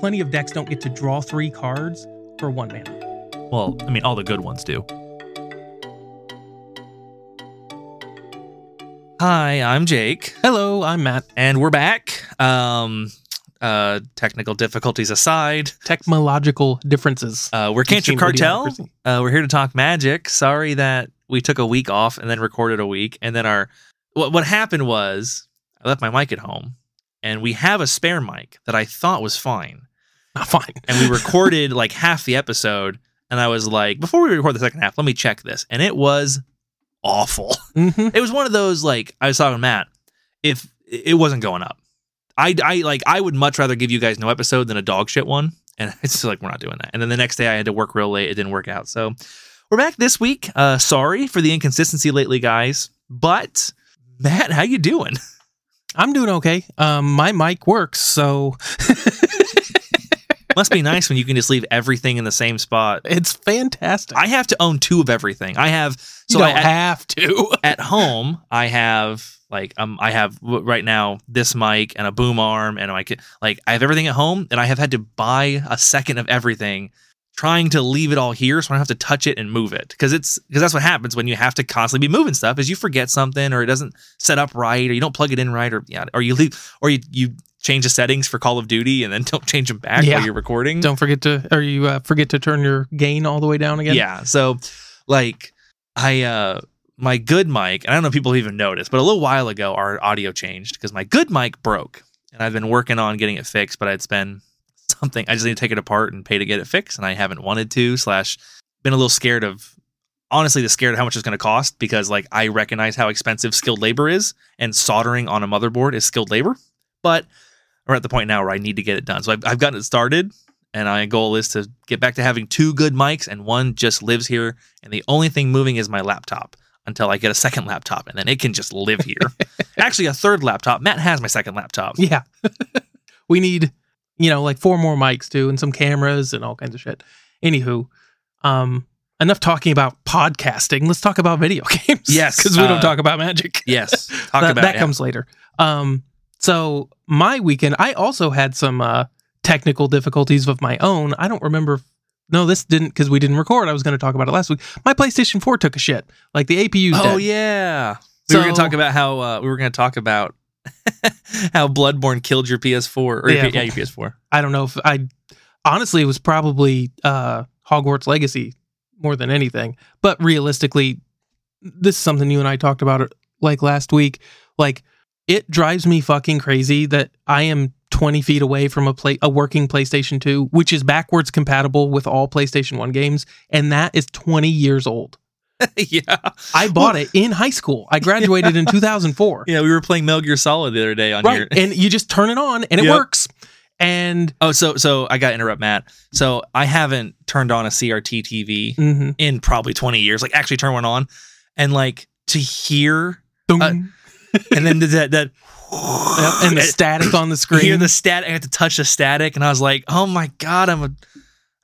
plenty of decks don't get to draw three cards for one mana. Well, I mean, all the good ones do. Hi, I'm Jake. Hello, I'm Matt. And we're back. Um, uh, technical difficulties aside, Technological differences. uh, we're Cantrip Team Cartel. Idiocracy. Uh, we're here to talk magic. Sorry that we took a week off and then recorded a week. And then our. What, what happened was I left my mic at home and we have a spare mic that I thought was fine Not Ah, fine. and we recorded like half the episode and i was like before we record the second half let me check this and it was awful Mhm. it was one of those like i was talking to matt if it wasn't going up i i like i would much rather give you guys no episode than a dog shit one and it's just like we're not doing that and then the next day i had to work real late it didn't work out so we're back this week uh sorry for the inconsistency lately guys but matt how you doing I'm doing okay. Um, my mic works, so must be nice when you can just leave everything in the same spot it's fantastic. i have to own two of everything i have you so don't I, have to. at home i have like um i have w- right now this mic and a boom arm and like like i have everything at home and i have had to buy a second of everything trying to leave it all here so i don't have to touch it and move it because it's because that's what happens when you have to constantly be moving stuff is you forget something or it doesn't set up right or you don't plug it in right or yeah or you leave or you you change the settings for call of duty and then don't change them back Yeah. while you're recording Don't forget to, or you uh, forget to turn your gain all the way down again. Yeah. So like I uh my good mic, and I don't know if people even noticed, but a little while ago our audio changed because my good mic broke. And I've been working on getting it fixed, but it's been something I just need to take it apart and pay to get it fixed, and I haven't wanted to, slash been a little scared of honestly just scared of how much it's gonna cost because like I recognize how expensive skilled labor is and soldering on a motherboard is skilled labor. But we're at the point now where I need to get it done. So I've, I've gotten it started, and my goal is to get back to having two good mics, and one just lives here. And the only thing moving is my laptop until I get a second laptop, and then it can just live here. Actually, a third laptop. Matt has my second laptop. Yeah. we need, you know, like four more mics too, and some cameras and all kinds of shit. Anywho, um, enough talking about podcasting. Let's talk about video games. Yes, Because we don't uh, talk about magic. Yes. Talk that, about that it. comes later. Um, so my weekend, I also had some uh, technical difficulties of my own. I don't remember. if- No, this didn't because we didn't record. I was going to talk about it last week. My PlayStation 4 took a shit. Like the APU's Oh dead. yeah. We were going to So- talk about how uh, we were going to talk about how Bloodborne killed your PS4 or Yeah. your, yeah, your PS4. I don't know if I honestly it was probably uh Hogwarts Legacy more than anything. But realistically, this is something you and I talked about uh, like last week. Like it drives me fucking crazy that I am 20 feet away from a play a working PlayStation 2, which is backwards compatible with all PlayStation 1 games, and that is 20 years old. yeah. I bought it in high school. I graduated in 2004. Yeah, we were playing Metal Gear Solid the other day on Right. your And you just turn it on and it Yep. works. And Oh, so so I got to interrupt Matt. So I haven't turned on a CRT TV mhm. in probably 20 years. Like actually turn one on and like to hear Dun. and then that that Yep, and the static on the screen. hear the static I had to touch the static and I was like, "Oh my god, I'm a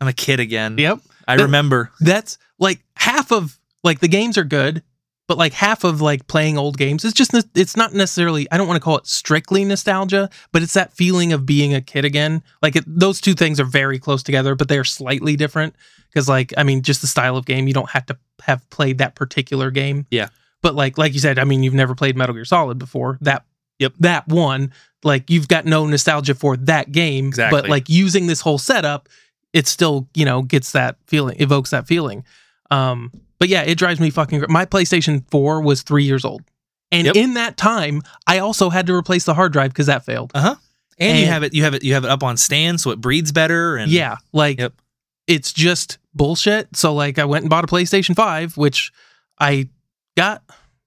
I'm a kid again." yep. I remember. That's like half of like the games are good, but like half of like playing old games is just it's not necessarily I don't want to call it strictly nostalgia, but it's that feeling of being a kid again. Like it, those two things are very close together, but they're slightly different because like I mean just the style of game, you don't have to have played that particular game. Yeah. But like like you said, I mean you've never played Metal Gear Solid before. That Yep. that one like you've got no nostalgia for that game, Exactly. but like using this whole setup it still you know gets that feeling evokes that feeling um but yeah it drives me fucking cra- my playstation 4 was three years old and Yep. in that time i also had to replace the hard drive because that failed And, you and- have it you have it you have it up on stand so it breathes better and yeah like Yep. it's just bullshit so like i went and bought a playstation 5 which i got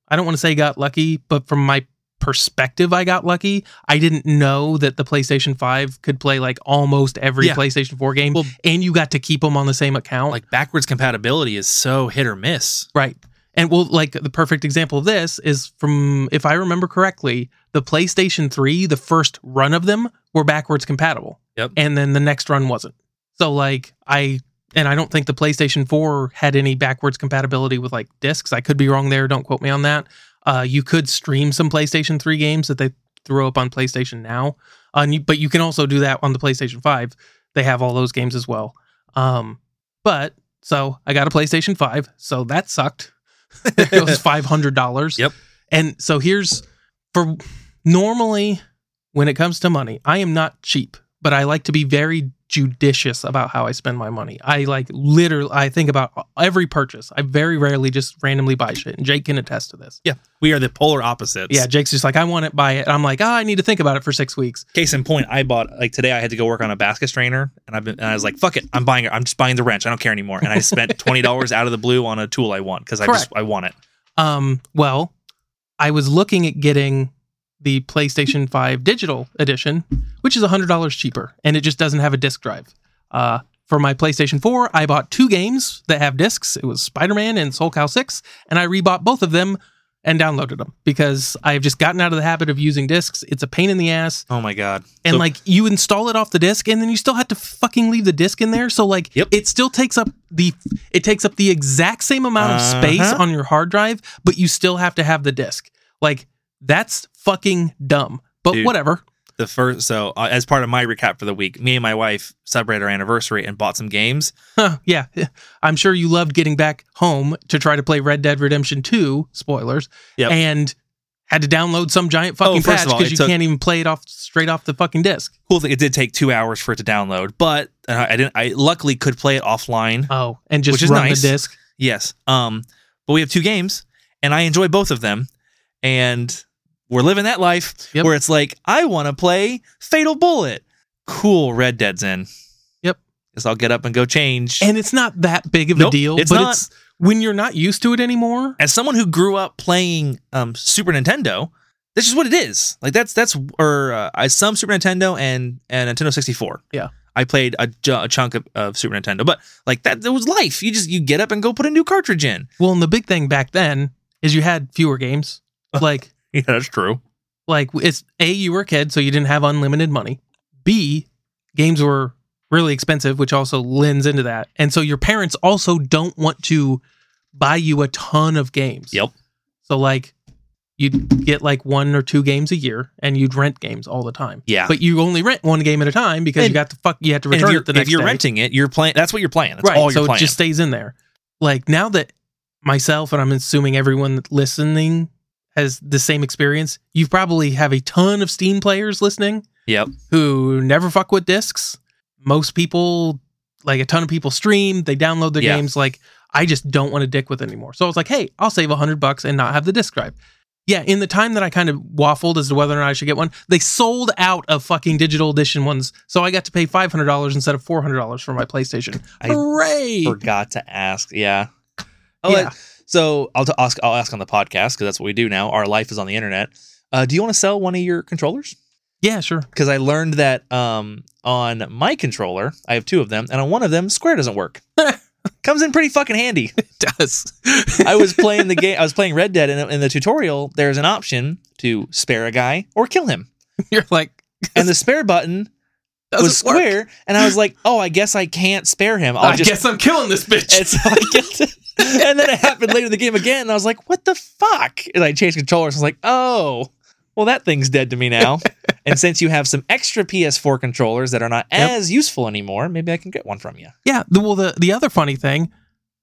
i don't want to say got lucky but from my perspective i got lucky i didn't know that the playstation 5 could play like almost every Yeah. playstation 4 game Well- and you got to keep them on the same account like backwards compatibility is so hit or miss. Right. And well, like the perfect example of this is from, if I remember correctly, the PlayStation 3, the first run of them were backwards compatible. Yep. And then the next run wasn't. So, like, I, and I don't think the PlayStation 4 had any backwards compatibility with like discs. I could be wrong there. Don't quote me on that. Uh, you could stream some PlayStation 3 games that they throw up on PlayStation Now. Uh, and you, but you can also do that on the PlayStation 5. They have all those games as well. Um, but so I got a PlayStation 5, so that sucked. it was five hundred dollars. Yep. And so here's for normally when it comes to money, I am not cheap, but I like to be very judicious about how I spend my money. I like literally I think about every purchase. I very rarely just randomly buy shit. And Jake can attest to this. we are the polar opposites. Yeah, Jake's just like, I want it, buy it. And I'm like, oh, I need to think about it for six weeks. Case in point, I bought like today. I had to go work on a basket strainer, and I've been. And I was like, "Fuck it, I'm buying it. I'm just buying the wrench. I don't care anymore." And I spent twenty dollars out of the blue on a tool I want because I just I want it. Um, well, I was looking at getting the PlayStation 5 digital edition, which is $100 cheaper, and it just doesn't have a disc drive. Uh, for my PlayStation 4, I bought two games that have discs. It was Spider Man and Soul Cow 6, and I rebought both of them and downloaded them because I've just gotten out of the habit of using discs. It's a pain in the ass. Oh my god! and So- like you install it off the disk and then you still have to fucking leave the disk in there so like Yep. it still takes up the it takes up the exact same amount of space Uh-huh. on your hard drive but you still have to have the disk like that's fucking dumb but Dude. whatever the first, so uh, as part of my recap for the week, me and my wife celebrated our anniversary and bought some games. Huh, yeah i'm sure you loved getting back home to try to play red dead redemption 2 spoilers Yep. Oh, and had to download some giant fucking first patch of all, because it you took- can't even play it off straight off the fucking disk Cool thing, it did take two hours for it to download, but uh, I didn't. I luckily could play it offline. oh and just Which is run nice. the disk Yes. Um, but we have two games, and I enjoy both of them, and we're living that life Yep. where it's like I want to play Fatal Bullet. Cool, Red Dead's in. Yep. Guess I'll get up and go change. and it's not that big of a Nope, deal it's but not. it's when you're not used to it anymore as someone who grew up playing um, Super Nintendo, that's just what it is. Like that's that's or uh, I some Super Nintendo and and Nintendo sixty four. Yeah. I played a, ju- a chunk of, of Super Nintendo, but like that, that was life. You just you get up and go put a new cartridge in. Well, and the big thing back then is you had fewer games. Like, Yeah, that's true. like it's a you were a kid, so you didn't have unlimited money. B games were really expensive, which also lends into that, and so your parents also don't want to buy you a ton of games. Yep. So like, you'd get like one or two games a year, and you'd rent games all the time. Yeah, But you only rent one game at a time because And- you got the fuck you had to And if return you're, it the next if you're day. renting it, you're playing. That's what you're playing. That's right. all so you're it playing. just stays in there. Like now that myself and I'm assuming everyone that's listening has the same experience, you probably have a ton of Steam players listening. Yep. Who never fuck with discs. Most people, like a ton of people, stream. They download their Yeah. games. Like I just don't want to dick with anymore. So I was like, hey, I'll save a hundred bucks and not have the disc drive. Yeah, in the time that I kind of waffled as to whether or not I should get one, they sold out of fucking digital edition ones. So I got to pay five hundred dollars instead of four hundred dollars for my PlayStation. I Hooray! forgot to ask. Yeah. Oh, Yeah. So I'll t- ask. I'll ask on the podcast because that's what we do now. Our life is on the internet. Uh, do you want to sell one of your controllers? yeah, sure. because I learned that um, on my controller, I have two of them, and on one of them, Square doesn't work. Comes in pretty fucking handy. does. I was playing the game. I was playing Red Dead, and in the tutorial, there's an option to spare a guy or kill him, You're like, and the spare button doesn't was work. Square, and I was like, "Oh, I guess I can't spare him. I'll I just." guess I'm killing this bitch. And, so I get to- and then it happened later in the game again, and I was like, "What the fuck?" And I changed controllers. I was like, "Oh, well, that thing's dead to me now." and since you have some extra PS4 controllers that are not Yep. as useful anymore, maybe I can get one from you. yeah. The, well, the the other funny thing,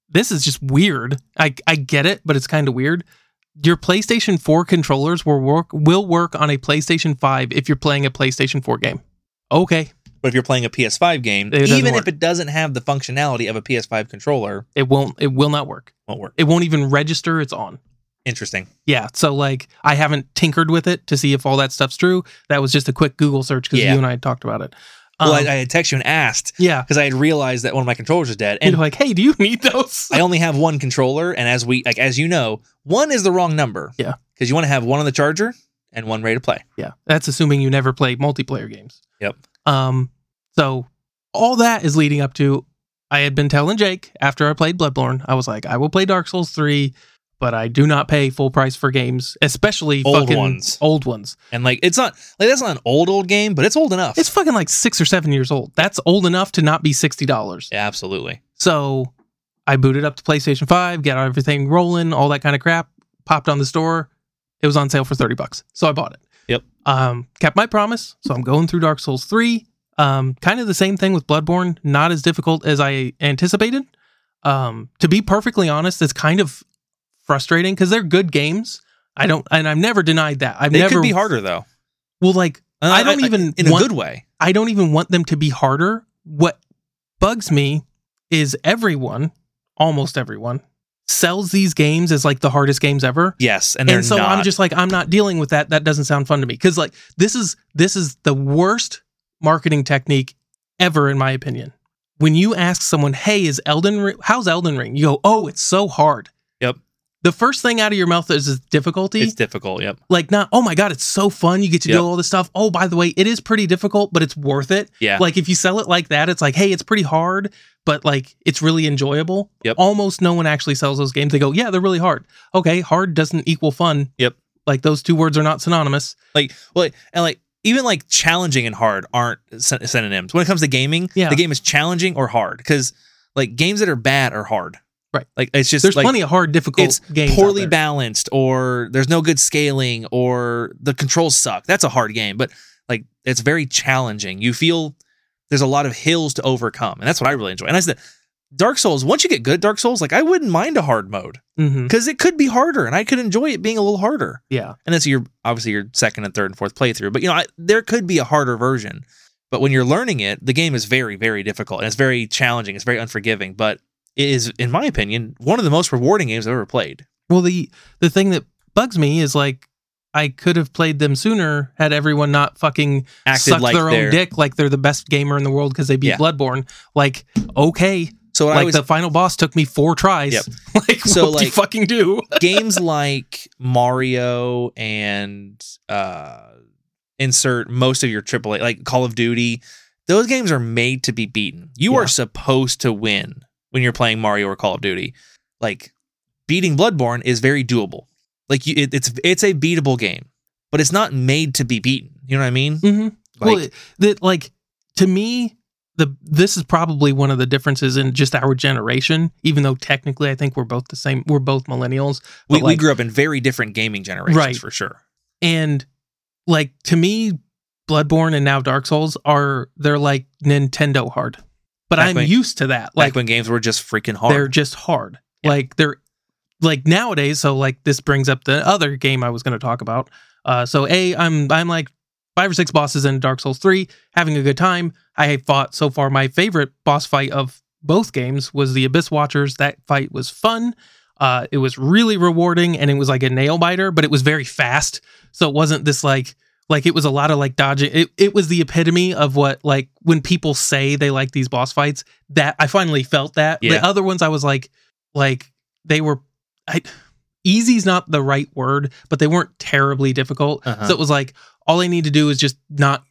this is just weird. I I get it, but it's kind of weird. Your PlayStation 4 controllers will work will work on a PlayStation 5 if you're playing a PlayStation 4 game. Okay, But if you're playing a PS5 game, It doesn't even work. if it doesn't have the functionality of a PS5 controller, it won't. It will not work. it won't work. It won't even register. It's on. Interesting. Yeah. So like I haven't tinkered with it to see if all that stuff's true. That was just a quick Google search because Yeah. you and I had talked about it. well, I, Um, I had texted you and asked yeah. because I had realized that one of my controllers is dead, and you're like, hey, do you need those? I only have one controller, and as we like, as you know, one is the wrong number. Yeah. because you want to have one on the charger and one ready to play. Yeah, that's assuming you never play multiplayer games. Yep. Um. So all that is leading up to. I had been telling Jake after I played Bloodborne, I was like, I will play Dark Souls three, but I do not pay full price for games, especially Old fucking ones. old ones. And like, it's not like that's not an old old game, but it's old enough. It's fucking like six or seven years old. That's old enough to not be sixty dollars. Yeah, absolutely. So I booted up the PlayStation Five, got everything rolling, all that kind of crap. Popped on the store. It was on sale for thirty bucks, so I bought it. Yep. Um, kept my promise. So I'm going through Dark Souls three. Um, kind of the same thing with Bloodborne, not as difficult as I anticipated. Um, to be perfectly honest, it's kind of frustrating because they're good games. I don't, and I've never denied that. I've They never could be harder though. Well, like I don't even Uh, in a want- good way. I don't even want them to be harder. What bugs me is everyone, almost everyone, sells these games as like the hardest games ever. Yes, and And, they're so not. I'm just like, I'm not dealing with that. That doesn't sound fun to me. Cause like this is this is the worst marketing technique ever, in my opinion. When you ask someone, hey, is Elden Ring how's Elden Ring? You go, Oh, it's so hard. Yep. The first thing out of your mouth is, is difficulty it's difficult. Yep. like not oh my god it's so fun you get to Yep. do all this stuff oh by the way it is pretty difficult but it's worth it Yeah. like if you sell it like that it's like hey it's pretty hard but like it's really enjoyable Yep. almost no one actually sells those games they go yeah they're really hard okay hard doesn't equal fun Yep. like those two words are not synonymous like well and like even like challenging and hard aren't syn- synonyms when it comes to gaming Yeah. the game is challenging or hard because like games that are bad are hard Right. like it's just there's like plenty of hard difficult it's games out poorly there. balanced or there's no good scaling or the controls suck that's a hard game but like it's very challenging you feel there's a lot of hills to overcome and that's what i really enjoy and i said dark souls once you get good at dark souls like i wouldn't mind a hard mode Mhm. because it could be harder and i could enjoy it being a little harder yeah and that's your obviously your second and third and fourth playthrough. But you know, I, there could be a harder version. But when you're learning it, the game is very, very difficult and it's very challenging. It's very unforgiving. But it is, in my opinion, one of the most rewarding games I've ever played. well the the thing that bugs me is like I could have played them sooner had everyone not fucking Acted suck like their they're- own dick like they're the best gamer in the world because they beat Yeah. Bloodborne. Like, okay, So what like I was the final boss took me four tries. Yep. like, So, what do you like- fucking do? games like Mario and uh, insert most of your AAA like Call of Duty. Those games are made to be beaten. You Yeah. are supposed to win when you're playing Mario or Call of Duty. Like beating Bloodborne is very doable. Like you, it, it's it's a beatable game, but it's not made to be beaten. You know what I mean? hmm Like, well, it- that like to me, the this is probably one of the differences in just our generation. Even though technically, I think we're both the same. We're both millennials, we, but, we like- grew up in very different gaming generations Right. for sure. and like to me, Bloodborne and now Dark Souls are they're like Nintendo hard. But Back I'm when- used to that. Like Like when games were just freaking hard. They're just hard. Yeah. Like they're like nowadays. So like this brings up the other game I was going to talk about. Uh, so a I'm I'm like five or six bosses in Dark Souls three, having a good time. I have fought so far. My favorite boss fight of both games was the Abyss Watchers. That fight was fun. Uh, it was really rewarding and it was like a nail biter, but it was very fast. So it wasn't this like like it was a lot of like dodging. It it was the epitome of what like when people say they like these boss fights. That I finally felt that. Yeah. The other ones I was like like they were I easy's not the right word, but they weren't terribly difficult. Uh-huh. So it was like all I need to do is just not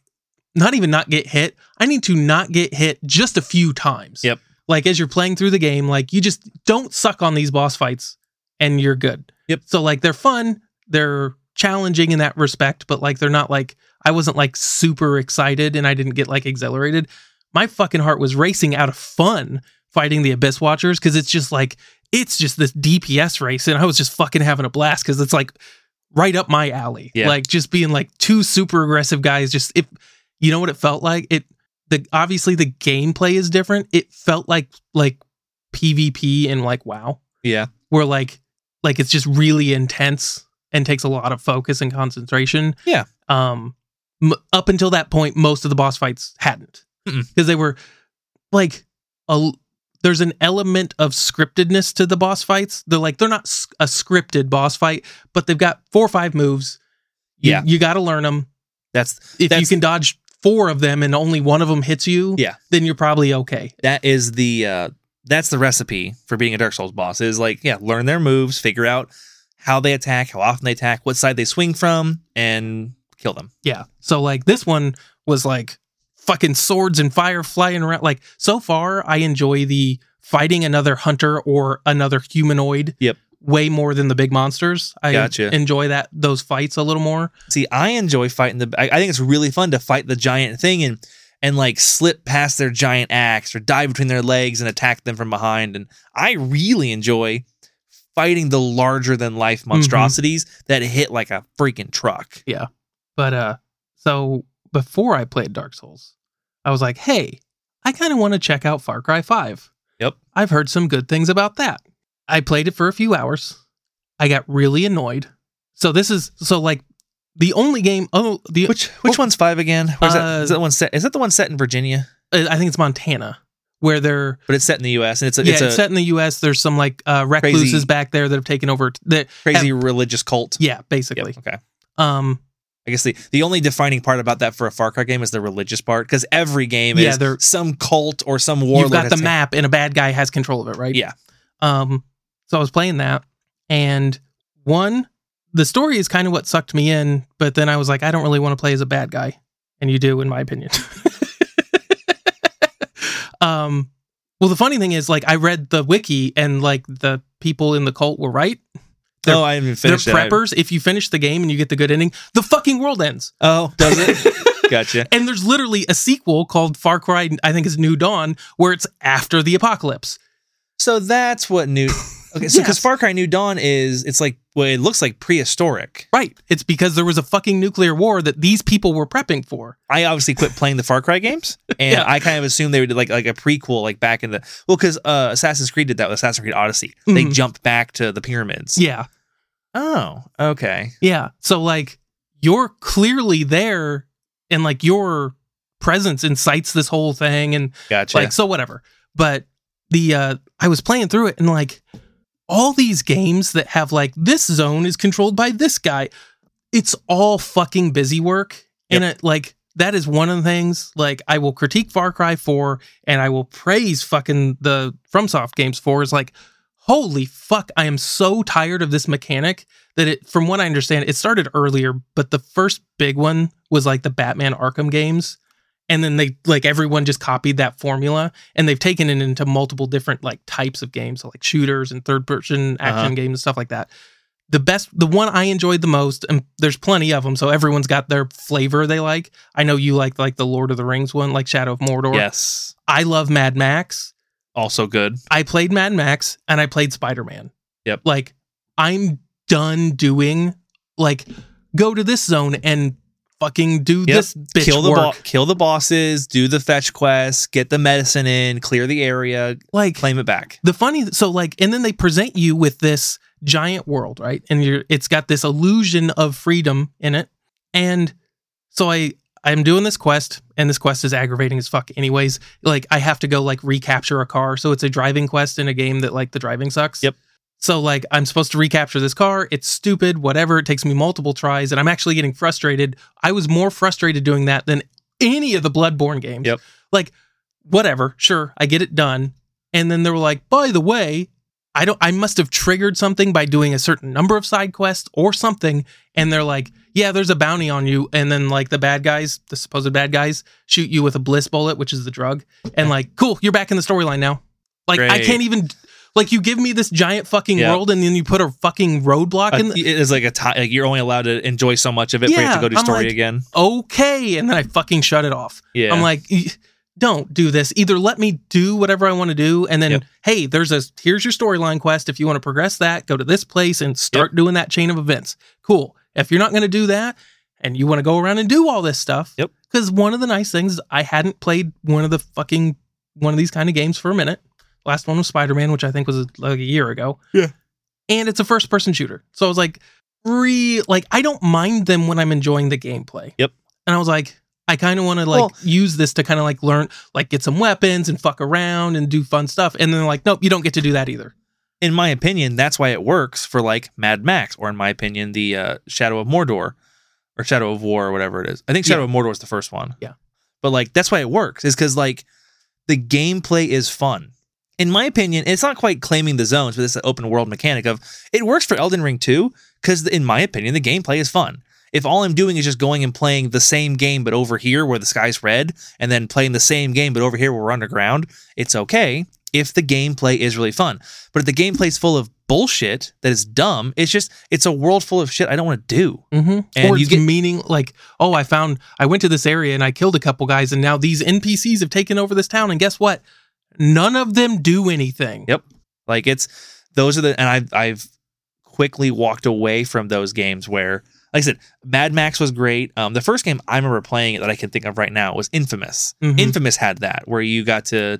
not even not get hit. I need to not get hit just a few times. Yep. Like as you're playing through the game, like you just don't suck on these boss fights and you're good. Yep. So like they're fun, they're challenging in that respect, but like they're not like I wasn't like super excited and I didn't get like exhilarated. My fucking heart was racing out of fun fighting the Abyss Watchers because it's just like it's just this DPS race and I was just fucking having a blast because it's like right up my alley. Yeah. Like just being like two super aggressive guys. Just if you know what it felt like, it the obviously the gameplay is different. It felt like like PvP and like WoW, yeah. where like like it's just really intense and takes a lot of focus and concentration. Yeah. Um, m- up until that point, most of the boss fights hadn't Mm-mm. because they were like a. There's an element of scriptedness to the boss fights. They're like they're not s- a scripted boss fight, but they've got four or five moves. You- Yeah. you got to learn them That's if you That's- can dodge four of them and only one of them hits you, Yeah. then you're probably okay. that is the uh that's the recipe for being a Dark Souls boss. Is like, yeah, learn their moves, figure out how they attack, how often they attack, what side they swing from, and kill them. Yeah. So like this one was like fucking swords and fire flying around. Like so far, I enjoy the fighting another hunter or another humanoid. Yep. Way more than the big monsters. I Gotcha. enjoy that those fights a little more. See, I enjoy fighting the. I, I think it's really fun to fight the giant thing and and like slip past their giant axe or dive between their legs and attack them from behind. And I really enjoy fighting the larger than life monstrosities that hit like a freaking truck. But uh so before I played Dark Souls, I was like, hey, I kind of want to check out Far Cry 5. Yep. I've heard some good things about that. I played it for a few hours. I got really annoyed. So this is so like the only game oh the Which which one's five again? Where's that? Is Uh, that one set? Is that the one set in Virginia? I think it's Montana where they're But it's set in the U.S. and it's a, yeah, it's it's, a set in the US. There's some like uh recluses Crazy- back there that have taken over t- that crazy religious cult. yeah, Yep, basically. Okay. Um I guess the, the only defining part about that for a Far Cry game is the religious part because every game Yeah, is they're- some cult or some you've warlord. got has the taken- map and a bad guy has control of it, right? Yeah. Um, so I was playing that, and one, the story is kind of what sucked me in, but then I was like, I don't really want to play as a bad guy, and you do, in my opinion. um, well, the funny thing is, like, I read the wiki, and like the people in the cult were right. They're- No, Oh, I haven't even finished They're it. I- preppers. If you finish the game and you get the good ending, the fucking world ends. Oh, does it? gotcha. And there's literally a sequel called Far Cry, I think it's New Dawn, where it's after the apocalypse. So that's what New. Okay, so because Yes. Far Cry New Dawn is it's like well, it looks like prehistoric. Right. It's because there was a fucking nuclear war that these people were prepping for. I obviously quit playing the Far Cry games, and Yeah. I kind of assumed they would do like like a prequel, like back in the well, because uh, Assassin's Creed did that with Assassin's Creed Odyssey. They Mhm. jumped back to the pyramids. Yeah. Oh, okay. Yeah. So like you're clearly there and like your presence incites this whole thing and Gotcha. like so whatever. But the uh I was playing through it and like all these games that have like this zone is controlled by this guy. It's all fucking busy work. And it like that is one of the things like I will critique Far Cry 4 and I will praise fucking the FromSoft games for is like holy fuck I am so tired of this mechanic that it from what I understand it started earlier but the first big one was like the Batman Arkham games and then they like everyone just copied that formula and they've taken it into multiple different like types of games so like shooters and third person action Uh-huh. games and stuff like that the best the one i enjoyed the most and there's plenty of them so everyone's got their flavor they like i know you like like the lord of the rings one like shadow of mordor yes, i love mad max also good. i played mad max and i played spider-man Yep. like i'm done doing like go to this zone and fucking do this bitch kill the work bo- kill the bosses, do the fetch quests, get the medicine in, clear the area, like claim it back. the funny so like and then they present you with this giant world right and you're it's got this illusion of freedom in it and so i i'm doing this quest and this quest is aggravating as fuck anyways like i have to go like recapture a car so it's a driving quest in a game that like the driving sucks Yep. so like i'm supposed to recapture this car it's stupid whatever it takes me multiple tries and i'm actually getting frustrated i was more frustrated doing that than any of the bloodborne games Yep. like whatever sure i get it done and then they were like by the way i don't i must have triggered something by doing a certain number of side quests or something and they're like yeah there's a bounty on you and then like the bad guys the supposed bad guys shoot you with a bliss bullet which is the drug and like cool you're back in the storyline now like i Great. can't even like you give me this giant fucking Yeah. world and then you put a fucking roadblock in the, Uh, it is like a ti like you're only allowed to enjoy so much of it. we have Yeah, to go do I'm story like- again. okay and then i fucking shut it off Yeah, I'm like, "Y- don't do this. Either let me do whatever I want to do, and then Yep. hey, there's a here's your storyline quest. If you want to progress that, go to this place and start doing that chain of events. Cool. If you're not going to do that, and you want to go around and do all this stuff, Yep. Because one of the nice things is I hadn't played one of the fucking one of these kind of games for a minute. Last one was Spider Man, which I think was like a year ago. Yeah. And it's a first person shooter, so I was like, re like I don't mind them when I'm enjoying the gameplay. Yep. And I was like, I kind of want to like Well- use this to kind of like learn, like get some weapons and fuck around and do fun stuff. And then they're like, nope, you don't get to do that either. in my opinion, that's why it works for like Mad Max, or in my opinion, the uh, Shadow of Mordor, or Shadow of War, or whatever it is. I think Shadow of Mordor is the first one. Yeah. but like that's why it works is because like the gameplay is fun. In my opinion, it's not quite claiming the zones, but it's an open world mechanic of it works for Elden Ring too. Because in my opinion, the gameplay is fun. If all I'm doing is just going and playing the same game but over here where the sky's red, and then playing the same game but over here where we're underground, it's okay if the gameplay is really fun. But if the gameplay's full of bullshit that is dumb, it's just it's a world full of shit I don't want to do. Mm-hmm. And Or you it's get- meaning like, oh, I found, I went to this area and I killed a couple guys, and now these NPCs have taken over this town. And guess what? None of them do anything. Yep. Like it's those are the and I've I've quickly walked away from those games where Like I said, Mad Max was great. Um, the first game I remember playing that I can think of right now was Infamous. Mhm. Infamous had that where you got to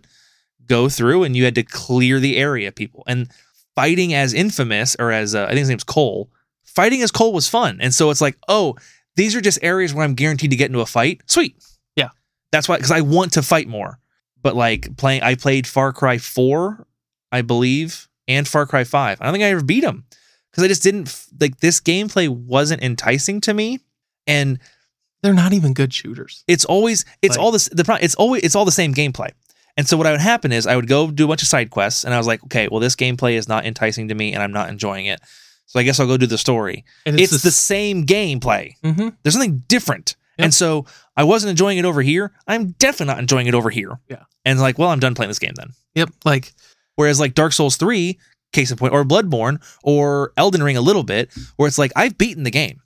go through and you had to clear the area, people. And fighting as Infamous or as uh, I think his name's Cole, fighting as Cole was fun. And so it's like, oh, these are just areas where I'm guaranteed to get into a fight. Sweet. Yeah. That's why, because I want to fight more. But like playing, I played Far Cry 4, I believe, and Far Cry 5. I don't think I ever beat them because I just didn't, f- like, this gameplay wasn't enticing to me. And They're not even good shooters. it's always it's Like- all this the pro- it's always it's all the same gameplay. And so what I would happen is I would go do a bunch of side quests and I was like, okay, well this gameplay is not enticing to me and I'm not enjoying it. So I guess I'll go do the story. And It's, the same gameplay. hmm There's nothing different. Yep. And so I wasn't enjoying it over here. I'm definitely not enjoying it over here. Yeah. And like, well, I'm done playing this game then. Yep. Like Whereas like Dark Souls 3, case in point, or Bloodborne, or Elden Ring a little bit, where it's like I've beaten the game.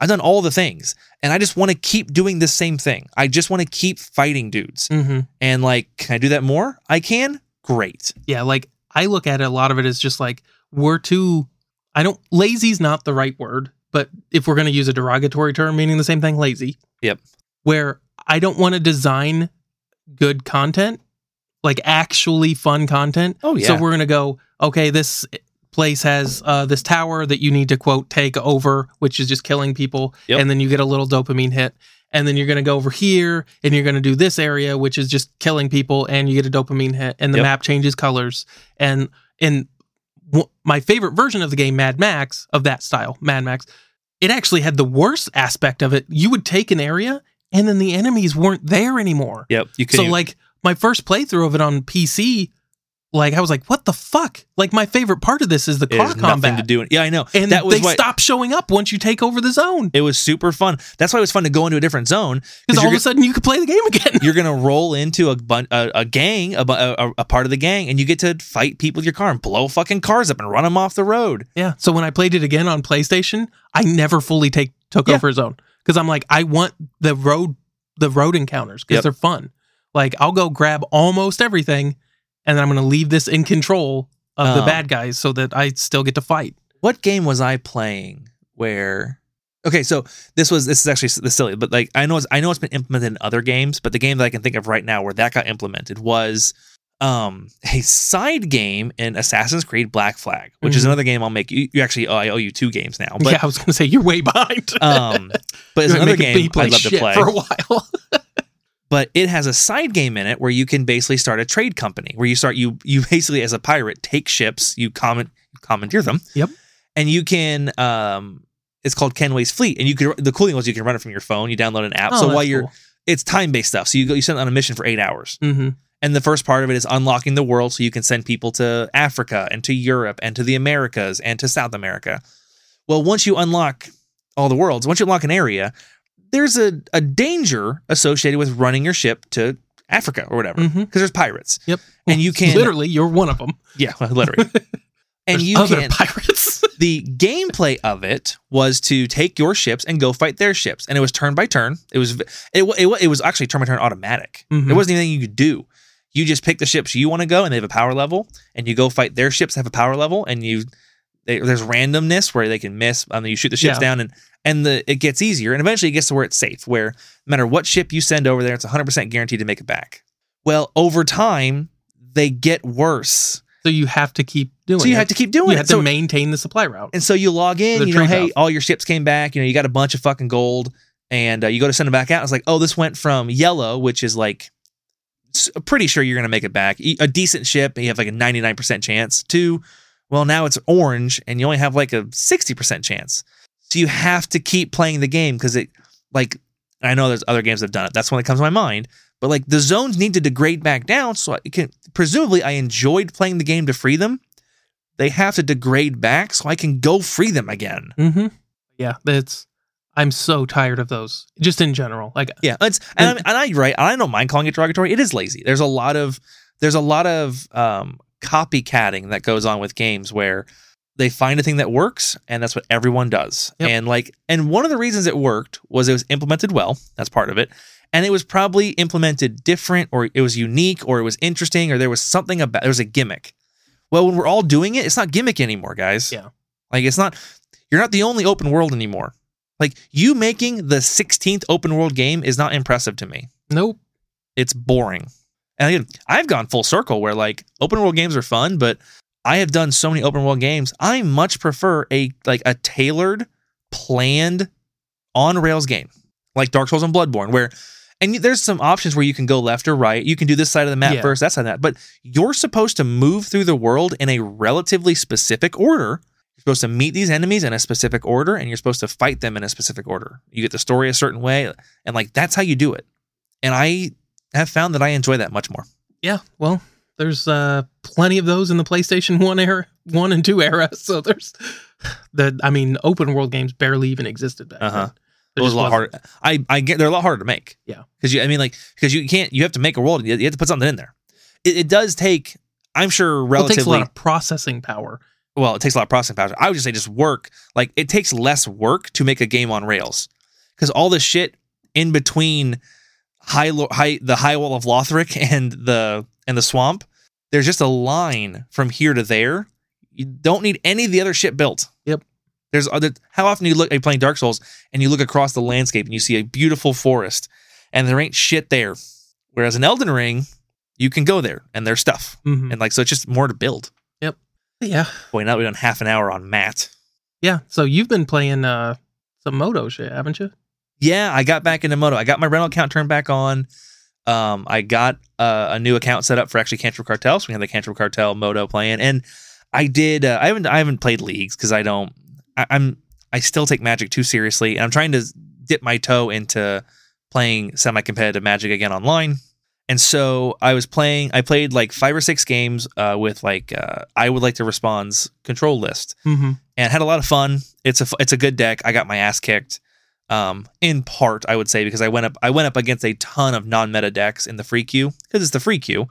I've done all the things. And I just want to keep doing the same thing. I just want to keep fighting dudes. hmm And like, can I do that more? I can. Great. yeah, like I look at it a lot of it as just like we're too I don't lazy's not the right word, but if we're gonna use a derogatory term meaning the same thing, lazy. Yep. Where I don't want to design good content, like actually fun content. Oh So we're gonna go, okay, this place has uh, this tower that you need to quote take over, which is just killing people, Yep. and then you get a little dopamine hit. And then you're gonna go over here and you're gonna do this area, which is just killing people, and you get a dopamine hit, and the Yep. map changes colors. And and w- my favorite version of the game, Mad Max, of that style, Mad Max, it actually had the worst aspect of it. You would take an area, and then the enemies weren't there anymore yep. You can so like my first playthrough of it on PC, like I was like, what the fuck? Like my favorite part of this is the it car has nothing combat, to do. with- Yeah, I know. and that was they why- stop showing up once you take over the zone It was super fun. That's why it was fun to go into a different zone because all you're of a sudden you could play the game again. you're gonna roll into a bun- a, a gang, a, bu- a, a part of the gang, and you get to fight people with your car and blow fucking cars up and run them off the road. yeah. So when I played it again on PlayStation, I never fully take took Yeah. over a zone because I'm like, I want the road the road encounters because Yep. they're fun. Like I'll go grab almost everything, and then I'm gonna leave this in control of the Um, bad guys so that I still get to fight. What game was I playing where? Okay, so this was this is actually s- this is silly, but like I know it's, I know it's been implemented in other games, but the game that I can think of right now where that got implemented was um a side game in Assassin's Creed Black Flag, which is Mhm. another game I'll make you, you actually oh, I owe you two games now, but yeah, I was gonna say you're way behind. um but it's You're another making game me play I'd love to shit play Oh, for a while. but it has a side game in it where you can basically start a trade company where you start you you basically as a pirate take ships you comment commandeer them Yep. and you can um it's called Kenway's Fleet and you can the cool thing was you can run it from your phone you download an Oh, app so while you're it's time based stuff so you go you send on a mission for eight hours hmm and the first part of it is unlocking the world so you can send people to Africa and to Europe and to the Americas and to South America. Well, once you unlock all the worlds, once you unlock an area, there's a, a danger associated with running your ship to Africa or whatever because Mhm. there's pirates. Yep. mm-hmm. And you can literally you're one of them. yeah, well, literally. and There's you other can pirates. the gameplay of it was to take your ships and go fight their ships, and it was turn by turn. It was it wa- it, wa- it was actually turn by turn automatic. Mhm. There wasn't anything you could do. You just pick the ships you want to go, and they have a power level, and you go fight their ships that have a power level, and you they, there's randomness where they can miss. Um, you shoot the ships Yeah. down, and and the it gets easier, and eventually it gets to where it's safe. Where no matter what ship you send over there, it's 100 percent guaranteed to make it back. Well, over time they get worse, so you have to keep doing. so you it. have to keep doing You it. have So- to maintain the supply route. and so you log in, The you know, trade-off. hey, all your ships came back. You know, you got a bunch of fucking gold, and uh, you go to send them back out. It's like, oh, this went from yellow, which is like s- pretty sure you're gonna make it back. E- A decent ship, and you have like a 99% chance. To well, now it's orange, and you only have like a 60% chance. So you have to keep playing the game because it, like, I know there's other games that've done it. That's when it comes to my mind. But like the zones need to degrade back down, so I can presumably I enjoyed playing the game to free them they have to degrade back so I can go free them again. hmm Yeah, that's. I'm so tired of those. Just in general, like Yeah, it's and, I'm, and I you're right. I don't mind calling it derogatory. It is lazy. There's a lot of there's a lot of um, copycatting that goes on with games where they find a thing that works and that's what everyone does. Yep. And like and one of the reasons it worked was it was implemented well. That's part of it. And it was probably implemented different or it was unique or it was interesting or there was something about there was a gimmick. Well, when we're all doing it, it's not gimmick anymore, guys. Yeah. Like it's not you're not the only open world anymore. Like you making the 16th open world game is not impressive to me. Nope. It's boring. And again, I've gone full circle where like open world games are fun, but I have done so many open world games. I much prefer a like a tailored, planned, on rails game like Dark Souls and Bloodborne, where and there's some options where you can go left or right. You can do this side of the map Yeah. first, that side of that. But you're supposed to move through the world in a relatively specific order. You're supposed to meet these enemies in a specific order, and you're supposed to fight them in a specific order. You get the story a certain way, and like that's how you do it. And I have found that I enjoy that much more. Yeah. Well, there's uh, plenty of those in the PlayStation One era, one and two era. So there's the. I mean, open world games barely even existed back Uh-huh. then. It There was just a lot wasn't- harder. I, I get they're a lot harder to make. Yeah. because you I mean like because you can't you have to make a world. You you have to put something in there. It, it does take. I'm sure Well, it relatively takes a lot of processing power. well, it takes a lot of processing power. I would just say just work. Like it takes less work to make a game on Rails because all the shit in between high, lo- high the high wall of Lothric and the and the swamp, there's just a line from here to there. You don't need any of the other shit built. Yep. There's other. How often you look are you playing Dark Souls and you look across the landscape and you see a beautiful forest and there ain't shit there. Whereas in Elden Ring, you can go there and there's stuff Mhm. and like so it's just more to build. Yeah. Boy, now we've done half an hour on Matt. Yeah. So you've been playing uh, some Moto shit, haven't you? Yeah, I got back into Moto. I got my rental account turned back on. Um, I got uh, a new account set up for actually Cantrell Cartel, so we had the Cantrell Cartel Moto playing. And I did. Uh, I haven't. I haven't played leagues because I don't. I, I'm. I still take Magic too seriously, and I'm trying to dip my toe into playing semi-competitive Magic again online. And so I was playing. I played like five or six games uh, with like uh, I would like to respond's control list Mm-hmm. and had a lot of fun. It's a it's a good deck. I got my ass kicked, um, in part I would say because I went up I went up against a ton of non meta decks in the free queue because it's the free queue,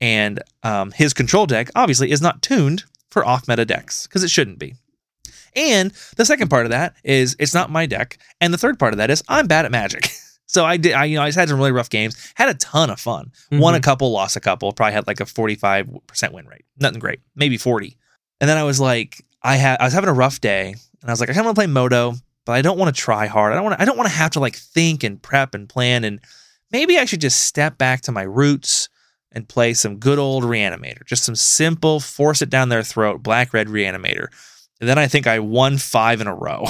and um, his control deck obviously is not tuned for off meta decks because it shouldn't be. And the second part of that is it's not my deck, and the third part of that is I'm bad at Magic. So I did. I you know I just had some really rough games. Had a ton of fun. Mm-hmm. Won a couple, lost a couple. Probably had like a forty five percent win rate. Nothing great. Maybe forty. And then I was like, I had I was having a rough day, and I was like, I kind of want to play Moto, but I don't want to try hard. I don't want to. I don't want to have to like think and prep and plan. And maybe I should just step back to my roots and play some good old Reanimator, just some simple, force it down their throat, black red Reanimator. And then I think I won five in a row.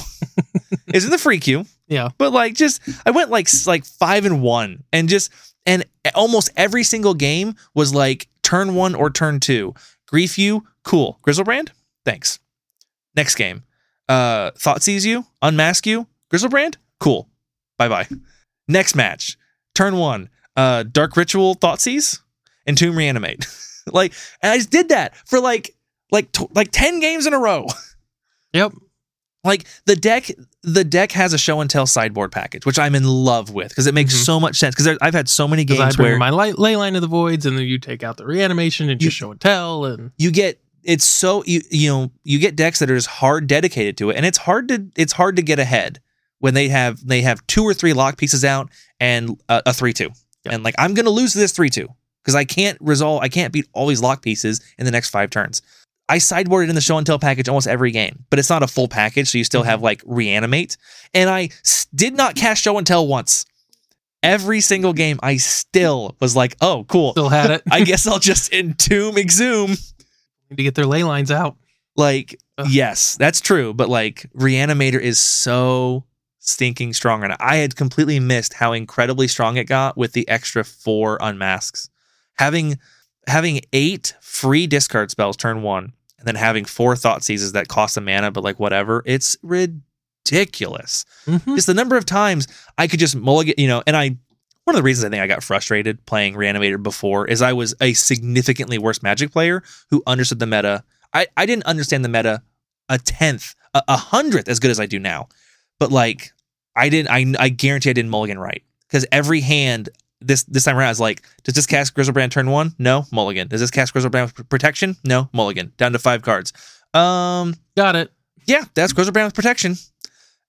it's in the free queue. Yeah. But like, just I went like s- like five and one, and just and almost every single game was like turn one or turn two. Grief you, cool. Grizzlebrand, thanks. Next game, uh, Thought sees you, unmask you. Grizzlebrand, cool. Bye bye. Next match, turn one, uh, Dark Ritual, Thought sees, and Tomb Reanimate. like, and I just did that for like like tw- like ten games in a row. Yep. Like the deck, the deck has a show and tell sideboard package, which I'm in love with because it makes Mhm. so much sense. Because I've had so many Because I games bring where my ley- ley line to the voids, and then you take out the reanimation and You- just show and tell, and you get it's so you you know you get decks that are just hard dedicated to it, and it's hard to it's hard to get ahead when they have they have two or three lock pieces out and a, a three two, Yeah. and like I'm gonna lose this three two because I can't resolve I can't beat all these lock pieces in the next five turns. I sideboarded in the show and tell package almost every game, but it's not a full package, so you still have like reanimate. And I s- did not cast show and tell once. Every single game, I still was like, "Oh, cool! still had it. I guess I'll just entomb exhume." Need to get their ley lines out. Like, Ugh. yes, that's true. But like, Reanimator is so stinking strong. And I had completely missed how incredibly strong it got with the extra four unmasks. Having having eight free discard spells turn one, and then having four thought seizes that cost a mana, but like whatever, it's ridiculous Mhm. just the number of times I could just mulligan, you know, and I one of the reasons I think I got frustrated playing Reanimator before is I was a significantly worse Magic player who understood the meta. I, I didn't understand the meta a tenth, a, a hundredth as good as I do now. But like I didn't I I guarantee I didn't mulligan right. Because every hand this this time around is like, does this cast Grizzlebrand turn one? No, mulligan. Does this cast Grizzlebrand with pr- protection? No, mulligan. Down to five cards. Um Got it. yeah, that's Grizzlebrand's protection.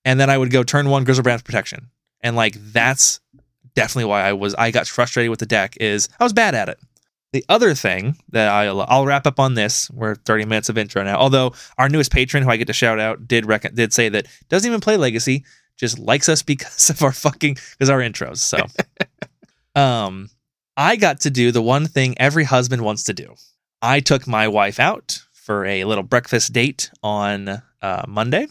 And then I would go turn one Grizzlebrand's protection. And like that's definitely why I was I got frustrated with the deck is I was bad at it. The other thing that I'll, I'll wrap up on this, we're 30 minutes of intro now. Although our newest patron, who I get to shout out, did rec- did say that doesn't even play Legacy, just likes us because of our fucking because our intros. So, um, I got to do the one thing every husband wants to do. I took my wife out for a little breakfast date on uh, Monday,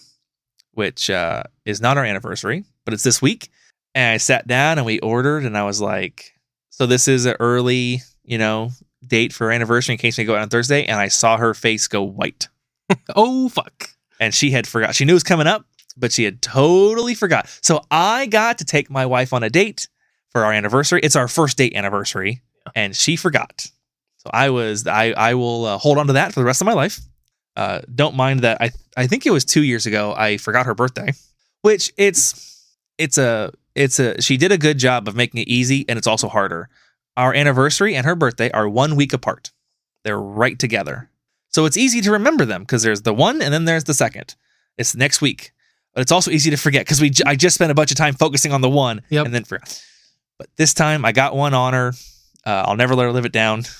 which uh, is not our anniversary, but it's this week. And I sat down and we ordered, and I was like, "So this is an early, you know, date for our anniversary in case we go out on Thursday." And I saw her face go white, Oh fuck. and she had forgot. She knew it was coming up, but she had totally forgot. So I got to take my wife on a date for our anniversary. It's our first date anniversary, and she forgot. So I was I I will uh, hold on to that for the rest of my life. Uh, don't mind that I I think it was two years ago I forgot her birthday, which it's it's a it's a she did a good job of making it easy and it's also harder. Our anniversary and her birthday are one week apart. They're right together, so it's easy to remember them because there's the one and then there's the second. It's next week, but it's also easy to forget because we j- I just spent a bunch of time focusing on the one Yep. and then forgot. But this time I got one on her. Uh, I'll never let her live it down.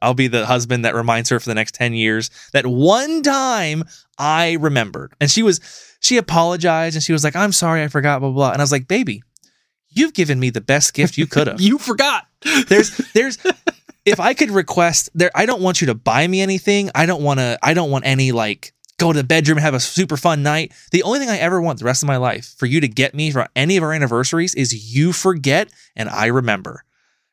I'll be the husband that reminds her for the next 10 years that one time I remembered. And she was, she apologized and she was like, I'm sorry, I forgot, blah, blah. blah. And I was like, baby, you've given me the best gift you could have. You forgot. There's there's if I could request there I don't want you to buy me anything. I don't want to I don't want any like go to the bedroom and have a super fun night. The only thing I ever want the rest of my life for you to get me for any of our anniversaries is you forget and I remember.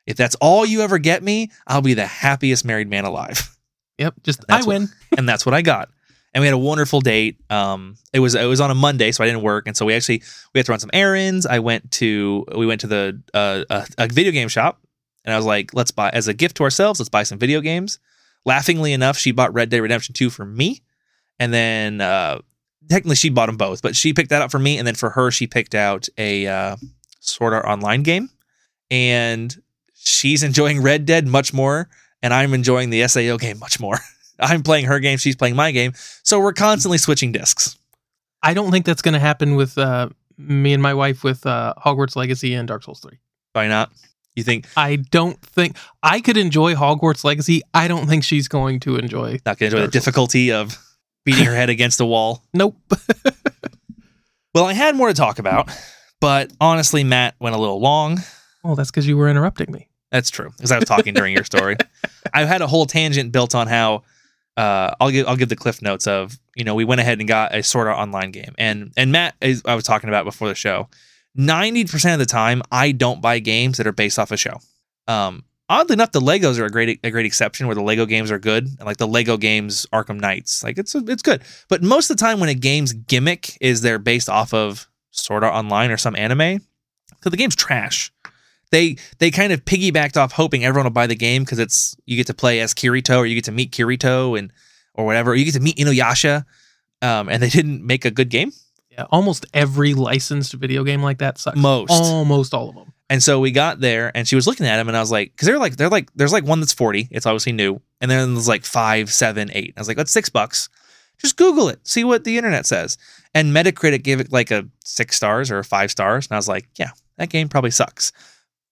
If that's all you ever get me, I'll be the happiest married man alive Yep. Just That's I what- win. and that's what I got. And we had a wonderful date. Um, it was it was on a Monday, so I didn't work, and so we actually we had to run some errands. I went to we went to the uh, a, a video game shop, and I was like, let's buy as a gift to ourselves, let's buy some video games. Laughingly enough, she bought Red Dead Redemption Two for me, and then uh, technically she bought them both, but she picked that up for me, and then for her she picked out a uh, Sword Art Online game, and she's enjoying Red Dead much more, and I'm enjoying the Sao game much more. I'm playing her game, she's playing my game. So we're constantly switching discs. I don't think that's going to happen with uh, me and my wife with uh, Hogwarts Legacy and Dark Souls 3. Why not? You think I don't think I could enjoy Hogwarts Legacy. I don't think she's going to enjoy. not gonna enjoy the difficulty of beating her head against a wall? Nope. Well, I had more to talk about, but honestly, Matt went a little long. Well, that's because you were interrupting me. That's true, because I was talking during your story. I had a whole tangent built on how uh, I'll give I'll give the cliff notes of you know we went ahead and got a sort of online game and and Matt is I was talking about before the show. Ninety percent of the time, I don't buy games that are based off a show. Um, oddly enough, the Legos are a great a great exception where the Lego games are good and like the Lego games Arkham Knights, like it's it's good. But most of the time, when a game's gimmick is they're based off of sort of online or some anime, so the game's trash. They they kind of piggybacked off hoping everyone will buy the game because it's you get to play as Kirito or you get to meet Kirito and or whatever or you get to meet Inuyasha, um, and they didn't make a good game. Yeah, almost every licensed video game like that sucks. Most Almost all of them. And so we got there, and she was looking at him, and I was like, because they're like, they're like, there's like one that's forty, it's obviously new, and then there's like five, seven, eight. I was like, that's six bucks. Just Google it, see what the internet says. And Metacritic gave it like a six stars or a five stars, and I was like, yeah, that game probably sucks.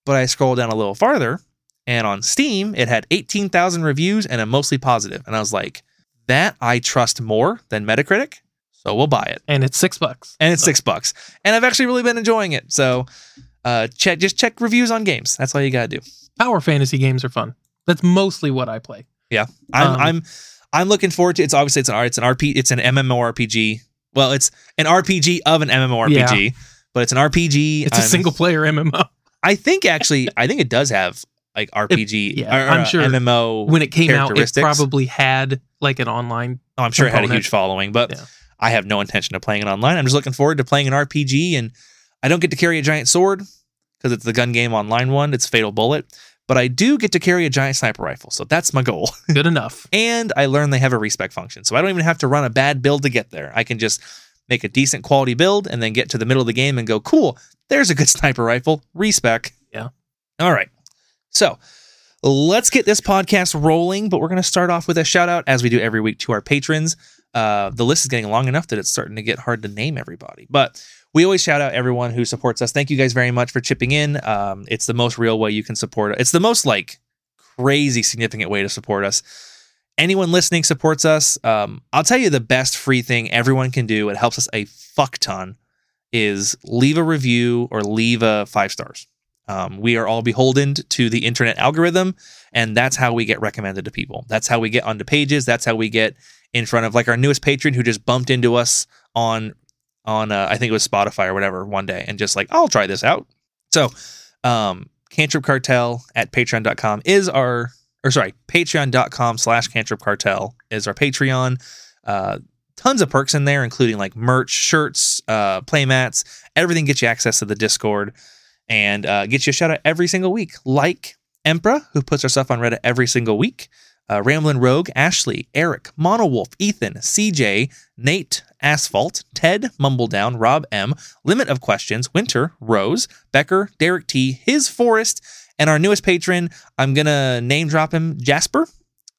But I scrolled down a little farther, and on Steam, it had eighteen thousand reviews and a mostly positive, and I was like, that I trust more than Metacritic, so we'll buy it And it's six bucks. and it's six bucks. And I've actually really been enjoying it. So, uh, check just check reviews on games. That's all you gotta do. Power fantasy games are fun. That's mostly what I play. I'm Um, I'm I'm looking forward to. It's obviously it's an R- it's an RP it's an MMORPG. Well, it's an RPG of an MMORPG, but it's an RPG. It's a I'm- single player MMO. I think actually I think it does have like RPG. yeah, or, or, I'm uh, sure MMO. When it came out, it characteristics. probably had like an online. Oh, I'm sure it had a component. huge following, but Yeah. I have no intention of playing it online. I'm just looking forward to playing an RPG, and I don't get to carry a giant sword because it's the gun game online one. It's Fatal Bullet, but I do get to carry a giant sniper rifle, so that's my goal. Good enough. and I learned they have a respec function, so I don't even have to run a bad build to get there. I can just make a decent quality build and then get to the middle of the game and go, cool, there's a good sniper rifle, respec. Yeah. All right. So let's get this podcast rolling, but we're going to start off with a shout out, as we do every week, to our patrons. Uh, the list is getting long enough that it's starting to get hard to name everybody, but we always shout out everyone who supports us. Thank you guys very much for chipping in. Um, it's the most real way you can support. It's the most like crazy significant way to support us. Anyone listening supports us. Um, I'll tell you the best free thing everyone can do. It helps us a fuck ton is leave a review or leave a five stars. Um, we are all beholden to the internet algorithm, and that's how we get recommended to people. That's how we get onto pages. That's how we get in front of like our newest patron who just bumped into us on on uh, I think it was Spotify or whatever one day, and just like I'll try this out. So, um, Cantrip Cartel at Patreon.com is our or sorry Patreon.com slash Cantrip Cartel is our Patreon. Uh, tons of perks in there, including like merch, shirts, uh, playmats, everything gets you access to the Discord and uh, gets you a shout out every single week. Like Emperor, who puts her stuff on Reddit every single week, uh, Ramblin' Rogue, Ashley, Eric, Monowolf, Ethan, CJ, Nate, Asphalt, Ted, Mumbledown, Rob M, Limit of Questions, Winter, Rose, Becker, Derek T, His Forest, and our newest patron, I'm gonna name drop him, Jasper.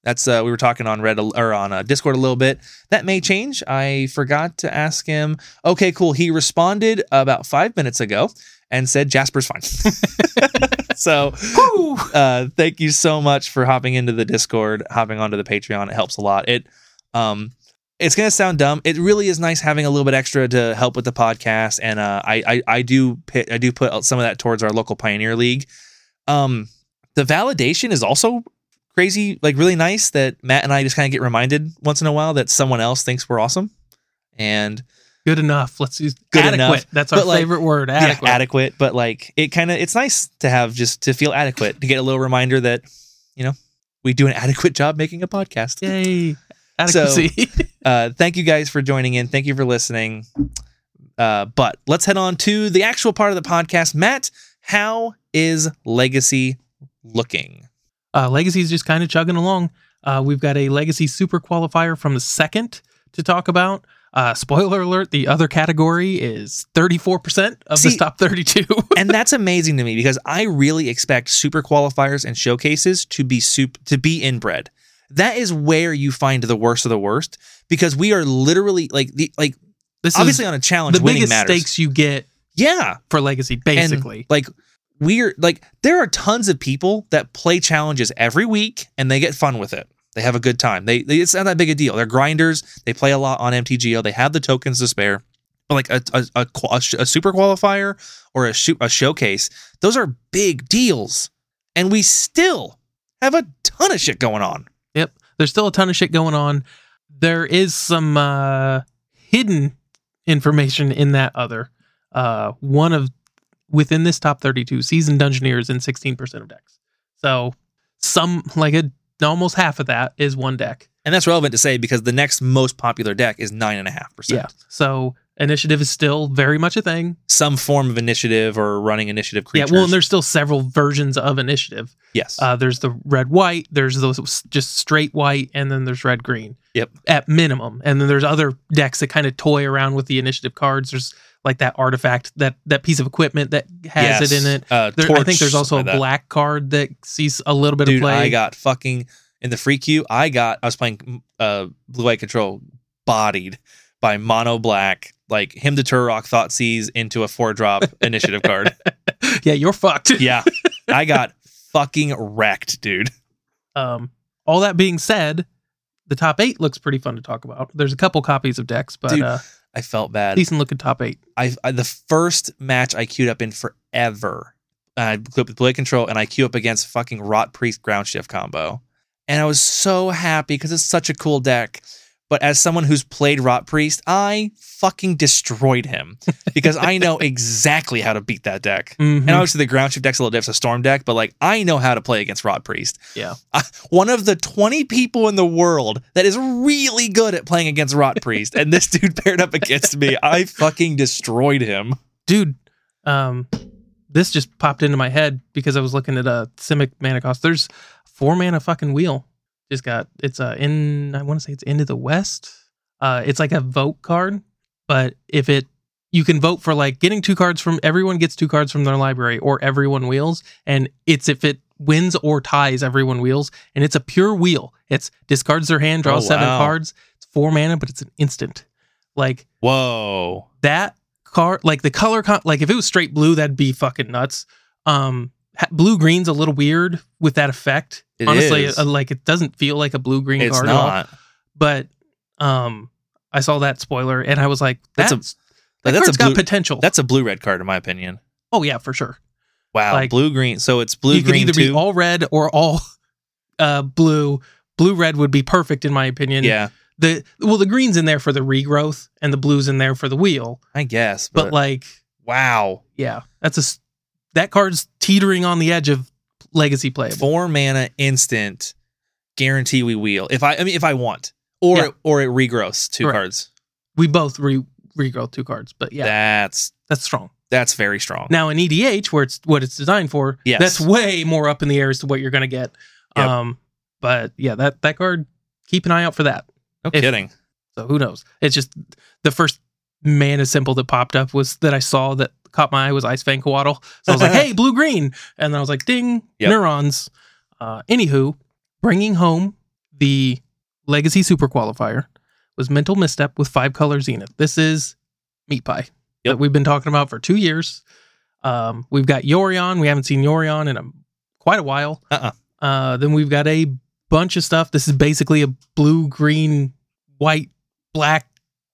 That's uh, we were talking on Red or on uh, Discord a little bit. That may change. I forgot to ask him. Okay, cool. He responded about five minutes ago and said Jasper's fine. so Woo! uh, thank you so much for hopping into the Discord, hopping onto the Patreon. It helps a lot. It um it's gonna sound dumb. It really is nice having a little bit extra to help with the podcast, and uh, I, I I do pit, I do put some of that towards our local Pioneer League. Um, the validation is also crazy, like really nice that Matt and I just kind of get reminded once in a while that someone else thinks we're awesome, and Good enough. Let's use Good adequate. enough. That's our But, like, favorite word. yeah, Adequate. adequate, but like it kind of it's nice to have just to feel adequate to get a little reminder that you know we do an adequate job making a podcast. Yay. Adequacy. Uh, thank you guys for joining in. Thank you for listening. Uh, but let's head on to the actual part of the podcast. Matt, how is Legacy looking? Uh, Legacy is just kind of chugging along. Uh, we've got a Legacy Super Qualifier from the second to talk about. Uh, spoiler alert: the other category is 34% of See- this top 32. and that's amazing to me because I really expect super qualifiers and showcases to be soup to be inbred. That is where you find the worst of the worst because we are literally like the like this obviously is on a challenge the winning biggest matters. stakes you get Yeah, for Legacy, And, basically. like we're like there are tons of people that play challenges every week and they get fun with it. They have a good time. They, they it's not that big a deal. They're grinders. They play a lot on MTGO. They have the tokens to spare. But like a a, a, qua- a sh- a super qualifier or a shoot a showcase, those are big deals, and we still have a ton of shit going on. There's still a ton of shit going on. There is some uh, hidden information in that other. Uh, one of within this top 32, seasoned dungeoneers in 16% of decks. So some like a almost half of that is one deck. And that's relevant to say because the next most popular deck is nine and a half percent. So initiative is still very much a thing. Some form of initiative or running initiative creatures. Yeah. Well, and there's still several versions of initiative. yes. Uh, there's the red white. There's those just straight white, and then there's red green. Yep. At minimum, and then there's other decks that kind of toy around with the initiative cards. There's like that artifact that that piece of equipment that has it Yes. in it. Uh, There, I Torch, think there's also a something like that. black card that sees a little bit Dude, of play. I got fucking in the free queue. I got I was playing uh Blue Eye Control bodied by Mono Black, like him to Turok thought sees into a four drop initiative card. yeah, you're fucked. Yeah. I got fucking wrecked, dude. Um, all that being said, the top eight looks pretty fun to talk about. There's a couple copies of decks, but Dude, uh, I felt bad. decent looking top eight. I, I the first match I queued up in forever. I clipped with Blade Control and I queue up against fucking Rot Priest Ground Shift combo. And I was so happy because it's such a cool deck. But as someone who's played Rot Priest, I fucking destroyed him because I know exactly how to beat that deck. Mhm. And obviously, the ground shift deck's a little different, it's a storm deck, but like I know how to play against Rod Priest. Yeah. I- one of the 20 people in the world that is really good at playing against Rod Priest, and this dude paired up against me. I fucking destroyed him. dude um this just popped into my head because i was looking at a simic mana cost there's four mana fucking wheel just got it's uh in i want to say it's into the west uh it's like a vote card but if it you can vote for like getting two cards from everyone gets two cards from their library or everyone wheels and it's if it wins or ties everyone wheels and it's a pure wheel it's discards their hand draws Oh, seven wow. cards it's four mana but it's an instant like Whoa. that car like the color con- like if it was straight blue that'd be fucking nuts um ha- blue green's a little weird with that effect It honestly is. uh, like it doesn't feel like a blue green It's card at all. not. but um i saw that spoiler and i was like That's that's, a- that Like, that's card's a blue, got potential. that's a blue red card in my opinion. oh yeah, for sure. Wow, Like- blue green. So it's blue you could green either be too. all red or all uh, blue. Blue red would be perfect in my opinion. yeah, The well, the green's in there for the regrowth, and the blue's in there for the wheel. I guess. But, But, like, like, wow, yeah, that's a s- that card's teetering on the edge of legacy playable. four mana instant guarantee we wheel. If I, I mean, if I want, or Yeah. or it regrows two Correct. cards. We both re regrow two cards, but yeah, That's that's strong. that's very strong. Now in EDH, where it's what it's designed for, Yes. that's way more up in the air as to what you're going to get. Yep. Um, but yeah, that that card, keep an eye out for that. no if- kidding. So who knows? It's just the first mana symbol that popped up was that I saw that caught my eye was Ice Fang Coatl. So I was like, hey, blue green. And then I was like, ding, Yep. neurons. Uh, anywho, bringing home the Legacy Super Qualifier was Mental Misstep with five color Zenith. This is meat pie Yep. that we've been talking about for two years. Um, we've got Yorion. We haven't seen Yorion in a, quite a while. Uh-uh. Uh, then we've got a bunch of stuff. This is basically a blue, green, white, black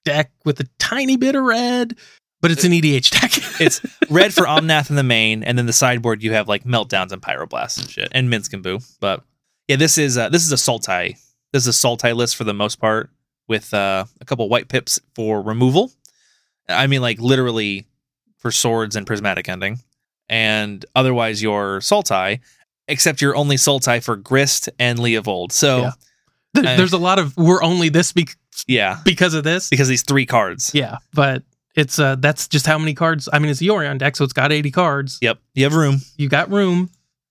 deck with a tiny bit of red, but it's an EDH deck. It's red for Omnath in the main, and then the sideboard you have like meltdowns and pyroblasts and shit, and Minsk and Boo. But yeah, this is uh, this is a Sultai. This is a Sultai list for the most part, with uh, a couple white pips for removal. I mean, like literally for swords and prismatic ending, and otherwise your Sultai, except you're only Sultai for Grist and Leovold. So Yeah. There- I- There's a lot of we're only this be- yeah, because of this. because these three cards. Yeah, but it's uh that's just how many cards. I mean, it's a Yorion deck, so it's got 80 cards. Yep, you have room. You got room.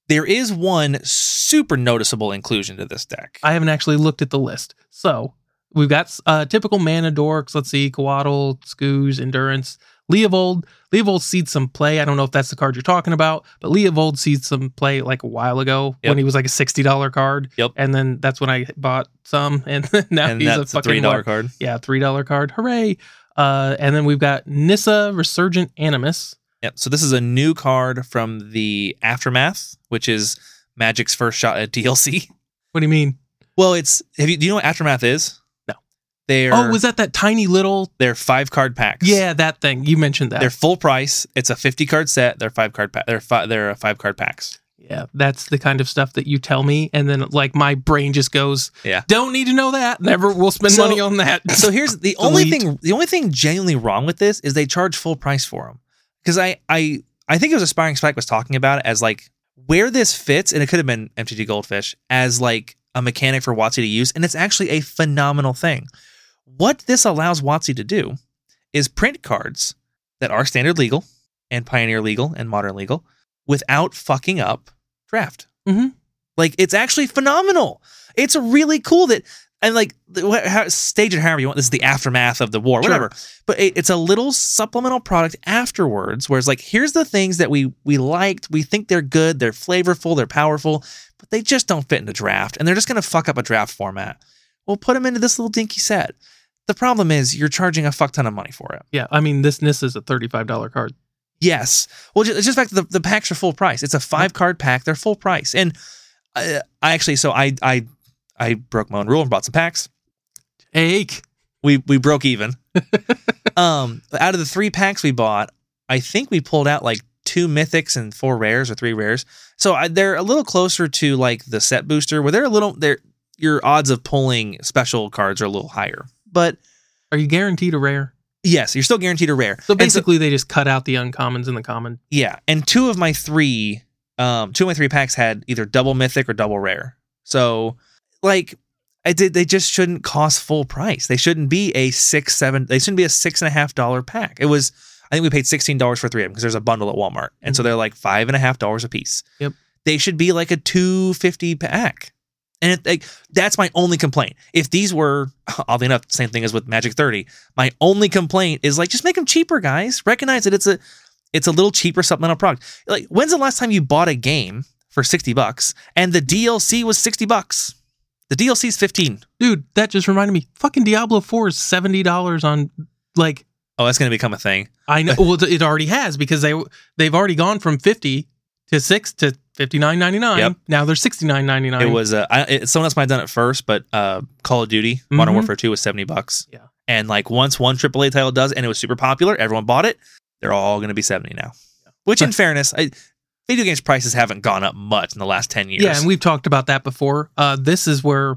There is one super noticeable inclusion to this deck. I haven't actually looked at the list. So we've got uh, typical mana dorks. Let's see, Coatl, Scooge, Endurance, Leovold. Leovold sees some play. I don't know if that's the card you're talking about, but Leovold sees some play like a while ago Yep. when he was like a sixty dollar card. Yep. And then that's when I bought some, and now and he's a that's a, fucking three dollar what? card. Yeah, three dollar card. Hooray! Uh, and then we've got Nissa Resurgent Animus. Yep. So this is a new card from the Aftermath, which is Magic's first shot at DLC. What do you mean? Well, it's have you do you know what Aftermath is? No. They're oh, was that that tiny little? they're five card packs. Yeah, that thing you mentioned that. They're full price. It's a fifty card set. They're five card pack. They're five. They're uh, five card packs. Yeah, that's the kind of stuff that you tell me, and then like my brain just goes, Yeah. don't need to know that. Never, we'll spend So- money on that." So here's the only Delete. thing. The only thing genuinely wrong with this is they charge full price for them. Because I I I think it was Aspiring Spike was talking about it as like where this fits, and it could have been MTG Goldfish as like a mechanic for Watsy to use, and it's actually a phenomenal thing. What this allows Watsy to do is print cards that are standard legal and pioneer legal and modern legal without fucking up draft. Mhm. Like it's actually phenomenal. It's really cool that and like the- wha- how, stage it however you want. This is the aftermath of the war, Sure. whatever. But it, it's a little supplemental product afterwards, where it's like here's the things that we we liked. We think they're good. They're flavorful. They're powerful. But they just don't fit in the draft, and they're just gonna fuck up a draft format. We'll put them into this little dinky set. The problem is you're charging a fuck ton of money for it. yeah, I mean this Nis is a thirty-five dollar card. Yes. Well, just, just back to the, the packs are full price. It's a five card pack. They're full price. And I, I actually, so I, I, I broke my own rule and bought some packs. Ache. We, we broke even. um, out of the three packs we bought, I think we pulled out like two mythics and four rares or three rares. So I, they're a little closer to like the set booster where they're a little, they're, your odds of pulling special cards are a little higher. But Are you guaranteed a rare? yes, you're still guaranteed a rare. So And basically, they just cut out the uncommons and the common. Yeah, and two of my three, um, two of my three packs had either double mythic or double rare. So, like, I did. They just shouldn't cost full price. They shouldn't be a six, seven. They shouldn't be a six and a half dollar pack. It was. I think we paid sixteen dollars for three of them because there's a bundle at Walmart, and so they're like five and a half dollars a piece. Yep. They should be like a two fifty pack. And it, like that's my only complaint. If these were oddly enough, same thing as with Magic Thirty. My only complaint is like just make them cheaper, guys. Recognize that it's a it's a little cheaper supplemental product. Like, when's the last time you bought a game for 60 bucks and the DLC was 60 bucks? The DLC is 15. Dude, that just reminded me. Fucking Diablo Four is seventy dollars on like Oh, that's going to become a thing. I know. well, it already has because they they've already gone from fifty to six to fifty nine ninety nine. Yep. Now they're sixty nine ninety nine. It was uh, I, it, someone else might have done it first, but uh, Call of Duty Modern Mhm. Warfare 2 was 70 bucks. Yeah. And like once one AAA title does, and it was super popular, everyone bought it. They're all going to be seventy now. Which, in Right. fairness, I, video games prices haven't gone up much in the last ten years. Yeah, and we've talked about that before. Uh, this is where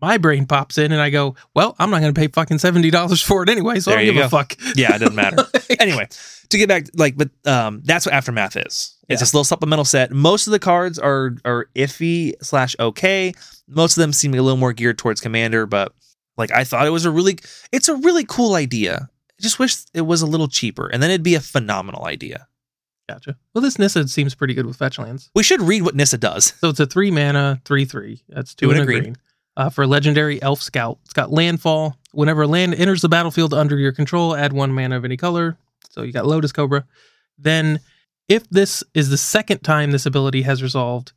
my brain pops in, and I go, "Well, I'm not going to pay fucking seventy dollars for it anyway, so I There don't you give go. a fuck." yeah, it doesn't matter. anyway, to get back, like, but um, that's what Aftermath is. It's Yeah. this little supplemental set. Most of the cards are are iffy slash okay. Most of them seem a little more geared towards Commander, but like I thought it was a really, it's a really cool idea. I just wish it was a little cheaper, and then it'd be a phenomenal idea. gotcha. Well, this Nissa seems pretty good with fetch lands. We should read what Nissa does. So it's a three mana, three three. That's two, Two and and a a green. green. Uh, for legendary elf scout, it's got landfall. Whenever land enters the battlefield under your control, add one mana of any color. So you got Lotus Cobra. Then, if this is the second time this ability has resolved,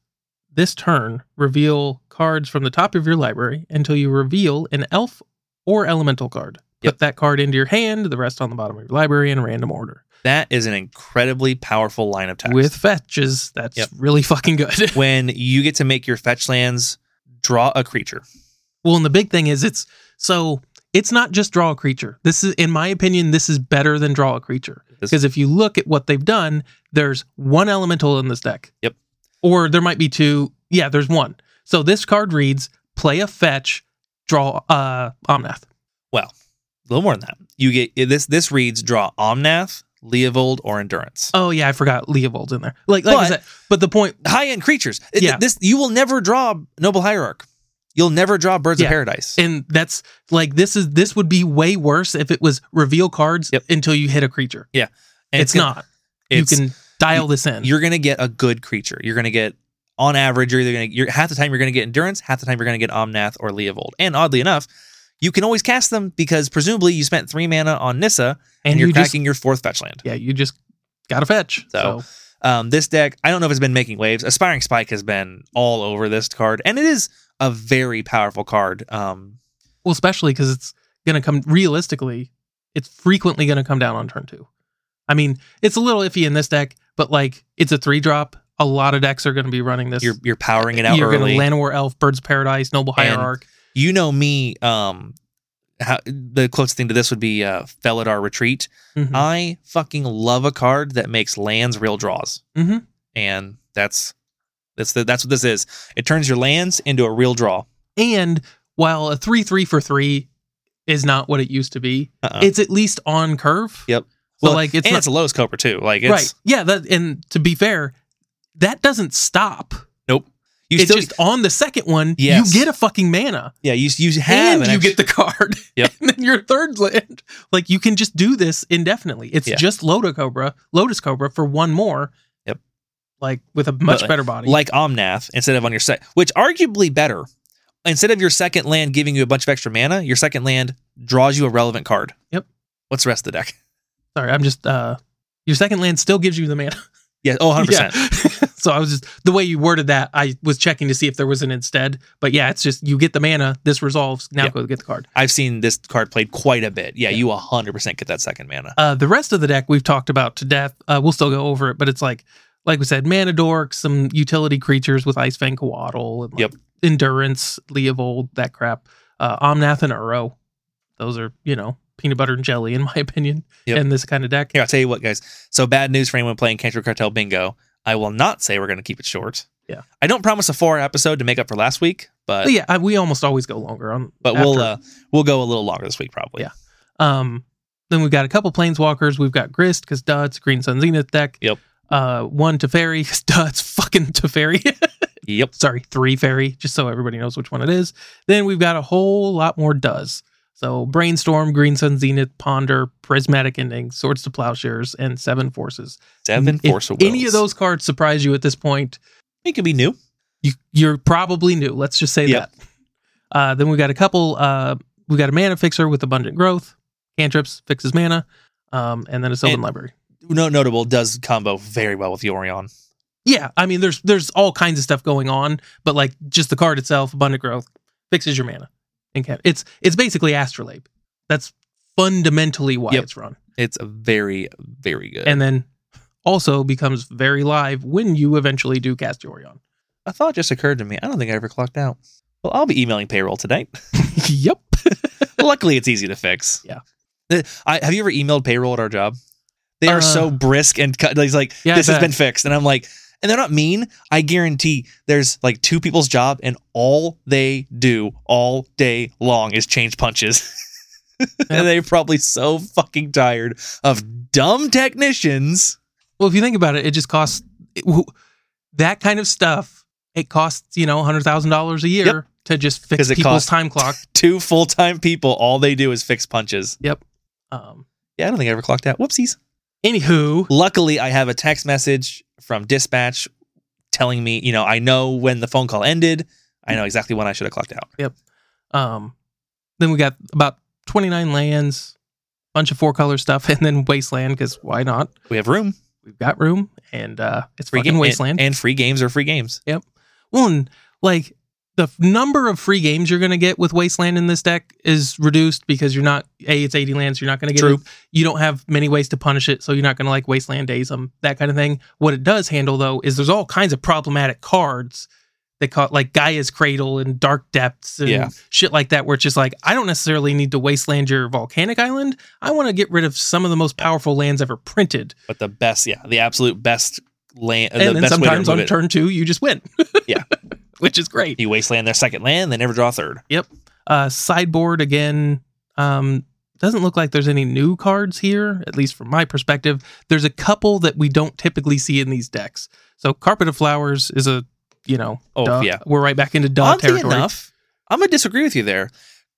this turn reveal cards from the top of your library until you reveal an elf or elemental card. Yep. Put that card into your hand, the rest on the bottom of your library in random order. That is an incredibly powerful line of text. With fetches, that's Yep. really fucking good. when you get to make your fetch lands draw a creature. Well, and the big thing is it's so it's not just draw a creature. This is, in my opinion, this is better than draw a creature This- because if you look at what they've done, there's one elemental in this deck. Yep. Or there might be two. Yeah, there's one. So this card reads: play a fetch, draw uh Omnath. a little more than that. You get this. This reads draw Omnath, Leovold, or Endurance. Oh yeah, I forgot Leovold's in there. Like like I But- said, but the point. High end creatures. It- Yeah. This you will never draw Noble Hierarch. You'll never draw Birds Yeah. of Paradise. And that's like this is this would be way worse if it was reveal cards Yep. until you hit a creature. And it's gonna- not. It's, you can dial this in. You're gonna get a good creature. You're gonna get on average. You're either gonna. You're, half the time you're gonna get Endurance. Half the time you're gonna get Omnath or Leovold. And oddly enough, you can always cast them because presumably you spent three mana on Nissa and, you're you just- cracking your fourth fetch land. yeah, you just gotta fetch. So- So, Um, this deck, I don't know if it's been making waves. Aspiring Spike has been all over this card, and it is a very powerful card. Um, well, especially because it's gonna come realistically, it's frequently gonna come down on turn two. I mean, it's a little iffy in this deck, but like it's a three drop. A lot of decks are gonna be running this. you're you're powering it out You're early. gonna Llanowar Elf, Birds of Paradise, Noble And- Hierarch. you know me. Um, how, the closest thing to this would be uh, Felidar Retreat. Mhm. I fucking love a card that makes lands real draws, Mhm. and that's that's the, that's what this is. It turns your lands into a real draw. And while a three three for three is not what it used to be, Uh-uh. it's at least on curve. Yep. So Well, like it's and not it's a lowest coper too. Like it's right. Yeah. That and to be fair, that doesn't stop. you it's still just on the second one, Yes. you get a fucking mana. yeah you you have and an you extra- get the card. Yep. and then your third land. Like you can just do this indefinitely. It's Yeah. just Lotus Cobra, Lotus Cobra for one more. Yep. Like with a much But, better body. like Omnath instead of on your set, which arguably better. Instead of your second land giving you a bunch of extra mana, your second land draws you a relevant card. Yep. What's the rest of the deck? sorry, I'm just uh your second land still gives you the mana. Yeah. Oh, 100%. Yeah. so I was just the way you worded that, I was checking to see if there was an instead. But yeah, it's just you get the mana, this resolves, now Yep. go get the card. I've seen this card played quite a bit. Yeah, you 100% get that second mana. Uh, the rest of the deck we've talked about to death. Uh, we'll still go over it, but it's like, like we said, mana dork, some utility creatures with Ice Fang Coatl, and like, Yep. endurance, Leovold, that crap. Uh, Omnath and Uro. Those are, you know, peanut butter and jelly, in my opinion, Yep. in this kind of deck. Here, I'll tell you what, guys. So, bad news for anyone playing Cantrip Cartel Bingo. I will not say we're going to keep it short. Yeah. I don't promise a four episode to make up for last week, but But yeah, I, we almost always go longer on. but after. we'll uh, we'll go a little longer this week probably. Yeah. Um, then we've got a couple planeswalkers. We've got Grist because Duds, Green Sun Zenith deck. Yep. Uh, one Teferi, 'cause Duds, fucking Teferi. Yep. sorry, three fairy, just so everybody knows which one it is. Then we've got a whole lot more does. So brainstorm, green sun, zenith, ponder, prismatic ending, swords to plowshares, and seven forces. Seven If Force of Any Wills. of those cards surprise you at this point? It could be new. You, you're probably new. Let's just say Yep. that. Uh, then we got a couple. Uh, we got a mana fixer with abundant growth, cantrips fixes mana, um, and then a sylvan And- library. No notable does combo very well with Yorion. Yeah, I mean, there's there's all kinds of stuff going on, but like just the card itself, abundant growth fixes your mana, and can, it's it's basically astrolabe. That's fundamentally why Yep. it's run, It's very, very good. and then also becomes very live when you eventually do cast Yorion. a thought just occurred to me. I don't think I ever clocked out. Well, I'll be emailing payroll tonight. yep. Luckily, it's easy to fix. Yeah. The- I, have you ever emailed payroll at our job? They are Uh. so brisk and cut. He's like, Yeah, I this has bet. been fixed. And I'm like, and they're not mean. I guarantee there's like two people's job, and all they do all day long is change punches. Yep. and they're probably so fucking tired of dumb technicians. Well, if you think about it, it just costs it- wh- that kind of stuff. It costs you know hundred thousand dollars a year Yep. to just 'Cause fix it people's costs- time clock. Two full time people, all they do is fix punches. Um, Yeah, I don't think I ever clocked out. Whoopsies. anywho, Luckily, I have a text message from dispatch telling me, you know, I know when the phone call ended. I know exactly when I should have clocked out. um, then we got about twenty nine lands, bunch of four color stuff, and then wasteland because why not? We have room, We've got room, and uh, it's free fucking game- wasteland. and, and free games are free games. Well, and like the f- number of free games you're going to get with Wasteland in this deck is reduced because you're not a it's 80 lands. You're not going to get True. it. You don't have many ways to punish it, so you're not going to like Wasteland days them that kind of thing. What it does handle though is there's all kinds of problematic cards that caught like Gaia's Cradle and Dark Depths and Yeah. shit like that, where it's just like I don't necessarily need to Wasteland your volcanic island. I want to get rid of some of the most powerful lands ever printed, But the best, yeah, the absolute best land, the and then best way to sometimes remove on it. turn two you just win. Yeah. which is great. you wasteland their second land, they never draw a third. Uh, sideboard again. Um, doesn't look like there's any new cards here, at least from my perspective. There's a couple that we don't typically see in these decks. So Carpet of Flowers is a, you know, Oh, duh. yeah. we're right back into duh Oddly territory. enough, I'm gonna disagree with you there.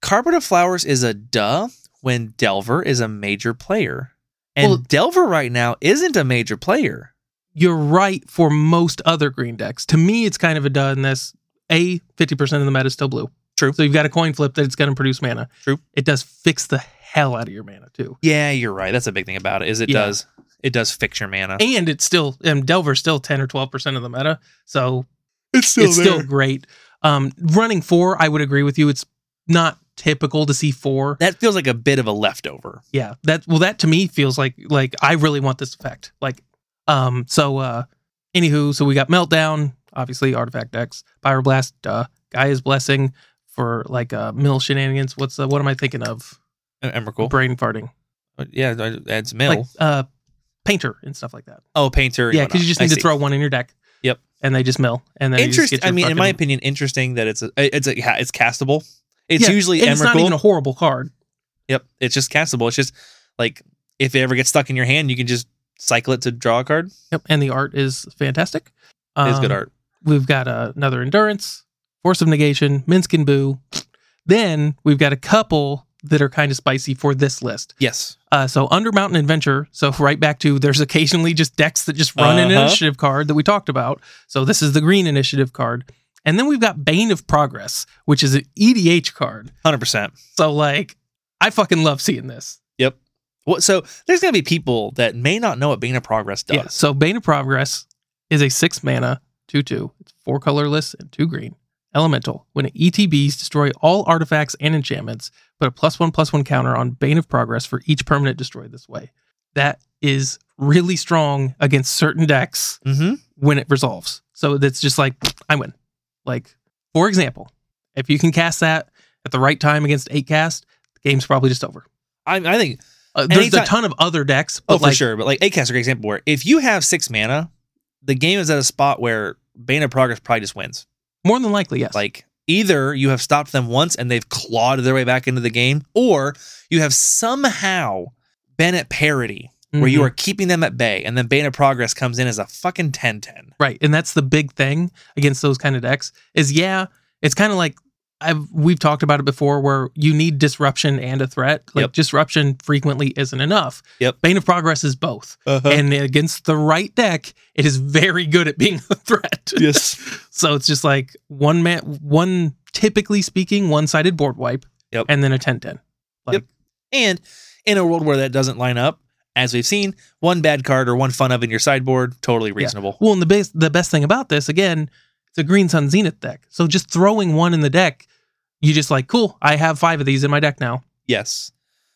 Carpet of Flowers is a duh when Delver is a major player, and Well- Delver right now isn't a major player. You're right for most other green decks. To me, it's kind of a duh in this. A 50% of the meta is still blue. True. So you've got a coin flip that it's going to produce mana. True. It does fix the hell out of your mana too. Yeah, you're right. That's a big thing about it. Is it Yeah. does it does fix your mana. And it's still, and Delver's still 10 or 12% of the meta. So It's it's still great. Um, running four, I would agree with you. It's not typical to see four. that feels like a bit of a leftover. Yeah, that well, that to me feels like like I really want this effect. Like, um, so uh, anywho, so we got meltdown, obviously artifact decks, pyroblast, uh, Gaia's blessing for like uh mill shenanigans. What's the, what am I thinking of? E- Emrakul. Brain farting, Yeah, it adds mill. like uh, painter and stuff like that. oh, painter. and Yeah, because you whatnot. just I need to see. throw one in your deck. Yep. and they just mill, and then you just Interest. get I your mean, in my fucking- opinion, interesting that it's a, it's a, it's castable. It's Yeah, usually and it's not even Emrakul. a horrible card. yep, it's just castable. It's just like if it ever gets stuck in your hand, you can just cycle it to draw a card. Yep, and the art is fantastic. It's good Um, art. We've got uh, another endurance, force of negation, Minsk and Boo. Then we've got a couple that are kind of spicy for this list. Yes. Uh, so Undermountain Adventure. So right back to there's occasionally just decks that just run an Uh-huh. initiative card that we talked about. So this is the green initiative card, and then we've got Bane of Progress, which is an EDH card. Hundred percent. So like, I fucking love seeing this. Yep. What? So there's gonna be people that may not know what Bane of Progress does. Yeah. So Bane of Progress is a six mana, two two. It's four colorless and two green. Elemental. When it ETBs, destroy all artifacts and enchantments, put a plus one plus one counter on Bane of Progress for each permanent destroyed this way. That is really strong against certain decks Mm-hmm. when it resolves. So that's just like I win. Like, for example, if you can cast that at the right time against eight cast, the game's probably just over. I, I think Uh, there's Anytime- a ton of other decks, but Oh, like for sure. But like Acast are a great example where if you have six mana, the game is at a spot where Bane of Progress probably just wins. more than likely, yes. Like either you have stopped them once and they've clawed their way back into the game, or you have somehow been at parity where you Mhm. are keeping them at bay, and then Bane of Progress comes in as a fucking 10-10. Right. And that's the big thing against those kind of decks is yeah, it's kind of like I've we've talked about it before where you need disruption and a threat. Like Yep. disruption frequently isn't enough. Yep. Bane of Progress is both. Uh-huh. And against the right deck, it is very good at being a threat. Yes. so it's just like one man one typically speaking, one sided board wipe Yep. and then a 10 10. Like Yep. And in a world where that doesn't line up, as we've seen, one bad card or one fun of in your sideboard, totally reasonable. Well, and the best the best thing about this again, it's a Green Sun Zenith deck. So just throwing one in the deck, you just like, cool. I have five of these in my deck now. Yes.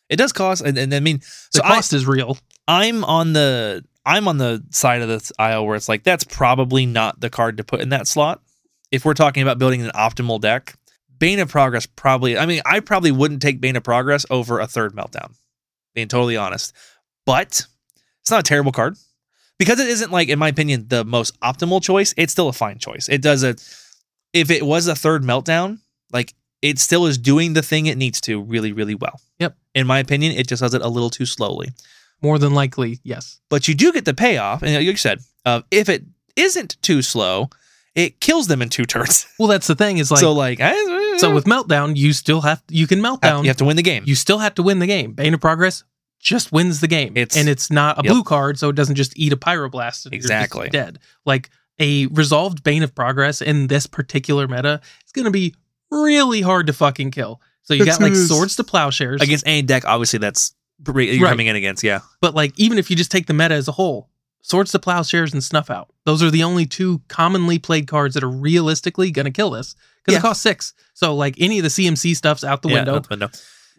It does cost, and, and I mean, The so I, cost is real. I'm on the I'm on the side of this aisle where it's like that's probably not the card to put in that slot. If we're talking about building an optimal deck, Bane of Progress probably. I mean, I probably wouldn't take Bane of Progress over a third Meltdown. Being totally honest, but it's not a terrible card because it isn't like, in my opinion, the most optimal choice. It's still a fine choice. It does a. If it was a third Meltdown, like it still is doing the thing it needs to really, really well. Yep. In my opinion, it just does it a little too slowly. More than likely, yes. But you do get the payoff, and like you said, uh, if it isn't too slow, it kills them in two turns. Well, that's the thing is like so, so, like, eh, with meltdown, you still have you can meltdown. you have to win the game. you still have to win the game. Bane of Progress just wins the game. It's- and it's not a Yep. blue card, so it doesn't just eat a pyroblast and Exactly. you're just dead. Like a resolved Bane of Progress in this particular meta is going to be really hard to fucking kill. So you It got like is. swords to plowshares, against any deck, obviously, that's pre- you're Right. coming in against. Yeah. but like even if you just take the meta as a whole, swords to plowshares and snuff out. Those are the only two commonly played cards that are realistically going to kill this because Yeah. it costs six. So like any of the CMC stuff's out the Yeah, window. out the window.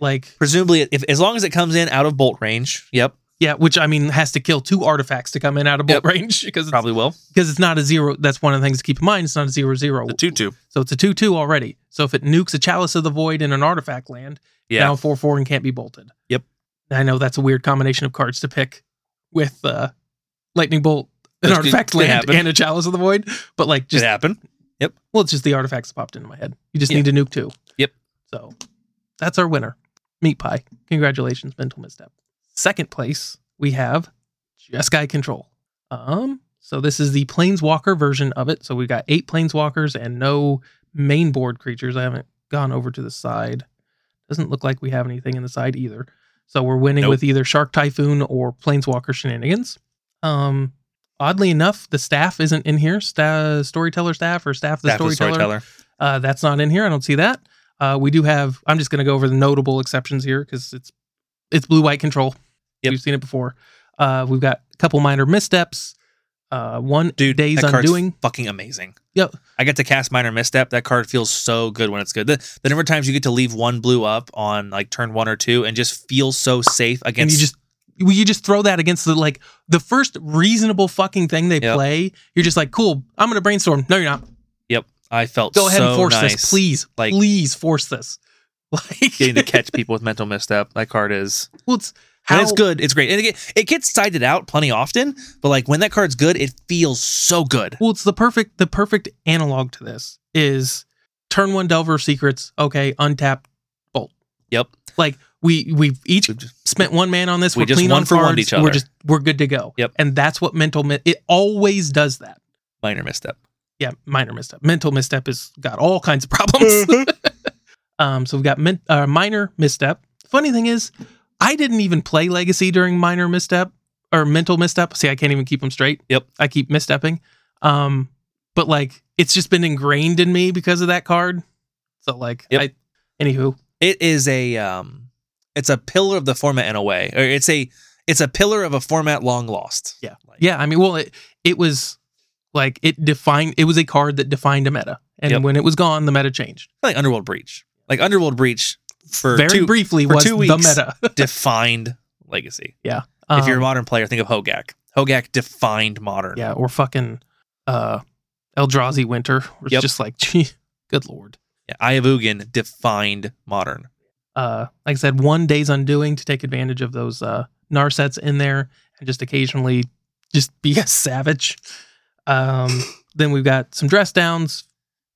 Like Presumably, if as long as it comes in out of bolt range, yep, Yeah, which I mean has to kill two artifacts to come in out of bolt range because it's, probably will. because it's not a zero. That's one of the things to keep in mind. It's not a zero zero. The two two. So it's a two two already. So if it nukes a chalice of the void and an artifact land, Yeah. now four four and can't be bolted. Yep. I know that's a weird combination of cards to pick with uh, lightning bolt, an Which could- artifact could land, happen. and a chalice of the void. But like Just just happen. well, it's just the artifacts that popped into my head. You just Yeah. need to nuke two. Yep. So that's our winner. Meat pie. Congratulations, mental misstep. Second place, we have Jeskai Control. Um, so this is the planeswalker version of it. So we've got eight planeswalkers and no main board creatures. I haven't gone over to the side. Doesn't look like we have anything in the side either. So we're winning Nope. with either Shark Typhoon or Planeswalker Shenanigans. Um, oddly enough, the staff isn't in here. Sta- storyteller staff or staff of the Staff of storyteller. Uh, that's not in here. I don't see that. Uh, we do have. I'm just going to go over the notable exceptions here because it's it's blue white control. Yep. We've seen it before. Uh, we've got a couple minor missteps. Uh, one Dude, days that card's undoing. fucking amazing. Yep. I get to cast minor misstep. That card feels so good when it's good. The, the number of times you get to leave one blue up on like turn one or two and just feel so safe against and you just well, you just throw that against the like the first reasonable fucking thing they Yep. play. You're just like, cool. I'm gonna brainstorm. No, you're not. I felt Go ahead so and force nice, this, please. Like- please force this. Like, Getting to catch people with mental misstep. That card is well, it's when how it's good, it's great. And it, get- it gets sided out plenty often, but like when that card's good, it feels so good. Well, it's the perfect the perfect analog to this is turn one Delver of Secrets. Okay, untap bolt. Yep. Like we we've each We just- spent one man on this. We We are just clean one on for one cards. each We're other. just we're good to go. Yep. And that's what mental mi- it always does that. Minor misstep. Yeah, minor misstep. Mental misstep has got all kinds of problems. Um, so we've got min- uh, minor misstep. Funny thing is, I didn't even play Legacy during minor misstep or mental misstep. See, I can't even keep them straight. Yep. I keep misstepping. Um, but like, it's just been ingrained in me because of that card. So like, Yep. I, anywho, it is a um it's a pillar of the format in a way or it's a it's a pillar of a format long lost Yeah. Like, yeah. I mean, well, it it was like it defined. It was a card that defined a meta, and Yep. when it was gone, the meta changed. like underworld breach like underworld breach for Very two briefly for was two the weeks. meta. defined legacy if you're a Um, modern player think of hogak hogak defined modern Yeah, or fucking uh Eldrazi Winter. where It's Yep. just like, gee, good lord. yeah eye of ugin defined modern Uh like I said, one day's undoing to take advantage of those uh Narsets in there and just occasionally just be a savage. Um then we've got some dress downs,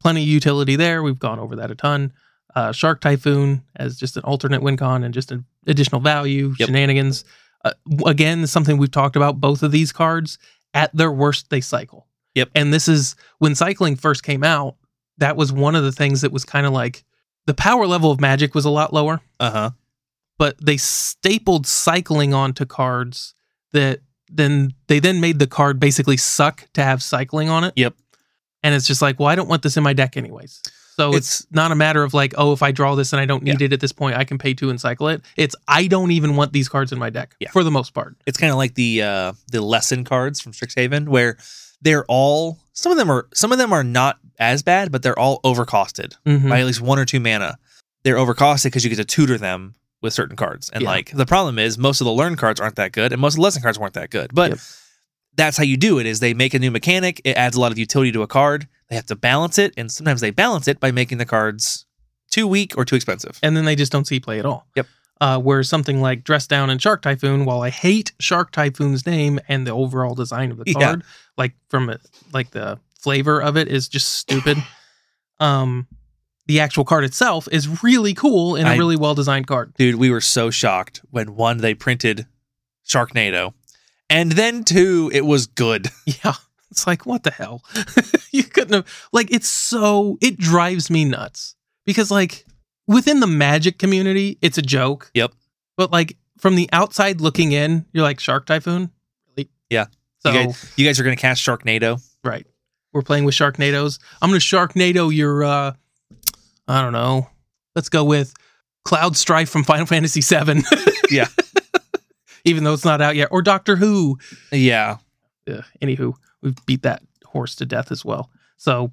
plenty of utility there. We've gone over that a ton. Uh, Shark Typhoon as just an alternate win con and just an additional value, Yep. shenanigans. Uh, w- again, something we've talked about both of these cards at their worst, they cycle. Yep. And this is when cycling first came out, that was one of the things that was kind of like the power level of magic was a lot lower, uh-huh but they stapled cycling onto cards that then they then made the card basically suck to have cycling on it. Yep. And it's just like, well, I don't want this in my deck anyways. So it's, it's not a matter of like, oh, if I draw this and I don't need it at this point, I can pay two and cycle it. It's I don't even want these cards in my deck Yeah. for the most part. it's kind of like the uh the lesson cards from strixhaven where they're all some of them are some of them are not as bad but they're all overcosted Mhm. by at least one or two mana. They're overcosted because you get to tutor them with certain cards. And Yeah. like the problem is most of the learn cards aren't that good and most of the lesson cards weren't that good. But Yep. that's how you do it is they make a new mechanic, it adds a lot of utility to a card. They have to balance it, and sometimes they balance it by making the cards too weak or too expensive. and then they just don't see play at all. Yep. Uh, where something like Dress Down and Shark Typhoon, while I hate Shark Typhoon's name and the overall design of the Yeah. card, like from it, like the flavor of it is just stupid. um, the actual card itself is really cool and a I- really well designed card. Dude, we were so shocked when one, they printed Sharknado, and then two, it was good. Yeah. It's like what the hell? you couldn't have like it's so it drives me nuts because like within the magic community, it's a joke. Yep. But like from the outside looking in, you're like Shark Typhoon, really? Yeah. So You You guys are going to cast Sharknado. right, we're playing with Sharknadoes. I'm gonna Sharknado your, uh I don't know. Let's go with Cloud Strife from Final Fantasy VII. Yeah. Even though it's not out yet, or Doctor Who. Yeah. Uh, anywho, we've beat that horse to death as well. So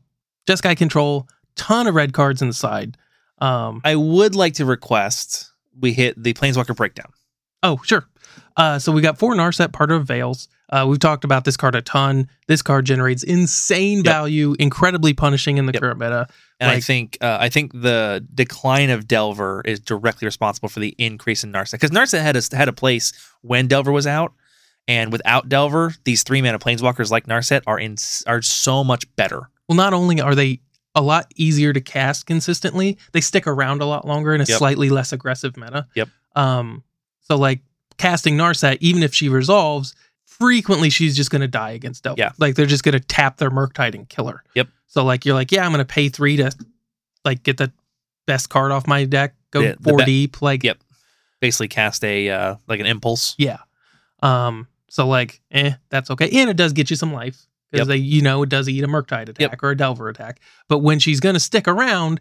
Jeskai control, ton of red cards in the side. Um, I would like to request we hit the Planeswalker Breakdown. Oh, sure. Uh, so we got four Narset, part of Veils. Uh, we've talked about this card a ton. This card generates insane Yep. value, incredibly punishing in the Yep. current meta. And I Like- think uh, I think the decline of Delver is directly responsible for the increase in Narset because Narset had a, had a place when Delver was out, and without Delver, these three mana planeswalkers like Narset are in are so much better. Well, not only are they a lot easier to cast consistently, they stick around a lot longer in a Yep. slightly less aggressive meta. Yep. Um, so like casting Narset, even if she resolves, frequently she's just gonna die against Delver. Yeah. Like they're just gonna tap their Murktide and kill her. Yep. So like you're like, yeah, I'm gonna pay three to like get the best card off my deck, go Yeah, the four be- deep, like Yep. Basically, cast a uh, like an impulse. yeah. Um. So like, eh, that's okay, and it does get you some life because Yep. they, you know, it does eat a Murktide attack or a Delver attack. But when she's gonna stick around,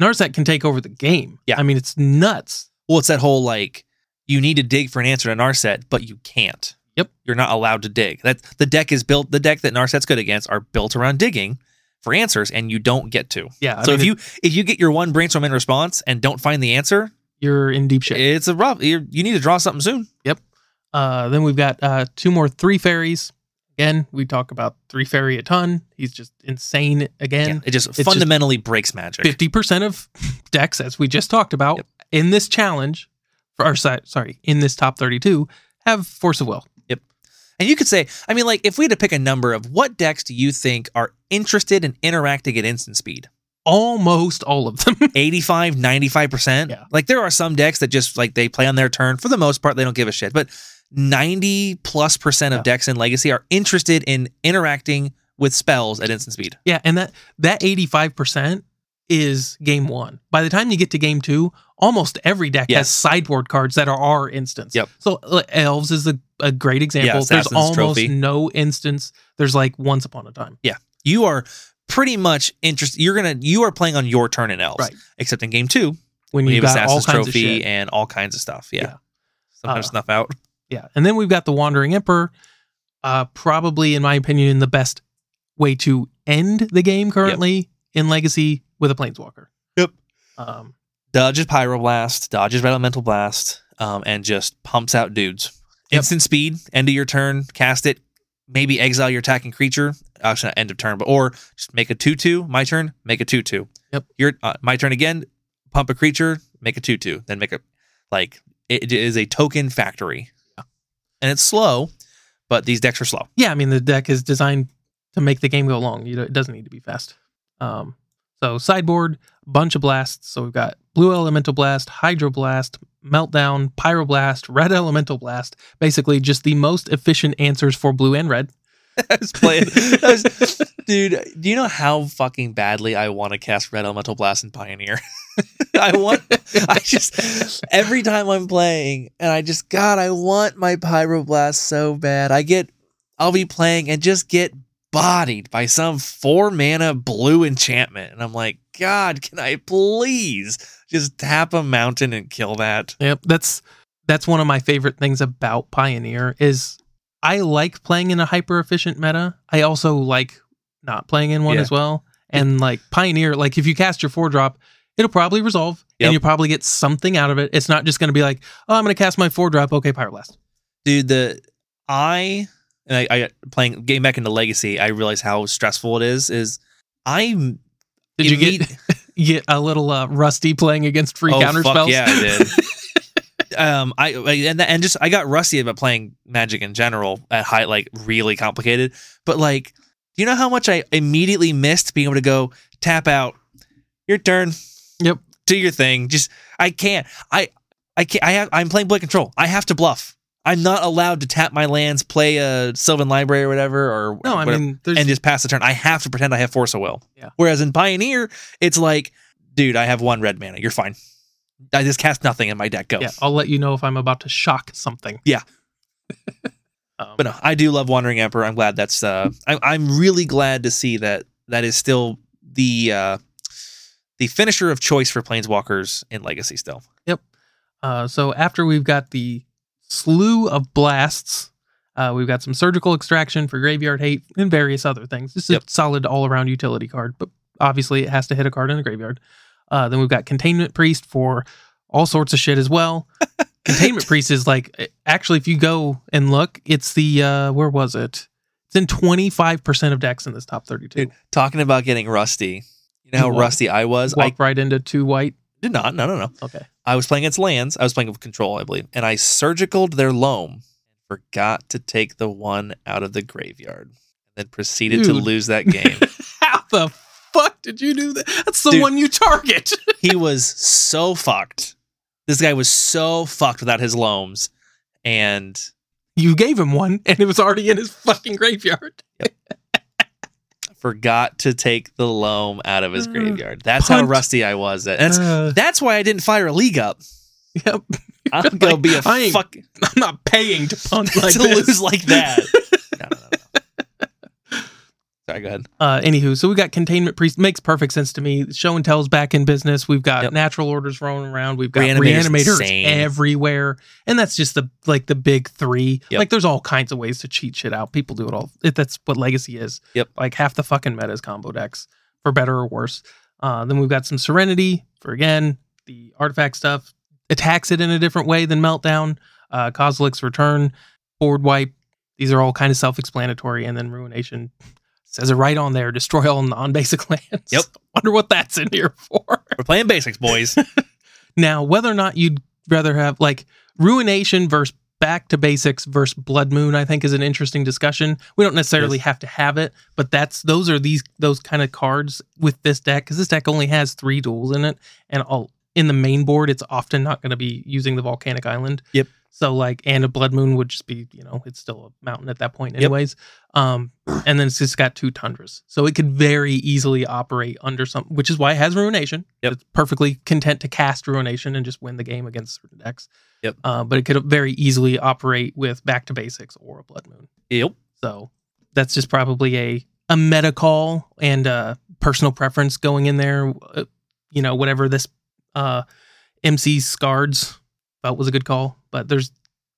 Narset can take over the game. Yeah. I mean, it's nuts. Well, it's that whole like you need to dig for an answer to Narset, but you can't. Yep. You're not allowed to dig. That the deck is built. The deck that Narset's good against are built around digging for answers, and you don't get to. Yeah. I so mean, if you if you get your one brainstorm in response and don't find the answer, you're in deep shit. it's a rough. You're, you need to draw something soon. Uh, then we've got uh, two more three fairies. Again, we talk about three fairy a ton. He's just insane Yeah, again. it just just- fundamentally breaks magic. Fifty percent of decks, as we just talked about Yep. in this challenge, or si- sorry, in this top thirty-two, have force of will. And you could say, I mean, like if we had to pick a number of what decks do you think are interested in interacting at instant speed? Almost all of them. 85, 95%. Yeah. Like there are some decks that just like they play on their turn. For the most part, they don't give a shit. But 90 plus percent of Yeah. decks in Legacy are interested in interacting with spells at instant speed. Yeah, and that that 85% is game 1. By the time you get to game 2, almost every deck Yes. has sideboard cards that are our instance. Yep. So uh, elves is a, a great example. There's Assassin's almost Trophy. no instance. There's like once upon a time. You are pretty much interested. You're going to, you are playing on your turn in Elves. Right. Except in game two, When we you have got all Assassin's kinds of Trophy shit. and all kinds of stuff. Yeah. Yeah. Sometimes Uh, snuff out. Yeah. And then we've got the Wandering Emperor, uh, probably, in my opinion, the best way to end the game currently in Legacy with a Planeswalker. Yep. Um, Dodges Pyroblast, dodges Red Elemental Blast, um, and just pumps out dudes. Yep. Instant speed, end of your turn, cast it, maybe exile your attacking creature. Actually, not end of turn, but or just make a 2 2, my turn, make a 2 2. Yep. Your, uh, my turn again, pump a creature, make a 2 2, then make a, like, it- it is a token factory. And it's slow, but these decks are slow. yeah, I mean the deck is designed to make the game go long. You know, it doesn't need to be fast. Um, so sideboard, bunch of blasts. So we've got blue elemental blast, hydro blast, meltdown, pyroblast, red elemental blast. Basically, just the most efficient answers for blue and red. I was playing. I was- dude, do you know how fucking badly I want to cast Red Elemental Blast and Pioneer? I want. I just every time I'm playing, and I just God, I want my Pyroblast so bad. I get, I'll be playing and just get bodied by some four mana blue enchantment, and I'm like, God, can I please just tap a mountain and kill that? Yep, that's that's one of my favorite things about Pioneer is I like playing in a hyper efficient meta. I also like not playing in one Yeah. as well. And like Pioneer, like if you cast your four drop, it'll probably resolve Yep. and you'll probably get something out of it. It's not just going to be like, oh, I'm going to cast my four drop. Okay, Pyroblast. dude the i and I, I playing getting back into legacy i realize how stressful it is is i Did you get? get a little uh, rusty playing against free oh, counter fuck spells. Yeah, I did. um, I I- and and just I got rusty about playing Magic in general at high, like really complicated. But like, you know how much I immediately missed being able to go tap out. Your turn. Yep. Do your thing. Just I can't. I I can't. I have, I'm playing Blade Control. I have to bluff. I'm not allowed to tap my lands, play a Sylvan Library or whatever, or No, I whatever mean, there's and just pass the turn. I have to pretend I have force of will. Yeah. Whereas in Pioneer, it's like, dude, I have one red mana. You're fine. I just cast nothing in my deck. Go. yeah. I'll let you know if I'm about to shock something. Yeah. um, But no, I do love Wandering Emperor. I'm glad that's. Uh, I, I'm really glad to see that that is still the uh, the finisher of choice for Planeswalkers in Legacy. Still, Uh, so after we've got the slew of blasts, uh, we've got some surgical extraction for graveyard hate and various other things. This is Yep. a solid all around utility card, but obviously it has to hit a card in the graveyard. Uh, then we've got containment priest for all sorts of shit as well. containment priest is like eh, actually, if you go and look, it's the uh, where was it? It's in twenty five percent of decks in this top thirty two. dude, talking about getting rusty. You know how You walk- rusty I was. Walk I right into two white. did not. No, no, no. Okay, I was playing its lands. I was playing with control, I believe, and I surgicaled their loam. Forgot to take the one out of the graveyard, then proceeded to Dude. lose that game. how the fuck did you do that? That's the Dude. one you target. he was so fucked. This guy was so fucked without his loams, and you gave him one and it was already in his fucking graveyard. forgot to take the loam out of his Uh, graveyard. That's how punt. rusty I was. at- That's Uh, that's why I didn't fire a league up. yep. I'll go be a I ain't fuck I'm not paying to punt like to this. lose like that. No, no, no, no. Sorry, go ahead. Uh, anywho, so we got containment priest makes perfect sense to me. Show and tell's back in business. We've got Yep. natural orders rolling around. We've got Reanimator's reanimators, insane. everywhere, and that's just the like the big three. Yep. Like there's all kinds of ways to cheat shit out. People do it all. It, that's what legacy is. Yep. Like half the fucking meta is combo decks for better or worse. Uh, then we've got some serenity for again the artifact stuff attacks it in a different way than meltdown. Uh, Kozilek's return, board wipe. These are all kind of self-explanatory, and then ruination says it right on there. Destroy all non-basic lands. Yep. Wonder what that's in here for. We're playing basics, boys. Now, whether or not you'd rather have like ruination versus back to basics versus blood moon, I think is an interesting discussion. We don't necessarily have to have it, but that's those are these those kind of cards with this deck because this deck only has three duels in it, and all in the main board, it's often not going to be using the volcanic island. Yep. So like, and a blood moon would just be you know it's still a mountain at that point Yep. anyways. Um, and then it's just got two tundras, so it could very easily operate under some, which is why it has ruination. Yep. It's perfectly content to cast ruination and just win the game against certain decks. Yep. Uh, but it could very easily operate with back to basics or a blood moon. Yep. So that's just probably a a meta call and a personal preference going in there. Uh, You know, whatever this uh, MC Scards felt was a good call, but there's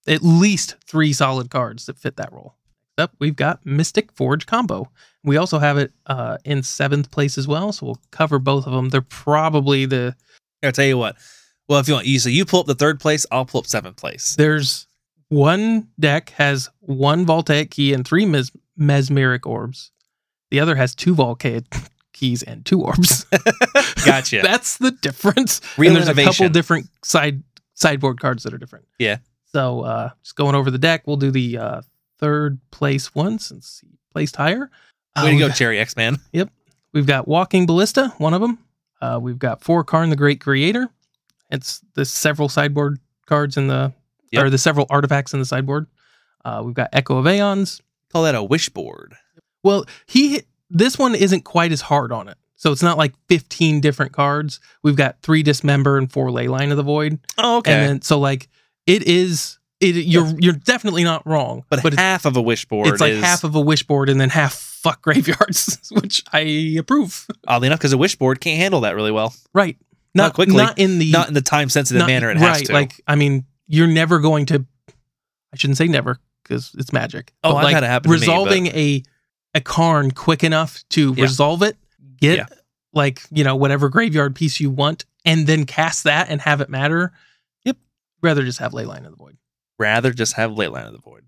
at least three solid cards that fit that role. Next up, we've got Mystic Forge combo. We also have it uh, in seventh place as well, so we'll cover both of them. They're probably the I'll tell you what. Well, if you want, you so you pull up the third place, I'll pull up seventh place. there's one deck has one voltaic key and three mes- mesmeric orbs. The other has two voltaic keys and two orbs. Gotcha. That's the difference. Real and there's a couple innovation. different side sideboard cards that are different. Yeah. So uh, just going over the deck, we'll do the uh, third place one since he placed higher. Uh, Way to we've go, got- Cherry X Man. We've got Walking Ballista, one of them. Uh, we've got Four Karn, the Great Creator. It's the several sideboard cards in the, Yep. or the several artifacts in the sideboard. Uh, we've got Echo of Aeons. Call that a wish board. Well, he this one isn't quite as hard on it, so it's not like fifteen different cards. We've got three Dismember and four Leyline of the Void, Oh, okay. and then so like it is it you're you're definitely not wrong, but, but it's, half of a wish board it's like is half of a wish board and then half fuck graveyards, which I approve. oddly enough because a wish board can't handle that really well. Right. Not Not, quickly. Not in the Not in the time sensitive not- manner it has right, to. Like I mean, you're never going to. I shouldn't say never because it's magic. Oh, But, I've like, had it happen to me, but- Resolving a a Karn quick enough to Yeah. resolve it, get Yeah. like you know whatever graveyard piece you want, and then cast that and have it matter. Yep. Rather just have Leyline of the Void, Rather just have late line of the void.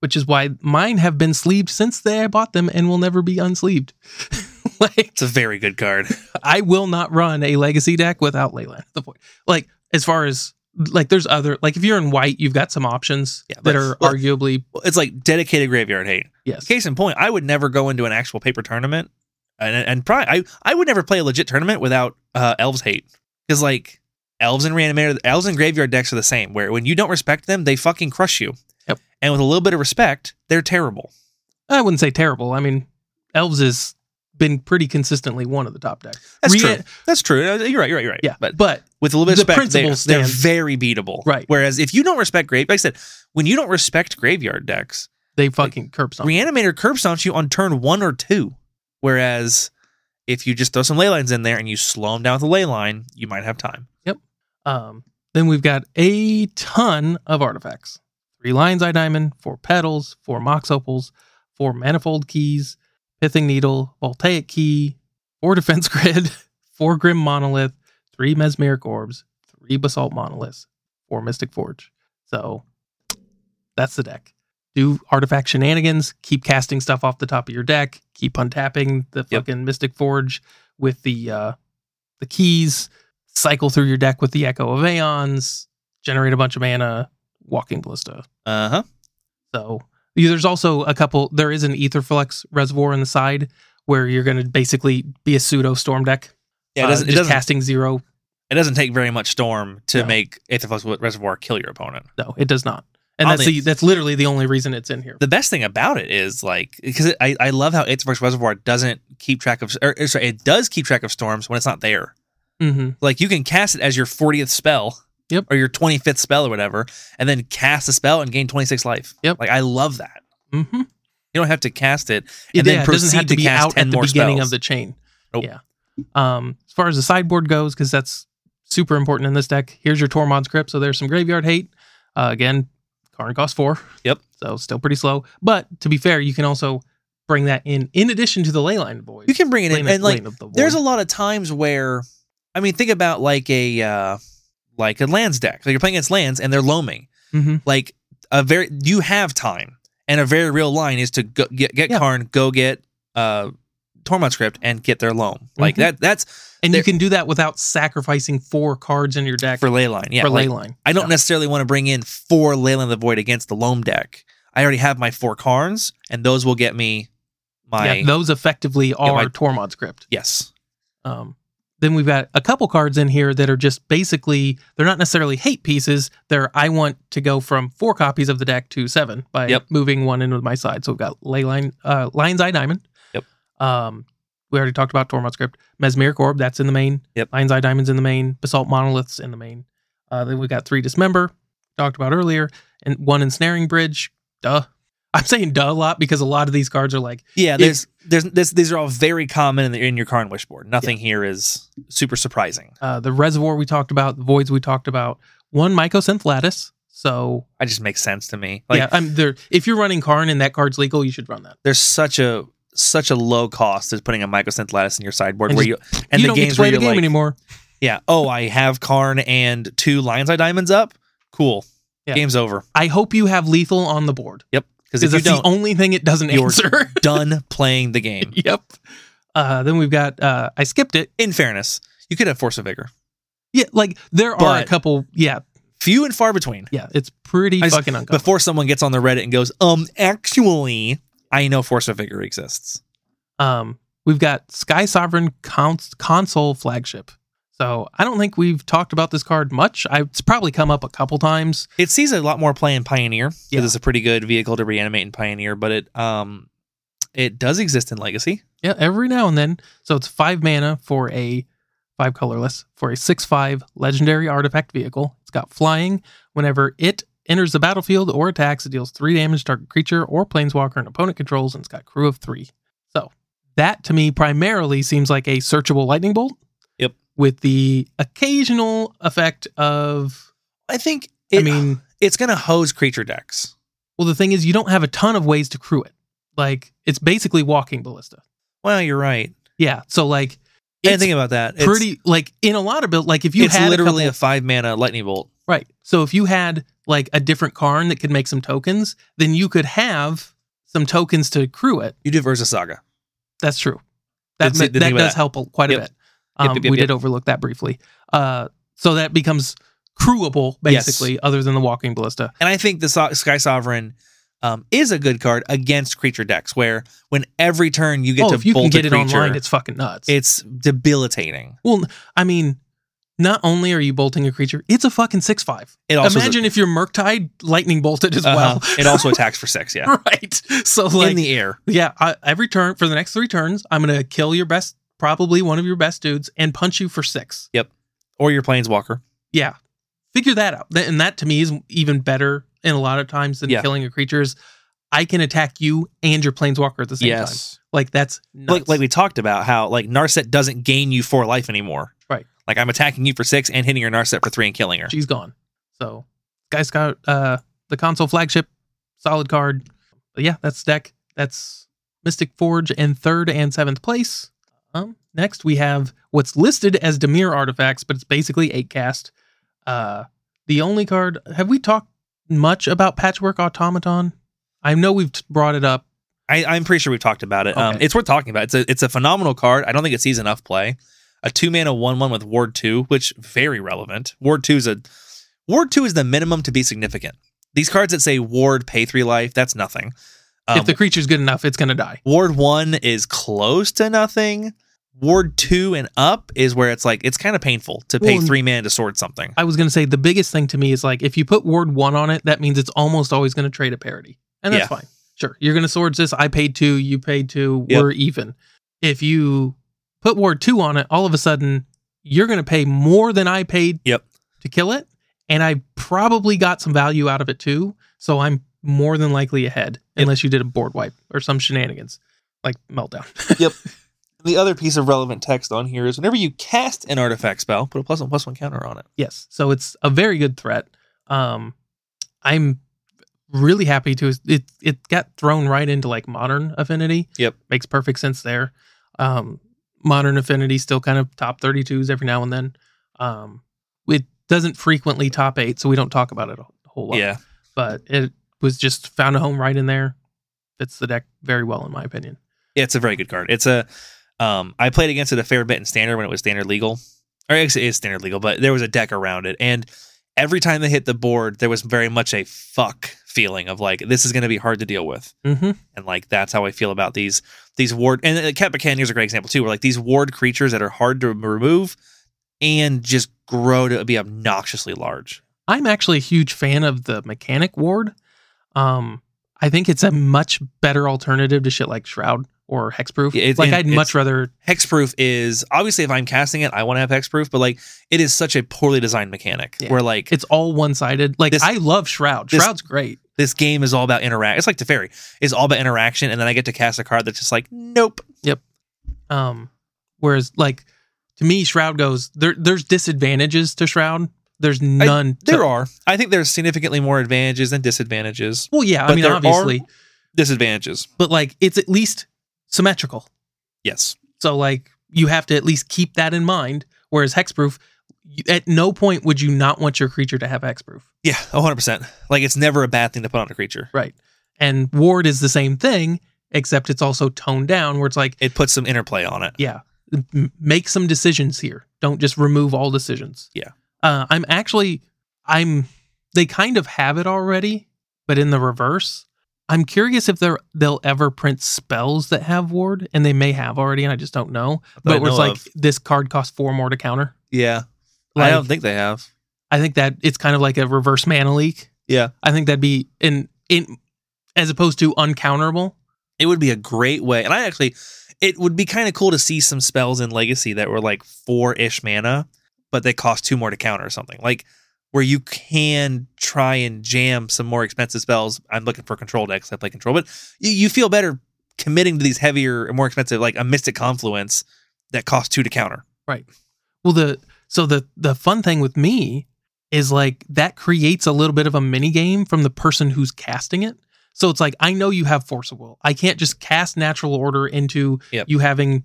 which is why mine have been sleeved since they I bought them and will never be unsleeved. like It's a very good card. I will not run a legacy deck without Leyland. at The point, like as far as like there's other like if you're in white, you've got some options Yeah, but- that are well- arguably Well, It's like dedicated graveyard hate. yes. Case in point, I would never go into an actual paper tournament, and and probably I, I would never play a legit tournament without uh, elves hate because like elves and reanimator elves and graveyard decks are the same. Where when you don't respect them, they fucking crush you. Yep. And with a little bit of respect, they're terrible. I wouldn't say terrible. I mean, elves has been pretty consistently one of the top decks. That's Re- true. That's true. Uh, You're right. You're right. You're right. Yeah, But but but with a little bit The of respect, principle they, they're stands. very beatable. Right. Whereas if you don't respect grave, like I said, when you don't respect graveyard decks, they fucking curb something. Reanimator curb stomps you on turn one or two. Whereas if you just throw some ley lines in there and you slow them down with a ley line, you might have time. Um, then we've got a ton of artifacts: three lion's eye diamond, four petals, four mox opals, four manifold keys, pithing needle, voltaic key, four defense grid, four grim monolith, three mesmeric orbs, three basalt monoliths, four mystic forge. So that's the deck. Do artifact shenanigans. Keep casting stuff off the top of your deck. Keep untapping the Yep. fucking mystic forge with the uh, the keys cycle through your deck with the Echo of Aeons, generate a bunch of mana, Walking Ballista. Uh huh. So yeah, there's also a couple. There is an Etherflux reservoir in the side where you're going to basically be a pseudo storm deck. Yeah, it uh, doesn't, it, just doesn't, casting zero. it doesn't take very much storm to No. make Aetherflux Reservoir kill your opponent. No, it does not. And I'll that's be- the, that's literally the only reason it's in here. The best thing about it is like because I, I love how Aetherflux Reservoir doesn't keep track of or, or sorry it does keep track of storms when it's not there. hmm Like you can cast it as your 40th spell. Yep. Or your 25th spell or whatever, and then cast the spell and gain 26 life. Yep. Like I love that. hmm You don't have to cast it. Yeah, And then it doesn't proceed have to to be cast out 10 at the more beginning spells. of the chain. Nope. Yeah. Um, as far as the sideboard goes, because that's super important in this deck. Here's your Tormod script. So there's some graveyard hate. Uh, again, Karn costs four. Yep. So still pretty slow. But to be fair, you can also bring that in in addition to the Leyline Void. You can bring it in. Leyline- And like Leyline of the Void. there's a lot of times where I mean, think about like a uh like a lands deck. Like you're playing against lands and they're loaming. Mhm. Like a very you have time. And a very real line is to go, get get Yeah. Karn, go get uh Tormod script and get their loam. Like Mhm. that that's and there- you can do that without sacrificing four cards in your deck for for, ley line. Yeah. like, Leyline. I don't Yeah. necessarily want to bring in four Leyland of the Void against the Loam deck. I already have my four Karns, and those will get me my Yeah, those effectively Yeah, are my- Tormod script. yes. Um, then we've got a couple cards in here that are just basically they're not necessarily hate pieces. They're I want to go from four copies of the deck to seven by Yep. moving one into my side. So we've got ley line, uh, lion's eye diamond. Yep. Um, we already talked about Tormod script, mesmeric orb. That's in the main. Yep. Lion's eye diamonds in the main. Basalt monoliths in the main. Uh, then we got three dismember talked about earlier, and one ensnaring bridge. Duh. I'm saying duh a lot because a lot of these cards are like Yeah, If- there's there's this, these are all very common in, the, in your Karn wish board. Nothing here is super surprising. uh, the reservoir we talked about, the voids we talked about, one mycosynth lattice. So That just makes sense to me. Like yeah, I'm there. If you're running Karn and that card's legal, you should run that. there's such a such a low cost to putting a microsynth lattice in your sideboard And where you and you the don't get games to play where the you're game like, anymore. yeah, oh, I have Karn and two Lion's Eye Diamonds up. Cool, Yeah. game's over. I hope you have lethal on the board Yep, because if because you it's the don't, only thing it doesn't you're- answer. done playing the game. yep. Uh, then we've got uh, I skipped it. In fairness, you could have Force of Vigor. Yeah, like there are a But- couple. Yeah, few and far between yeah, it's pretty I just- fucking uncommon. before someone gets on the Reddit and goes, um, actually, I know Force of Vigor exists. Um, we've got Sky Sovereign cons- console flagship. So I don't think we've talked about this card much. I, it's probably come up a couple times. It sees a lot more play in Pioneer because Yeah. it's a pretty good vehicle to reanimate in Pioneer, but it um it does exist in Legacy. Yeah, every now and then. So it's five mana for a five colorless for a six five legendary artifact vehicle. It's got flying. Whenever it enters the battlefield or attacks, it deals three damage to target creature or planeswalker and opponent controls, and it's got crew of three. So that to me primarily seems like a searchable lightning bolt. Yep. With the occasional effect of I think it, I mean it's gonna hose creature decks. well the thing is you don't have a ton of ways to crew it. Like it's basically walking ballista. Well, you're right. Yeah. So like I didn't it's think about that. It's, pretty like in a lot of build like if you it's had literally a a, couple, five mana lightning bolt. right so if you had like a different Karn that could make some tokens then you could have some tokens to crew it You do Versa Saga. that's true That, Didn't ma- see- didn't that think about does that. help a- quite a Yep. bit. Um, Yep, yep, we yep, did overlook that briefly. Uh, so that becomes crewable, Yes. basically, other than the walking ballista. And I think the so- Sky Sovereign um, is a good card against creature decks, where when every turn you get oh, to if you can bolt get a it creature, online, it's fucking nuts. it's debilitating. I mean, not only are you bolting a creature, it's a fucking six five. It also Imagine if you're Murktide lightning bolted as Uh-huh. well. it also attacks for six, yeah, right. So like, in the air. yeah, I, every turn for the next three turns, I'm gonna kill your best, probably one of your best dudes, and punch you for six. or your planeswalker. Yeah, figure that out. Th- And that to me is even better in a lot of times than Yeah. killing a creature. Is I can attack you and your planeswalker at the same time. Like that's nuts. Like like we talked about how like Narset doesn't gain you four life anymore. Right. Like I'm attacking you for six and hitting your Narset for three and killing her. she's gone. So, guys got uh the console flagship, solid card. But yeah, that's deck. That's Mystic Forge in third and seventh place. Um, next we have what's listed as Demir artifacts, but it's basically eight cast. Uh, the only card. Have we talked much about Patchwork Automaton? I know we've t- brought it up. I, I'm pretty sure we've talked about it. Um, Okay. it's worth talking about. It's a it's a phenomenal card. I don't think it sees enough play. A two mana one one with Ward two, which very relevant. Ward two is a Ward two is the minimum to be significant. These cards that say Ward pay three life, that's nothing. Um, if the creature's good enough, it's gonna die. Ward one is close to nothing. Ward two and up is where it's like it's kind of painful to pay Well, three mana to sword something. I was gonna say the biggest thing to me is like if you put word one on it, that means it's almost always gonna trade a parity, and that's Yeah. fine. Sure, you're gonna swords this. I paid two, you paid two, Yep. we're even. If you put word two on it, all of a sudden you're gonna pay more than I paid Yep. to kill it, and I probably got some value out of it too. So I'm more than likely ahead, Yep. unless you did a board wipe or some shenanigans like meltdown. The other piece of relevant text on here is whenever you cast an artifact spell, put a plus one plus one counter on it. Yes. So it's a very good threat. Um, I'm really happy to it. It got thrown right into like modern affinity. Yep. Makes perfect sense there. Um, modern affinity still kind of top 32s every now and then. Um, it doesn't frequently top eight, so we don't talk about it a whole lot. yeah. But it was just found a home right in there. Fits the deck very well, in my opinion. Yeah, it's a very good card. It's a um I played against it a fair bit in standard when it was standard legal. Or actually it is standard legal, but there was a deck around it. And every time they hit the board, there was very much a fuck feeling of like this is gonna be hard to deal with. Mm-hmm. And like that's how I feel about these these ward and uh, Cat Bacania's a great example too, where like these ward creatures that are hard to remove and just grow to be obnoxiously large. I'm actually a huge fan of the mechanic ward. Um, I think it's a much better alternative to shit like Shroud or Hexproof. Yeah, it's- like and I'd it's- much rather. hexproof is obviously if I'm casting it, I want to have hexproof, but like it is such a poorly designed mechanic Yeah. where like It's all one sided. Like This- I love Shroud. this- Shroud's great. this game is all about interact. It's like Teferi. It's all about interaction, and then I get to cast a card that's just like, nope. Um, whereas like to me, Shroud goes there. There's disadvantages to Shroud. There's none. to- There are. I think there's significantly more advantages than disadvantages. Well, yeah. I but mean, there are- obviously, Disadvantages. but like it's at least symmetrical. Yes. So like you have to at least keep that in mind. Whereas Hexproof, you- at no point would you not want your creature to have Hexproof. Yeah, 100%. Like it's never a bad thing to put on a creature. Right. And Ward is the same thing, except it's also toned down where it's like, It puts some interplay on it. yeah, m- make some decisions here. Don't just remove all decisions. Yeah. Uh, I'm actually, I'm, they kind of have it already, but in the reverse. I'm curious if they're, they'll ever print spells that have Ward, and they may have already, and I just don't know. that I But where it's know like, of. this card costs four more to counter. Yeah. I Like, don't think they have. I think that it's kind of like a reverse mana leak. Yeah. I think that'd be in, in, as opposed to uncounterable. It would be a great way. And I actually, it would be kind of cool to see some spells in Legacy that were like four ish mana, but they cost two more to counter or something. Like where you can try and jam some more expensive spells. I'm looking for control decks. I play control, but you, you feel better committing to these heavier and more expensive, like a Mystic Confluence that costs two to counter. Well, the so the the fun thing with me is like that creates a little bit of a mini game from the person who's casting it. So it's like I know you have force of will. I can't just cast natural order into Yep. you having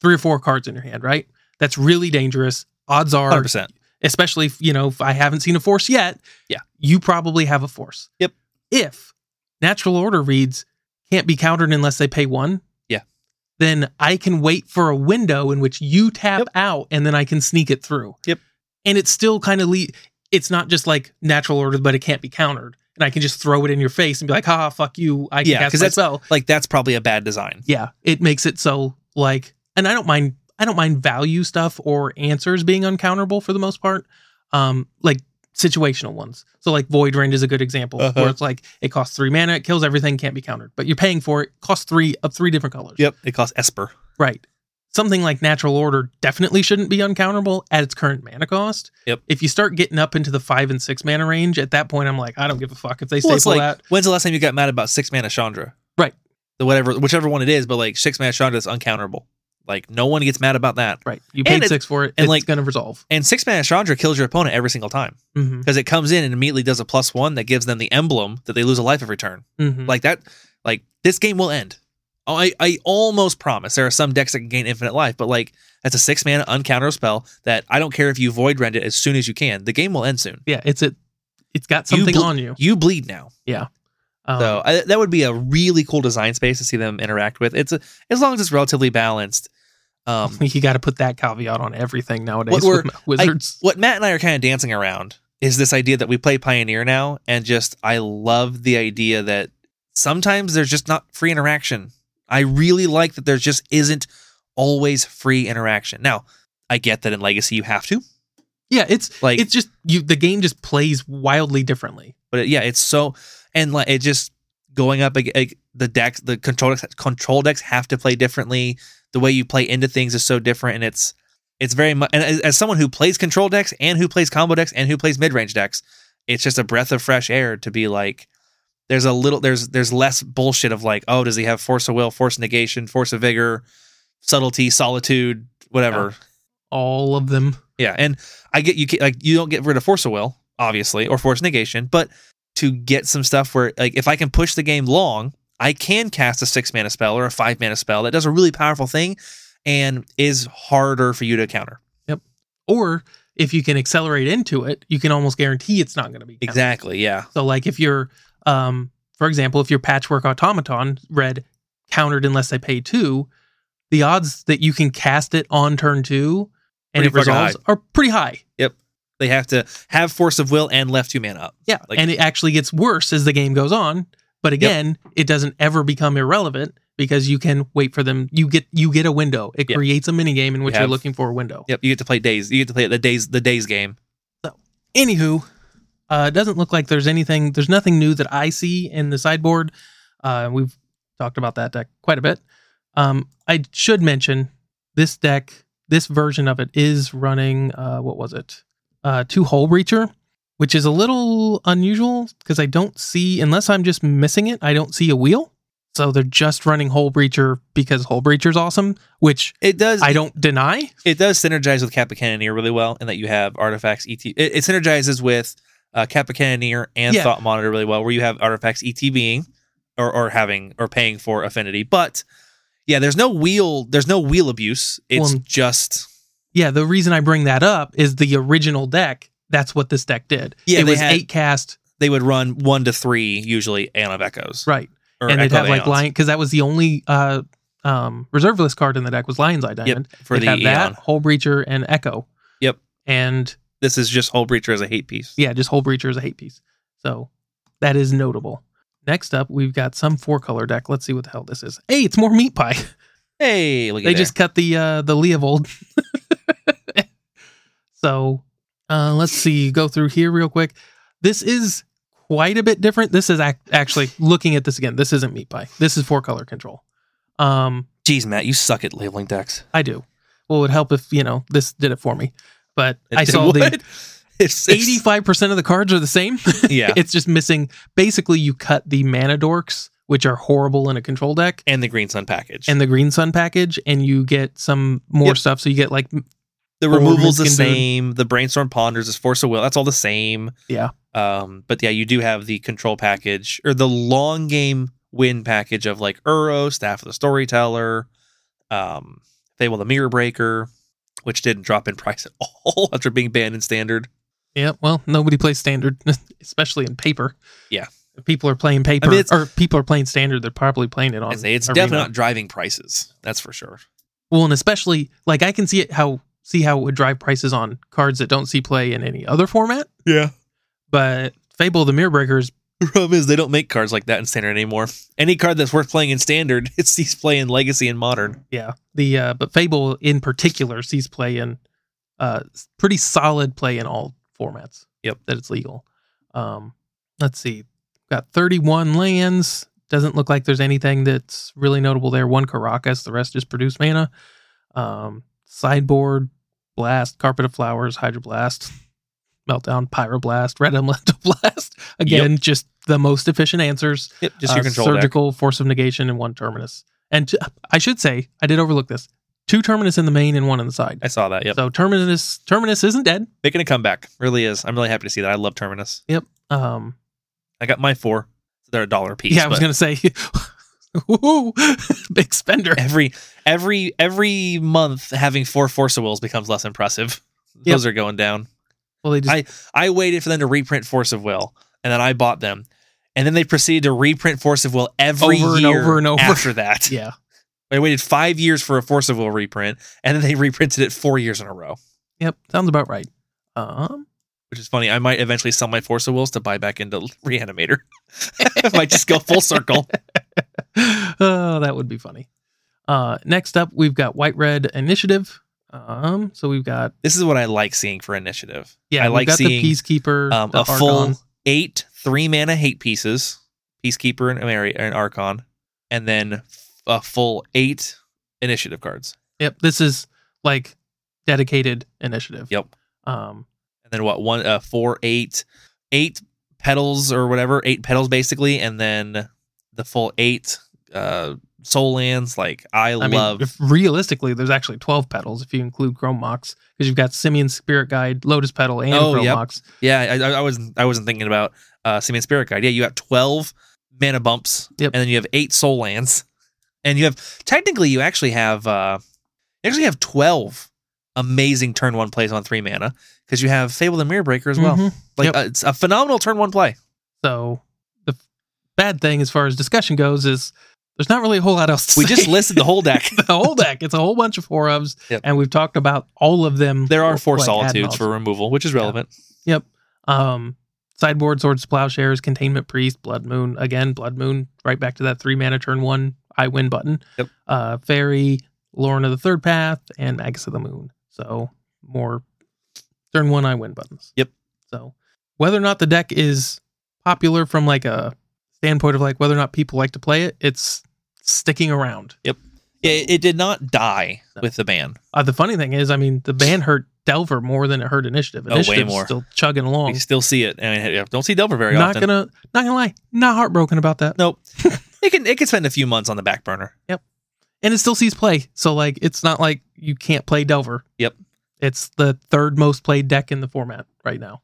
three or four cards in your hand, right? That's really dangerous. Odds are, 100%. especially if, you know if I haven't seen a force yet. Yeah. you probably have a force. Yep. If natural order reads can't be countered unless they pay one. Yeah. then I can wait for a window in which you tap out and then I can sneak it through. Yep. And it's still kind of le- it's not just like natural order, but it can't be countered. And I can just throw it in your face and be like, ha, ha, fuck you. I can Yeah, cast 'cause my that's- spell. Like that's probably a bad design. Yeah. It makes it so like and I don't mind I don't mind value stuff or answers being uncounterable for the most part. Um like situational ones. So like Void Rend is a good example Uh-huh. where it's like it costs three mana, it kills everything, can't be countered. But you're paying for it, costs three of three different colors. Yep. It costs Esper. Right. Something like natural order definitely shouldn't be uncounterable at its current mana cost. Yep. If you start getting up into the five and six mana range, at that point I'm like, I don't give a fuck if they Well, it's staple like, that. When's the last time you got mad about six mana Chandra? Right. The whatever, whichever one it is, but like six mana Chandra is uncounterable. Like no one gets mad about that. Right. You and paid it's- six for it, and and it's like- gonna resolve. And six mana Chandra kills your opponent every single time Mm-hmm. because it comes in and immediately does a plus one that gives them the emblem that they lose a life every turn. Mm-hmm. Like that, like this game will end. I, I almost promise there are some decks that can gain infinite life, but like that's a six mana uncounterable spell that I don't care if you void rend it as soon as you can. The game will end soon. yeah, it's it. It's got something bl- on you. You bleed now. Um, So I, that would be a really cool design space to see them interact with. It's a, as long as it's relatively balanced. Um, you got to put that caveat on everything nowadays. What we're- with wizards. what Matt and I are kind of dancing around is this idea that we play Pioneer now, and just I love the idea that sometimes there's just not free interaction. I really like that there just isn't always free interaction. Now, I get that in Legacy you have to, yeah, it's like it's just you. The game just plays wildly differently. But it, yeah, it's so and like it just going up ag- ag- the decks, the control decks, control decks have to play differently. The way you play into things is so different, and it's it's very much. And as, as someone who plays control decks and who plays combo decks and who plays mid range decks, it's just a breath of fresh air to be like. There's a little there's there's less bullshit of like oh does he have force of will force negation force of vigor subtlety solitude whatever All of them. yeah, and I get you ca- like you don't get rid of force of will, obviously, or force negation, but to get some stuff where like if I can push the game long, I can cast a six mana spell or a five mana spell that does a really powerful thing and is harder for you to counter. Or if you can accelerate into it, you can almost guarantee it's not going to be countered. Exactly. Yeah. So like if you're, um, for example, if your patchwork automaton read countered unless they pay two, the odds that you can cast it on turn two and Pretty it fucking resolves are pretty high. They have to have force of will and left two mana up. Yeah, Like- and it actually gets worse as the game goes on. But again, it doesn't ever become irrelevant because you can wait for them. You get you get a window. It Yeah. creates a mini game in which You you're have- looking for a window. Yep. You get to play days. You get to play the days the days game. Anywho, uh, it doesn't look like there's anything. There's nothing new that I see in the sideboard. Uh, we've talked about that deck quite a bit. Um, I should mention this deck, this version of it is running. Uh, what was it? Uh, two hole breacher, which is a little unusual because I don't see unless I'm just missing it. I don't see a wheel, so they're just running hole breacher because hole breacher's awesome, which It does I don't deny. it does synergize with Kappa Cannoneer really well in that you have artifacts ET. It, it synergizes with uh, Kappa Cannoneer and Yeah. Thought Monitor really well, where you have artifacts ETBing or or having or paying for affinity. But yeah, there's no wheel. There's no wheel abuse. It's Well, just yeah, the reason I bring that up is the original deck. That's what this deck did. Yeah, it they was had- eight cast, they would run one to three usually Aeon of Echoes, right? Or and they'd Echo of have like Aeons lion because that was the only uh, um, reserve list card in the deck was Lion's Eye Diamond. for they'd the have that Aeon. Hole Breacher and Echo. Yep. And This is just Hole Breacher as a hate piece. yeah, just Hole Breacher is a hate piece, so that is notable. Next up, we've got some four color deck. Let's see what the hell this is. Hey, it's more meat pie. Hey, look at they just cut the uh, the Leovold. so uh, let's see, go through here real quick. This is quite a bit different. This is ac- actually looking at this again. This isn't meat pie. This is four color control. Um, Jeez, Matt, you suck at labeling decks. I do. Well, it would help if you know this did it for me. But I saw the it's, it's, eighty-five percent of the cards are the same. yeah, it's just missing. Basically, you cut the mana dorks, which are horrible in a control deck, and the Green Sun package and the green sun package and you get some more Yep. stuff so you get like m- The Or removal's the Minskin Dude. same. The brainstorm ponders is force of will. That's all the same. Yeah. Um, but yeah, you do have the control package or the long game win package of like Uro, Staff of the Storyteller, um, Fable the Mirror Breaker, which didn't drop in price at all after being banned in standard. yeah well nobody plays standard especially in paper Yeah. people are playing paper I mean, it's- or people are playing standard, they're probably playing it on. I say it's Arena. definitely not driving prices. That's for sure. Well, and especially like I can see it how see how it would drive prices on cards that don't see play in any other format. Yeah. But Fable the Mirror Breaker is The problem is they don't make cards like that in standard anymore. Any card that's worth playing in standard, it sees play in legacy and modern. yeah the uh, but Fable in particular sees play in uh s- pretty solid play in all formats. Yep. that it's legal. Um, let's see, got thirty one lands. Doesn't look like there's anything that's really notable there. One Caracas, the rest just produce mana. Um, sideboard, blast, carpet of flowers, hydroblast, meltdown, pyroblast, red elemental blast. Again, just the most efficient answers Yep, just your uh, control deck. surgical force of negation and one terminus. And t- I should say I did overlook this: two terminus in the main and one in the side. I saw that. Yep. So terminus terminus isn't dead. Making a comeback. Really is. I'm really happy to see that. I love Terminus. Um, I got my four. So they're a dollar a piece. yeah, I was but gonna say, woo, big spender. every every every month having four force of wills becomes less impressive. Those are going down. Well, they just I waited for them to reprint Force of Will, and then I bought them, and then they proceeded to reprint Force of Will every Over and year over and over. after that. yeah, I waited five years for a Force of Will reprint, and then they reprinted it four years in a row. yep, sounds about right. Um, Which is funny. I might eventually sell my Force of Wills to buy back into Reanimator. I might just go full circle. oh, that would be funny. Uh, next up, we've got White Red Initiative. Um, so we've got This is what I like seeing for initiative. yeah, I we've like got seeing, the Peacekeeper, um, the a full Archon. Eight three mana hate pieces, Peacekeeper and Amari and Archon, and then a full eight initiative cards. Yep, this is like dedicated initiative. Yep. Um, and then what one uh four eight eight petals or whatever eight petals basically and then the full eight uh soul lands like i, I love mean, if realistically, there's actually 12 petals if you include Chrome Mox, because you've got Simeon Spirit Guide, Lotus Petal, and Oh, Chrome yep. Mox. yeah I, I- I wasn't i wasn't thinking about uh Simeon spirit guide yeah you got 12 mana bumps Yep. and then you have eight soul lands and you have technically you actually have uh you actually have 12 amazing turn one plays on three mana because you have fable the mirror breaker as well Mhm. like Yep. uh, it's a phenomenal turn one play So the f- bad thing as far as discussion goes is there's not really a whole lot else to we say. just listed the whole deck the whole deck. It's a whole bunch of four ofs, Yep. and we've talked about all of them. There are four like, ad solitudes nauseam. for removal, which is relevant. Um, sideboard, swords, to plowshares, containment priest, blood moon. Again, blood moon. Right back to that three mana turn one. I win button. Yep. Uh, fairy, Lorna of the Third Path, and Magus of the Moon. So more turn one I win buttons. Yep. So whether or not the deck is popular from like a standpoint of like whether or not people like to play it, it's sticking around. Yeah, it, it did not die No. with the ban. Uh, the funny thing is, I mean, the ban hurt Delver more than it hurt Initiative. Oh, way Initiative's more. still chugging along. We still see it. I mean, I don't see Delver very not often. gonna not gonna lie not heartbroken about that Nope. it can it can spend a few months on the back burner. and it still sees play so like it's not like you can't play delver Yep. it's the third most played deck in the format right now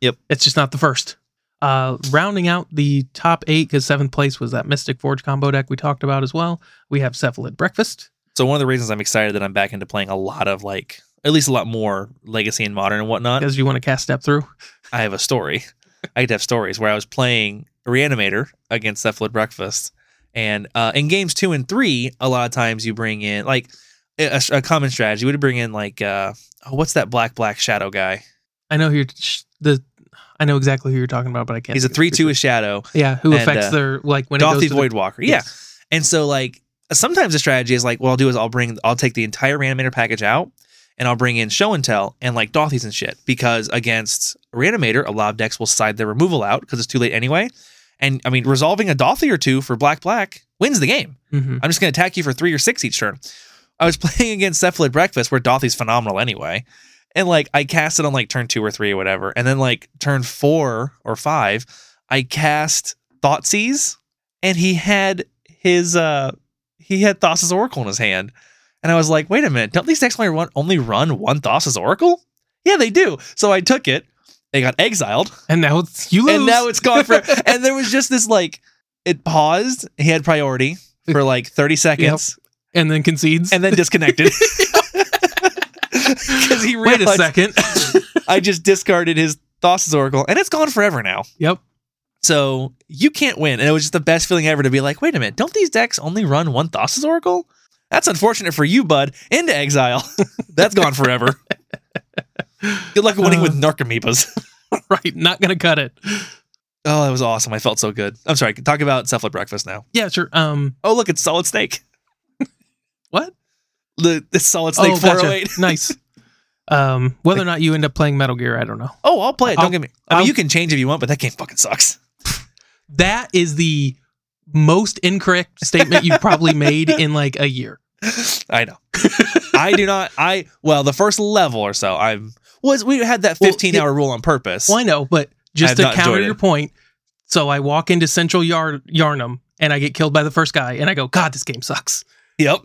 Yep. it's just not the first uh rounding out the top eight because seventh place was that mystic forge combo deck we talked about as well we have cephalid breakfast So one of the reasons I'm excited that I'm back into playing a lot of like at least a lot more legacy and modern and whatnot. because you want to cast step through I have a story. I could have stories where I was playing Reanimator against Cephalid Breakfast. And uh, in games two and three, a lot of times you bring in, like, a, a common strategy would bring in, like, uh, oh, what's that black, black shadow guy? i know who you're sh- the i know exactly who you're talking about but i can't He's a think of his 3 2 shadow. creature. yeah who and, affects uh, their like when it Dothy goes to the- Voidwalker. Yeah. Yes. And so like sometimes the strategy is like what I'll do is I'll bring I'll take the entire reanimator package out and I'll bring in show and tell and like Dothy's and shit because against reanimator a lot of decks will side their removal out because it's too late anyway. And I mean resolving a Dothy or two for black black wins the game. Mhm. I'm just going to attack you for three or six each turn. I was playing against Cephalid Breakfast, where Dothy's phenomenal anyway. And like I cast it on like turn two or three or whatever. And then like turn four or five, I cast Thoughtseize. And he had his uh he had Thassa's Oracle in his hand. And I was like, wait a minute, don't these decks only run only run one Thassa's Oracle? Yeah, they do. So I took it. They got exiled and now it's you lose and now it's gone for and there was just this like it paused he had priority for like 30 seconds and then concedes and then disconnected because he wait realized a second i just discarded his thassa's oracle and it's gone forever now Yep. So you can't win. And it was just the best feeling ever to be like, wait a minute, don't these decks only run one Thassa's Oracle? That's unfortunate for you, bud. Into exile. That's gone forever. Good luck winning Uh. with Narcomoebas. right. Not gonna cut it. oh, that was awesome. I felt so good. I'm sorry. Talk about Cephalid Breakfast now. Yeah, sure. Um, Oh, look, it's Solid Snake. What? The, it's Solid Snake oh, gotcha. 408. nice. Um, whether or not you end up playing Metal Gear, I don't know. Oh, I'll play it. Don't I'll- get me. I mean, I'll- you can change if you want, but that game fucking sucks. That is the most incorrect statement you've probably made in like a year. I know. I do not. I well, the first level or so. I'm was we had that Well, 15 yeah. hour rule on purpose. Well, I know, but just have to not counter enjoyed it. your point, so I walk into Central Yar- Yarnum and I get killed by the first guy, and I go, "God, this game sucks." Yep.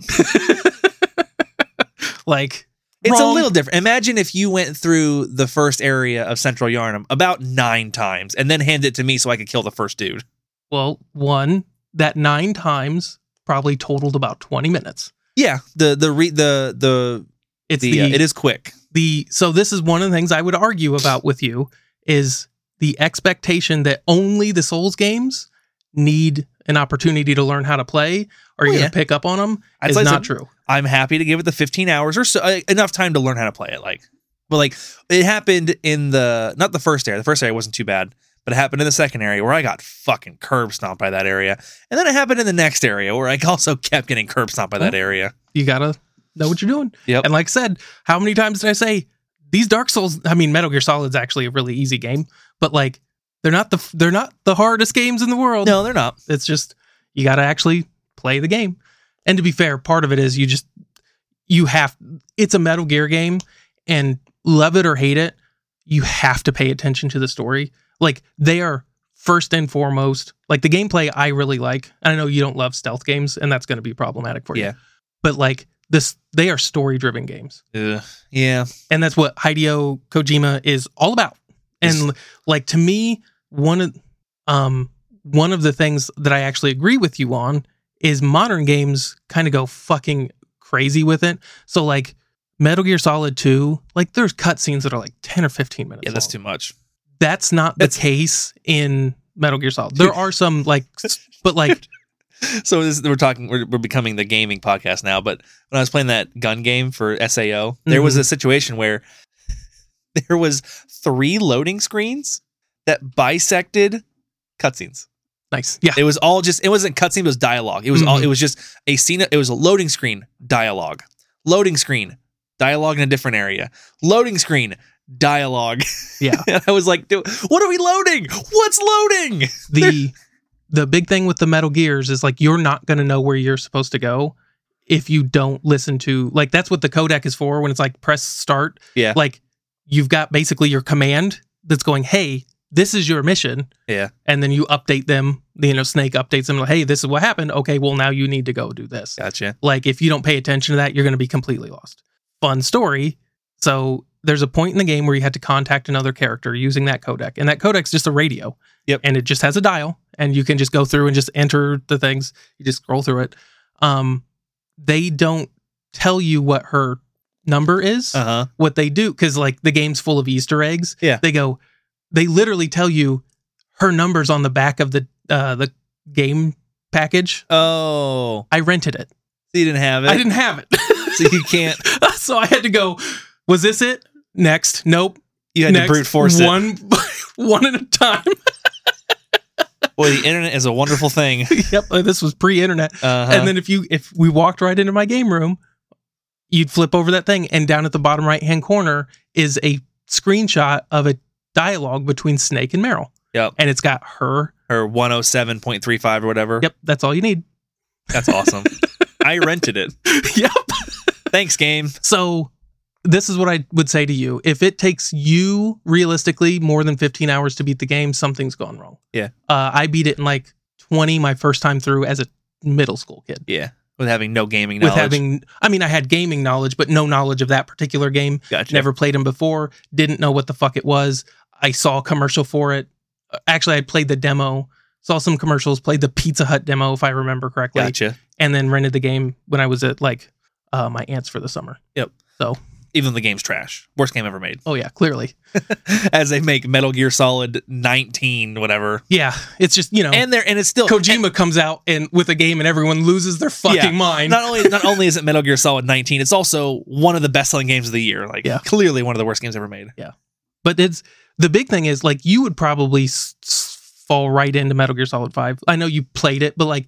Like It's a Wrong. little different. Imagine if you went through the first area of Central Yarnum about nine times and then hand it to me so I could kill the first dude. Well, one that nine times probably totaled about twenty minutes. Yeah. The the re, the the, It's the, the, uh, it is quick. the so this is one of the things I would argue about with you is the expectation that only the Souls games need an opportunity to learn how to play, or Well, you're Oh, yeah. gonna pick up on them. I'd Is say not some- true. I'm happy to give it the 15 hours or so uh, enough time to learn how to play it. Like, but like it happened in the not the first area. The first area wasn't too bad, but it happened in the second area where I got fucking curb stomped by that area, and then it happened in the next area where I also kept getting curb stomped by that area. You gotta know what you're doing. Yep. And like I said, how many times did I say these Dark Souls? I mean, Metal Gear Solid's actually a really easy game, but like they're not the they're not the hardest games in the world. No, they're not. It's just you got to actually play the game. And to be fair, part of it is you just you have it's a Metal Gear game and love it or hate it, you have to pay attention to the story. Like they are first and foremost, like the gameplay I really like. And I know you don't love stealth games and that's going to be problematic for you. Yeah. But like this they are story driven games. Ugh. Yeah, And that's what Hideo Kojima is all about. And like to me, one of um one of the things that I actually agree with you on is modern games kind of go fucking crazy with it. So like Metal Gear Solid 2, like there's cutscenes that are like 10 or 15 minutes. yeah, that's long. too much. That's not the that's- case in Metal Gear Solid. There are some like s- but like So this, we're talking. We're, we're becoming the gaming podcast now. But when I was playing that gun game for Sao, there was Mhm. a situation where there was three loading screens that bisected cutscenes. nice. Yeah. It was all just it wasn't cutscene, it was dialogue. It was all Mhm. it was just a scene. It was a loading screen dialogue, loading screen dialogue in a different area, loading screen dialogue. Yeah. and I was like, dude, what are we loading? What's loading? the the big thing with the metal gears is like you're not going to know where you're supposed to go if you don't listen to like that's what the codec is for when it's like press start Yeah. like you've got basically your command that's going hey this is your mission Yeah. and then you update them you know snake updates them like hey this is what happened okay well now you need to go do this Gotcha. like if you don't pay attention to that you're going to be completely lost fun story so there's a point in the game where you had to contact another character using that codec and that codec's just a radio Yep. and it just has a dial and you can just go through and just enter the things you just scroll through it um they don't tell you what her number is Uh huh. what they do because like the game's full of Easter eggs. Yeah. they go, they literally tell you her numbers on the back of the uh, the game package. Oh, I rented it. so you didn't have it. I didn't have it, So you can't. so I had to go. Was this it? Next, nope. You had Next, to brute force it. one one at a time. Boy, the internet is a wonderful thing. yep, Uh, this was pre-internet. Uh-huh. And then if you if we walked right into my game room, you'd flip over that thing, and down at the bottom right hand corner is a screenshot of a dialogue between Snake and Meryl. Yep. And it's got her. or one hundred seven point three five or whatever. Yep, that's all you need. That's awesome. I rented it. yep. Thanks, game. So this is what I would say to you. If it takes you realistically more than 15 hours to beat the game, something's gone wrong. Yeah. Uh, I beat it in like 20 my first time through as a middle school kid. Yeah, with having no gaming With knowledge. having, I mean, I had gaming knowledge, but no knowledge of that particular game. gotcha. Never played them before. Didn't know what the fuck it was. I saw a commercial for it. Uh, Actually, I played the demo. Saw some commercials. Played the Pizza Hut demo, if I remember correctly, Gotcha. and then rented the game when I was at like uh, my aunt's for the summer. even though the game's trash. Worst game ever made. Oh yeah, clearly. As they make Metal Gear Solid 19, whatever. Yeah, it's just you know, And they're and it's still Kojima comes out and with a game and everyone loses their fucking Yeah. mind. not only not only is it Metal Gear Solid 19, it's also one of the best selling games of the year. Like Yeah. clearly one of the worst games ever made. but it's the big thing is like you would probably s- s- fall right into Metal Gear Solid Five. I know you played it, but like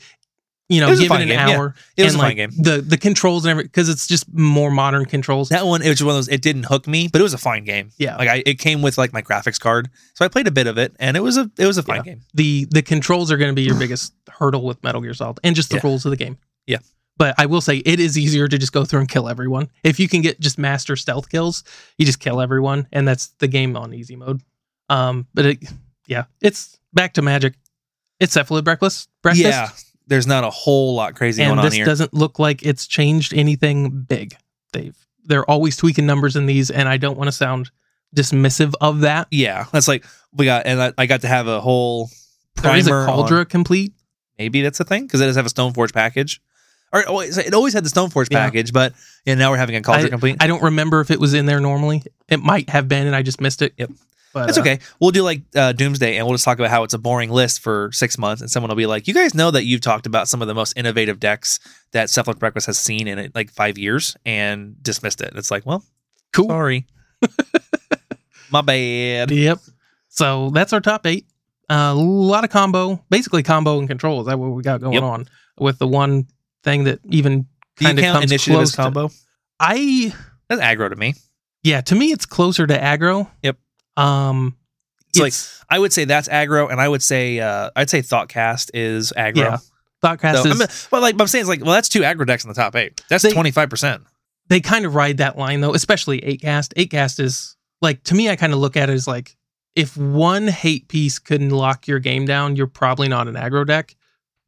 you know, It was a give it fun an game, yeah. hour It was and a fun like game. the the controls and everything because it's just more modern controls. That one, it was one of those. It didn't hook me, but it was a fine game. Yeah. like I, it came with like my graphics card, so I played a bit of it, and it was a it was a fine Yeah. game. the the controls are going to be your biggest hurdle with Metal Gear Solid and just the Yeah. rules of the game. Yeah. But I will say it is easier to just go through and kill everyone. If you can get just master stealth kills, you just kill everyone and that's the game on easy mode. Um but it, yeah, it's back to magic. It's cephalid breakfast breakfast. Yeah, there's not a whole lot crazy and going on this here. doesn't look like it's changed anything big. They've they're always tweaking numbers in these and I don't want to sound dismissive of that. yeah, that's like we got, and I, I got to have a whole primer. there is a on- Cauldra complete. maybe that's a thing because it does have a Stoneforge package. Or it always, it always had the Stoneforge Yeah. package, but yeah, now we're having a Cauldron complete. I don't remember if it was in there normally. It might have been, and I just missed it. Yep. but That's uh, okay. We'll do like uh, Doomsday, and we'll just talk about how it's a boring list for six months, and someone will be like, "You guys know that you've talked about some of the most innovative decks that Cephalid Breakfast has seen in it, like five years, and dismissed it." It's like, well, Cool. sorry, my bad. uh, Yep. So that's our top eight. A lot of combo, basically combo and control. Is that what we got going Yep. on with the one thing that even Do you Kinda count comes initiative close as to- combo? I That's aggro to me. yeah to me it's closer to aggro. Yep. Um, It's like- it's I would say that's aggro, and I would say uh, I'd say Thoughtcast is aggro. Yeah. Thoughtcast So, is I'm- but like but I'm saying, it's like, well, that's two aggro decks in the top eight. That's They- twenty five percent. they kind of ride that line though, especially eight cast. Eight cast is like to me, I kind of look at it as like if one hate piece couldn't lock your game down, you're probably not an aggro deck.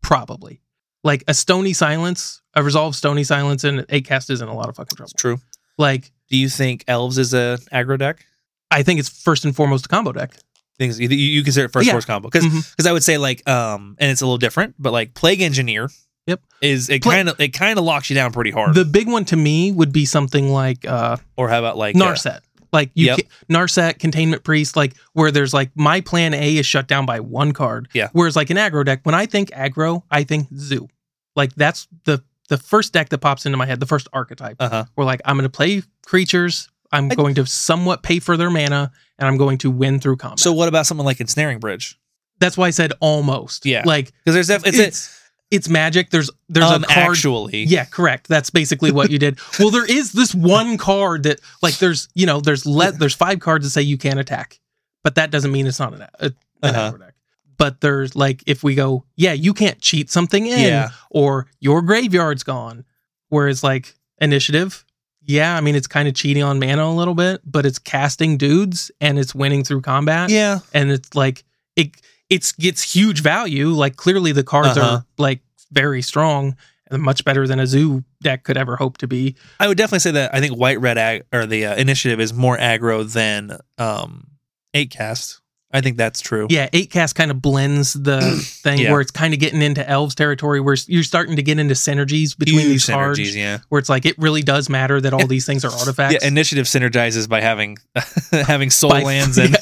Probably. Like a stony silence, a resolve stony silence, and eight cast is in a lot of fucking trouble. True. Like, Do you think Elves is a aggro deck? I think it's first and foremost a combo deck. Things you, you consider it first Yeah. force combo because Mhm. I would say like um and it's a little different, but like Plague Engineer. Yep. Is it Pla- kind of it kind of locks you down pretty hard? The big one to me would be something like uh or how about like uh, Narset. Like you Yep. ca- Narset, Containment Priest, like where there's like my plan A is shut down by one card. Yeah. Whereas like an aggro deck, when I think aggro, I think zoo. Like that's the the first deck that pops into my head, the first archetype. uh-huh. where like I'm gonna play creatures, I'm I- going to somewhat pay for their mana, and I'm going to win through combat. So what about something like Ensnaring Bridge? that's why I said almost. Yeah. Like Because there's def- it's, a- it's it's magic. There's there's um, a card actually yeah, correct. That's basically what you did. Well, there is this one card that like there's you know there's let there's five cards that say you can't attack, but that doesn't mean it's not an, a, an Uh-huh. aggro deck. But there's like if we go yeah you can't cheat something in Yeah. or your graveyard's gone, whereas like initiative. Yeah, I mean it's kind of cheating on mana a little bit, but it's casting dudes and it's winning through combat yeah and it's like it it's gets huge value. Like clearly the cards Uh-huh. are like very strong and much better than a zoo deck could ever hope to be. I would definitely say that I think White Red ag- or the uh, Initiative is more aggro than um Eight Cast. I think that's true. Yeah, eight cast kind of blends the thing Yeah. where it's kind of getting into elves territory where s- you're starting to get into synergies between Huge these cards synergies, yeah. where it's like it really does matter that all these things are artifacts. Yeah, initiative synergizes by having having soul By- lands and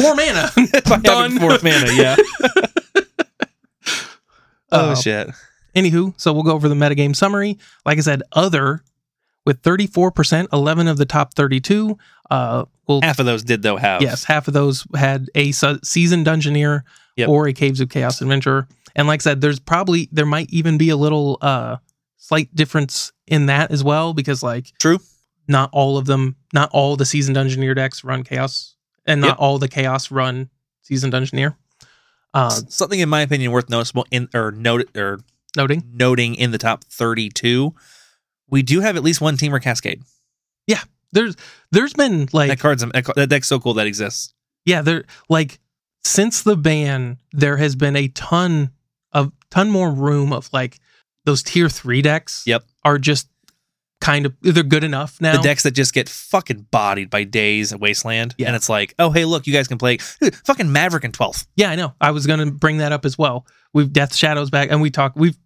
Four mana. by Done. having fourth mana. Yeah. oh Uh, shit. Anywho, so we'll go over the metagame summary. Like I said, other with 34%, 11 of the top 32. Uh, we'll Half of those did though have. Yes, half of those had a su- seasoned dungeoneer Yep. or a Caves of Chaos adventurer. And like I said, there's probably there might even be a little uh slight difference in that as well because like True. not all of them, not all the seasoned dungeoneer decks run chaos, and not Yep. all the chaos run seasoned dungeoneer. Uh, S- Something in my opinion worth noticeable in or note or noting, noting in the top 32, we do have at least one teamer cascade. there's there's been like that card's that, card- that deck's so cool that exists. yeah there like since the ban there has been a ton of ton more room of like those tier three decks Yep. are just kind of they're good enough now The decks that just get fucking bodied by Days and Wasteland, Yeah. and it's like, oh hey, look, you guys can play Dude, fucking Maverick in 12th. yeah i know i was gonna bring that up as well we've death shadows back and we talk we've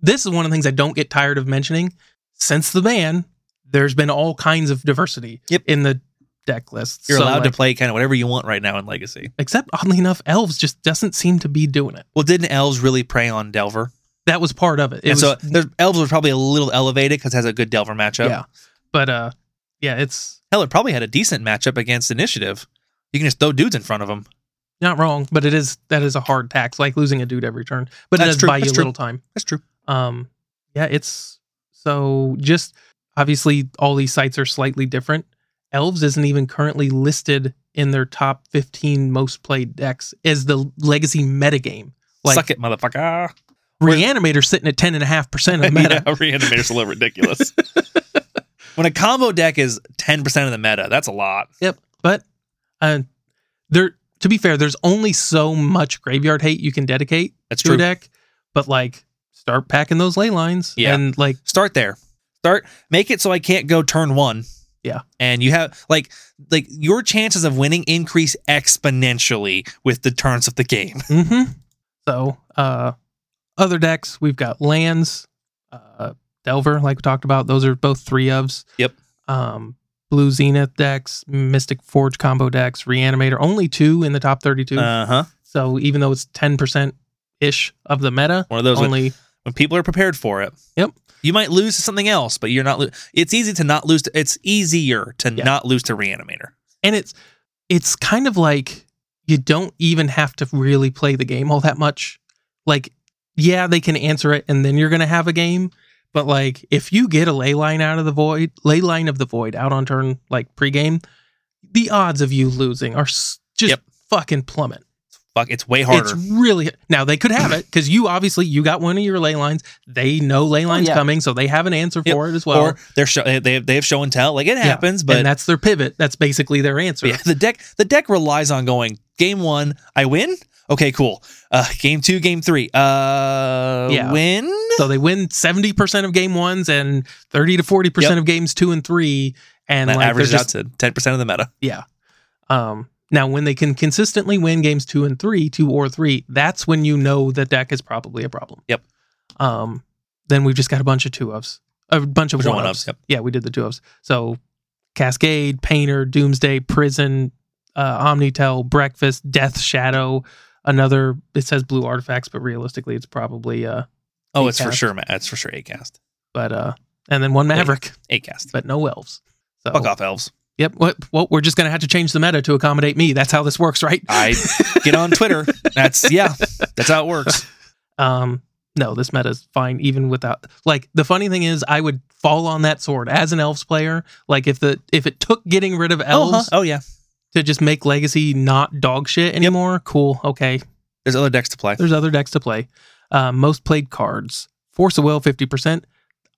this is one of the things i don't get tired of mentioning since the ban there's been all kinds of diversity Yep. in the deck lists. You're So, allowed to like, play kind of whatever you want right now in Legacy. Except oddly enough, elves just doesn't seem to be doing it. Well, didn't elves really prey on Delver? That was part of it. It was, and so there's, elves was probably a little elevated because it has a good Delver matchup. yeah, but uh, yeah, it's Hell, it probably had a decent matchup against Initiative. You can just throw dudes in front of them. not wrong, but it is that is a hard tax, like losing a dude every turn. But it That's does true, buy you that's a true. little time. That's true. Um, yeah, it's so just obviously all these sites are slightly different. Elves isn't even currently listed in their top 15 most played decks as the legacy metagame. Like Suck it, motherfucker. Reanimator sitting at 10.5% of the meta. yeah, reanimators are ridiculous. When a combo deck is 10% of the meta, that's a lot. Yep. But uh, there, to be fair, there's only so much graveyard hate you can dedicate That's to true. a deck. But like, start packing those ley lines. Yeah. And like, Start there. Start make it so I can't go turn 1. Yeah. And you have like like your chances of winning increase exponentially with the turns of the game. hmm so uh, other decks we've got lands, uh, Delver, like we talked about. Those are both three ofs. Yep. Um, Blue Zenith decks, Mystic Forge combo decks, Reanimator. Only two in the top 32. Uh-huh. so even though it's 10% ish of the meta, One of those when, only when people are prepared for it. Yep. You might lose to something else, but you're not lo- it's easy to not lose to, it's easier to Yeah. not lose to reanimator. and it's it's kind of like you don't even have to really play the game all that much like yeah they can answer it and then you're gonna have a game but like if you get a ley line out of the void ley line of the void out on turn like pregame the odds of you losing are s- just Yep. fucking plummet Fuck, it's way harder. it's really now they could have it because you obviously you got one of your ley lines they know ley lines yeah. coming so they have an answer Yep. for it as well or they're show, they have, they have show and tell. Like it happens, but and that's their pivot that's basically their answer yeah, the deck the deck relies on going game one. I win. Okay, cool. Uh, game two, game three. Uh, Yeah. win. So they win 70% of game ones and 30 to 40% of games two and three. And And that like, they're averages just, out to ten percent of the meta. um, now when they can consistently win games two and three, two or three, that's when you know the deck is probably a problem. Yep. Um, then we've just got a bunch of two ofs, a bunch of Which are one one-ups, ofs. yep. Yeah, we did the two ofs. So Cascade, Painter, Doomsday, Prison, uh, Omnitel, Breakfast, Death Shadow, another, it says blue artifacts, but realistically it's probably, uh, Oh, it's for Acast. sure. ma- It's for sure. A cast. but, uh, and then one Maverick. A cast. but no elves. So, Fuck off, elves. Yep. What? What? We're just gonna have to change the meta to accommodate me. That's how this works, right? I get on Twitter. That's yeah. That's how it works. um. No, this meta is fine even without. Like the funny thing is, I would fall on that sword as an elves player. Like if the if it took getting rid of elves Uh-huh. Oh yeah. to just make legacy not dog shit anymore, cool. Okay, There's other decks to play. there's other decks to play. Uh, most played cards. Force of Will, fifty percent.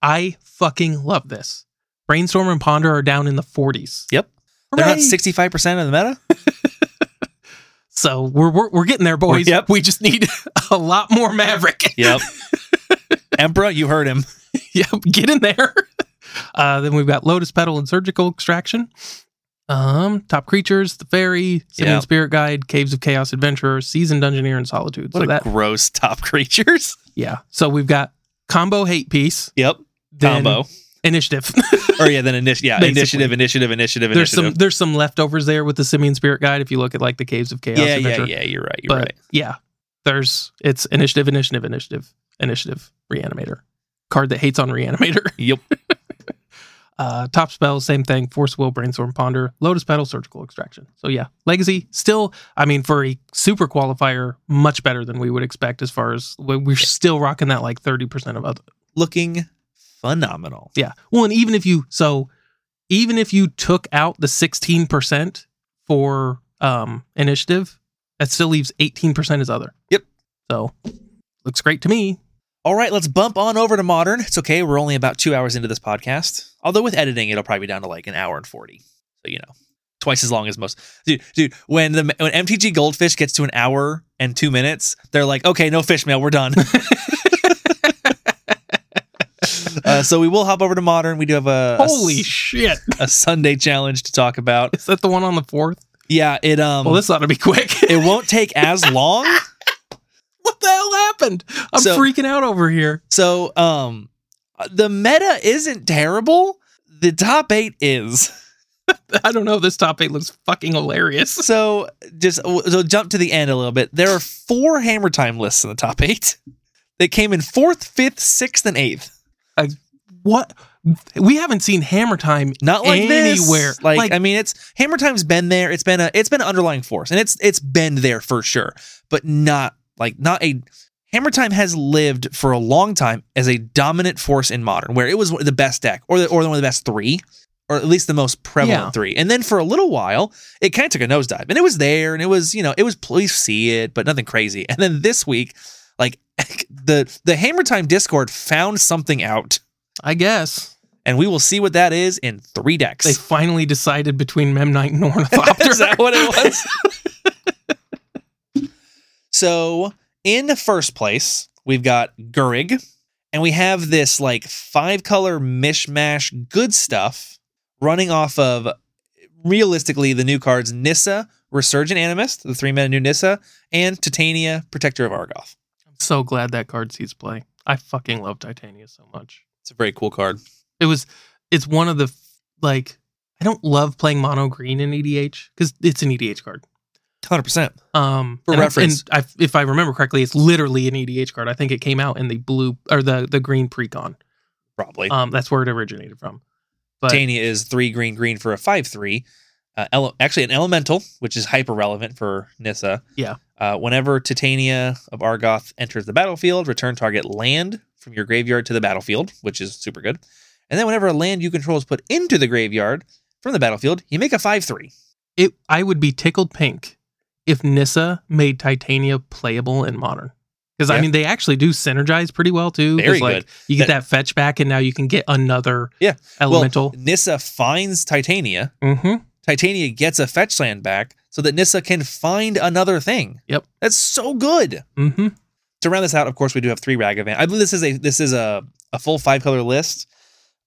I fucking love this. Brainstorm and Ponder are down in the forties. Yep. They're not Hooray! sixty five percent of the meta. So we're we're, we're getting there, boys. Yep. We just need a lot more Maverick. Yep. Emperor, you heard him. yep. Get in there. Uh, then we've got Lotus Petal and Surgical Extraction. Um, top creatures, the fairy, Simian Yep. Spirit Guide, Caves of Chaos Adventurer, Seasoned Dungeoneer, and Solitude. What so a that gross top creatures. yeah. So we've got combo hate piece, Yep. then Combo. initiative. or yeah, then initiative. Yeah, Basically. initiative, initiative, initiative, there's some initiative. there's some leftovers there with the Simian Spirit Guide if you look at like the Caves of Chaos yeah, Adventure. yeah, yeah. You're right. You're but right. yeah, there's it's initiative, initiative, initiative, initiative, reanimator. Card that hates on reanimator. Yep. Uh, top spell, same thing. Force will, brainstorm, ponder, lotus petal, surgical extraction. So yeah, legacy still. I mean, for a super qualifier, much better than we would expect. As far as we- we're still rocking that like thirty percent of other. Looking phenomenal. Yeah. Well, and even if you so, even if you took out the sixteen percent for um initiative, that still leaves eighteen percent as other. Yep. So looks great to me. All right, let's bump on over to modern. It's okay. We're only about two hours into this podcast. Although with editing, it'll probably be down to like an hour and forty. So you know, twice as long as most. Dude, dude. When the when MTG Goldfish gets to an hour and two minutes, they're like, okay, no fish mail. We're done. Uh, so we will hop over to modern. We do have a a s- Holy shit! a Sunday challenge to talk about. Is that the one on the fourth? Yeah, it um well, this ought to be quick. it won't take as long. what the hell happened? I'm So- freaking out over here. So um the meta isn't terrible. the top eight is I don't know. This top eight looks fucking hilarious. so just so jump to the end a little bit. There are four Hammer Time lists in the top eight. They came in fourth, fifth, sixth, and eighth. What? We haven't seen Hammer Time. Not like this. Anywhere. Like, Like- I mean, it's Hammer Time's been there. It's been a it's been an underlying force, and it's it's been there for sure, but not like not a Hammer Time has lived for a long time as a dominant force in modern, where it was the best deck, or the, or one of the best three, or at least the most prevalent Yeah. three. And then for a little while, it kind of took a nosedive, and it was there, and it was you know it was please see it, but nothing crazy. And then this week, like the the Hammer Time Discord found something out. I guess And we will see what that is in three decks. they finally decided between Memnite and Ornithopter. Is that what it was? so, in the first place, we've got Gurig, and we have this like five color mishmash good stuff running off of realistically the new cards Nissa, Resurgent Animist, the three mana new Nissa, and Titania, Protector of Argoth. I'm so glad that card sees play. I fucking love Titania so much. It's a very cool card. It was. It's one of the f- like. I don't love playing mono green in E EDH because it's an EDH card. 100%. Um, For and I- reference. and I, if I remember correctly, it's literally an EDH card. I think it came out in the blue or the the green precon. Probably. Um, that's where it originated from. But Titania is three green green for a five three. Uh, ele- actually, an elemental, which is hyper relevant for Nissa. Yeah. Uh, whenever Titania of Argoth enters the battlefield, return target land from your graveyard to the battlefield, which is super good. And then whenever a land you control is put into the graveyard from the battlefield, you make a five three. it, I would be tickled pink if Nissa made Titania playable in modern. Because I Yeah. mean, they actually do synergize pretty well too. 'cause, Very like, good. You get that, fetch back, and now you can get another Yeah. elemental. Nissa finds Titania. hmm Titania gets a fetch land back so that Nissa can find another thing. Yep. That's so good. hmm to round this out, of course, we do have three Ragavan. I believe this is a this is a a full five color list.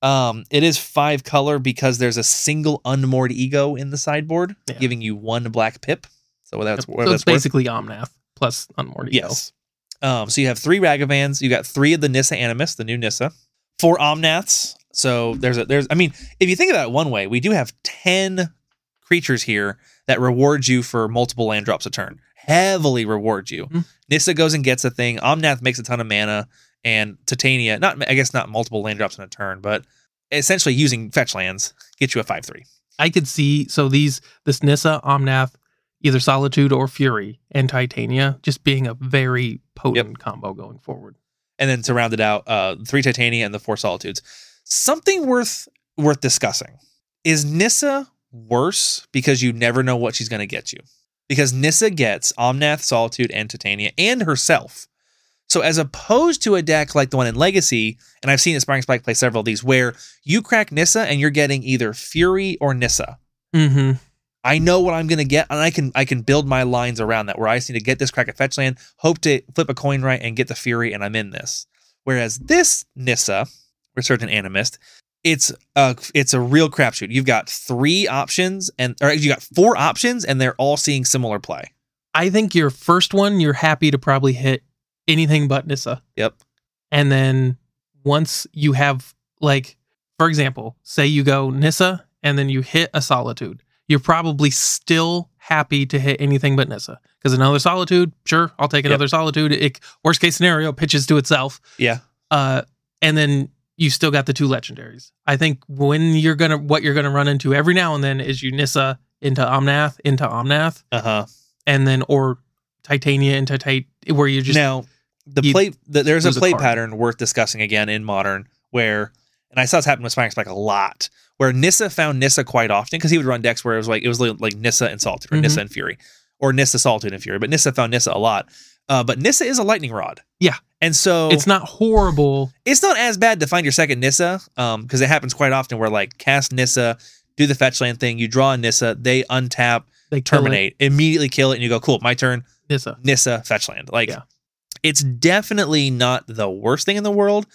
Um, it is five color because there's a single unmoored ego in the sideboard, Yeah. giving you one black pip. So that's so where that's it's worth. basically Omnath plus Unmoored Ego. Yes. Um, so you have three Ragavans. You got three of the Nissa Animus, the new Nissa, four Omnaths. So there's a there's I mean, if you think about it one way, we do have ten creatures here that reward you for multiple land drops a turn. Heavily reward you. Mhm. Nissa goes and gets a thing. Omnath makes a ton of mana, and Titania. Not I guess not multiple land drops in a turn, but essentially using fetch lands get you a five three. I could see so these this Nissa, Omnath, either Solitude or Fury, and Titania just being a very potent combo going forward. and then to round it out, uh, three Titania and the four Solitudes. Something worth worth discussing is Nissa worse because you never know what she's going to get you because Nissa gets Omnath, Solitude, and Titania and herself. So as opposed to a deck like the one in Legacy, and I've seen Inspiring Spike play several of these where you crack Nissa and you're getting either Fury or Nissa. Mm-hmm. I know what I'm gonna get, and I can I can build my lines around that. Where I just need to get this crack at fetch land, hope to flip a coin right, and get the fury, and I'm in this. Whereas this Nissa, Resurgent Animist, it's a it's a real crapshoot. You've got three options, and or you got four options, and they're all seeing similar play. I think your first one, you're happy to probably hit anything but Nissa. Yep. And then once you have like, for example, say you go Nissa and then you hit a solitude, you're probably still happy to hit anything but Nissa. Because another solitude, sure, I'll take Yep. another solitude. It worst case scenario pitches to itself. Yeah. Uh and then you still got the two legendaries. I think when you're gonna what you're gonna run into every now and then is you Nissa into Omnath, into Omnath, Uh huh. and then or Titania into Tit where you're just now the you play the, there's a lose a play card. pattern worth discussing again in modern where and I saw this happen with Spike Spike a lot where Nissa found Nissa quite often because he would run decks where it was like it was li- like Nissa and Solitude or Mhm. Nissa and Fury or Nissa Solitude and Fury but Nissa found Nissa a lot uh, but Nissa is a lightning rod Yeah. and so it's not horrible. it's not as bad to find your second Nissa because it happens quite often where like cast Nissa do the fetch land thing you draw a Nissa they untap They kill it. terminate immediately kill it and you go cool my turn Nissa. Nissa Fetchland. Like, Yeah. it's definitely not the worst thing in the world.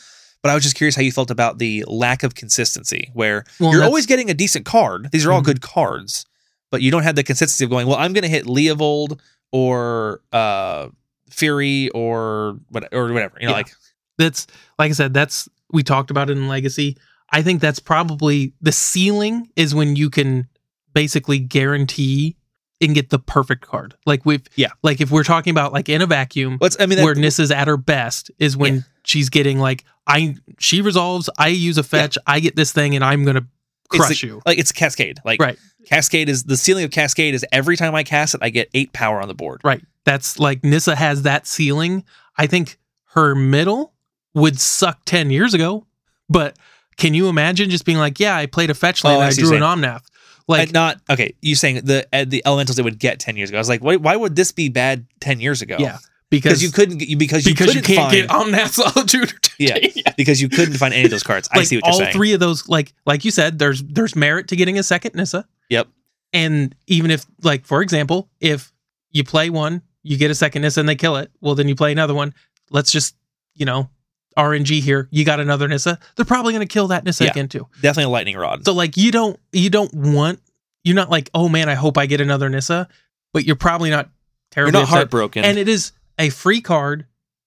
But I was just curious how you felt about the lack of consistency, where Well, you're that's- always getting a decent card. These are all Mhm. good cards, but you don't have the consistency of going. Well, I'm going to hit Leovold or uh, Fury or what or whatever. You know, Yeah. like that's like I said, that's we talked about it in Legacy. I think that's probably the ceiling is when you can basically guarantee and get the perfect card. Like we've Yeah. Like if we're talking about like in a vacuum What's I mean? where That, Nis is at her best is when Yeah. she's getting like I she resolves, I use a fetch, I get this thing and I'm gonna It's crush you. like it's Cascade. Like Right. Cascade is the ceiling of Cascade is every time I cast it, I get eight power on the board. Right. That's like Nissa has that ceiling. I think her middle would suck 10 years ago, but can you imagine just being like, yeah, I played a fetch land Oh, and I I see what drew an you're Omnath? Like Like, not okay. You saying the uh, the elementals it would get ten years ago? I was like, why, why would this be bad ten years ago? Yeah, because because you couldn't get- you because you because you couldn't can't find get Omnath's Solitude. yeah because you couldn't find any of those cards. I Like, see what you're all saying. three of those, like like you said, there's there's merit to getting a second Nissa. Yep. And even if, like, for example, if you play one, you get a second Nissa and they kill it, well, then you play another one. Let's just, you know, RNG here. You got another Nissa. They're probably going to kill that Nissa Yeah. again, too. Definitely a lightning rod. So like you don't you don't want you're not like oh man I hope I get another Nissa, but you're probably not you're terribly not upset. heartbroken. And it is a free card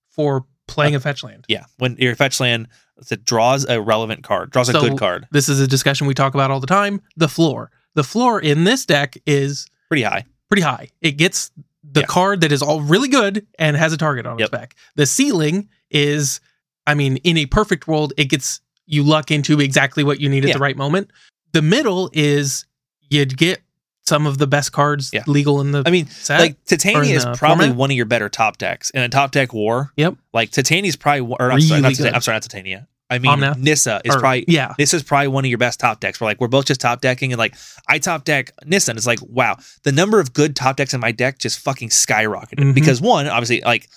for Uh, playing a fetch land. yeah, when your fetch land it draws a relevant card, draws a So- good card, This is a discussion we talk about all the time. The floor, the floor in this deck is pretty high. pretty high. It gets the Yeah. card that is all really good and has a target on Yep. its back. The ceiling is, I mean, in a perfect world, it gets you luck into exactly what you need at Yeah. the right moment. The middle is you'd get some of the best cards Yeah. legal in the I mean, set. like Titania is the probably format? one of your better top decks in a top deck war. Yep. Like Titania's probably one- or I'm sorry, Really not Titania, good. I'm sorry, not Titania. I mean Omnath? Nissa is Or- probably yeah, Nissa is probably one of your best top decks. We're like we're both just top decking and like I top deck Nissa and it's like wow the number of good top decks in my deck just fucking skyrocketed Mhm. because one obviously like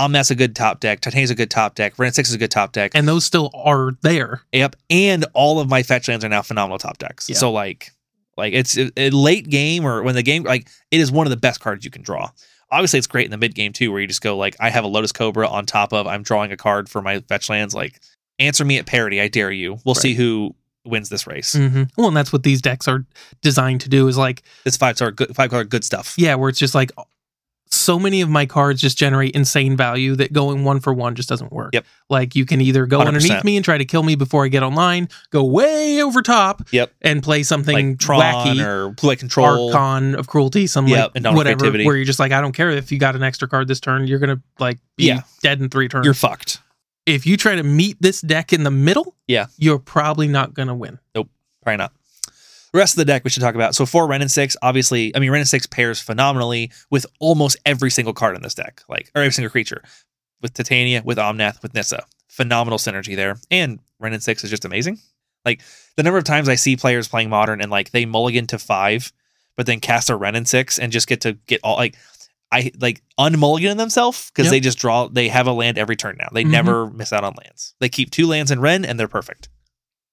Omnath's a good top deck, Titania's a good top deck, Ren Six is a good top deck. and those still are there. Yep, and all of my fetch lands are now phenomenal top decks. Yeah. So like, like it's a, a late game or when the game like it is one of the best cards you can draw. Obviously, it's great in the mid game too, where you just go like, I have a Lotus Cobra on top of I'm drawing a card for my fetch lands. Like, answer me at parity, I dare you. We'll see who wins this race. Mhm. Well, and that's what these decks are designed to do. Is like This five star good, five card good stuff. yeah, where it's just like so many of my cards just generate insane value that going one for one just doesn't work. Yep. Like you can either go 100%. underneath me and try to kill me before I get online, go way over top, Yep. and play something like Tron wacky, or play control. Archon of Cruelty, some Yeah, and like Dawn of whatever, Creativity. where you're just like, I don't care if you got an extra card this turn, you're gonna like be Yeah. dead in three turns. You're fucked. if you try to meet this deck in the middle, Yeah. you're probably not gonna win. Probably not. The rest of the deck we should talk about. So for Ren and Six, obviously, I mean Ren and Six pairs phenomenally with almost every single card in this deck, like or every single creature, with Titania, with Omnath, with Nissa. Phenomenal synergy there, and Ren and Six is just amazing. Like the number of times I see players playing Modern and like they mulligan to five, but then cast a Ren and Six and just get to get all like. I like unmulligan thememselves because Yep. they just draw. They have a land every turn now. They Mhm. never miss out on lands. They keep two lands in Ren and they're perfect.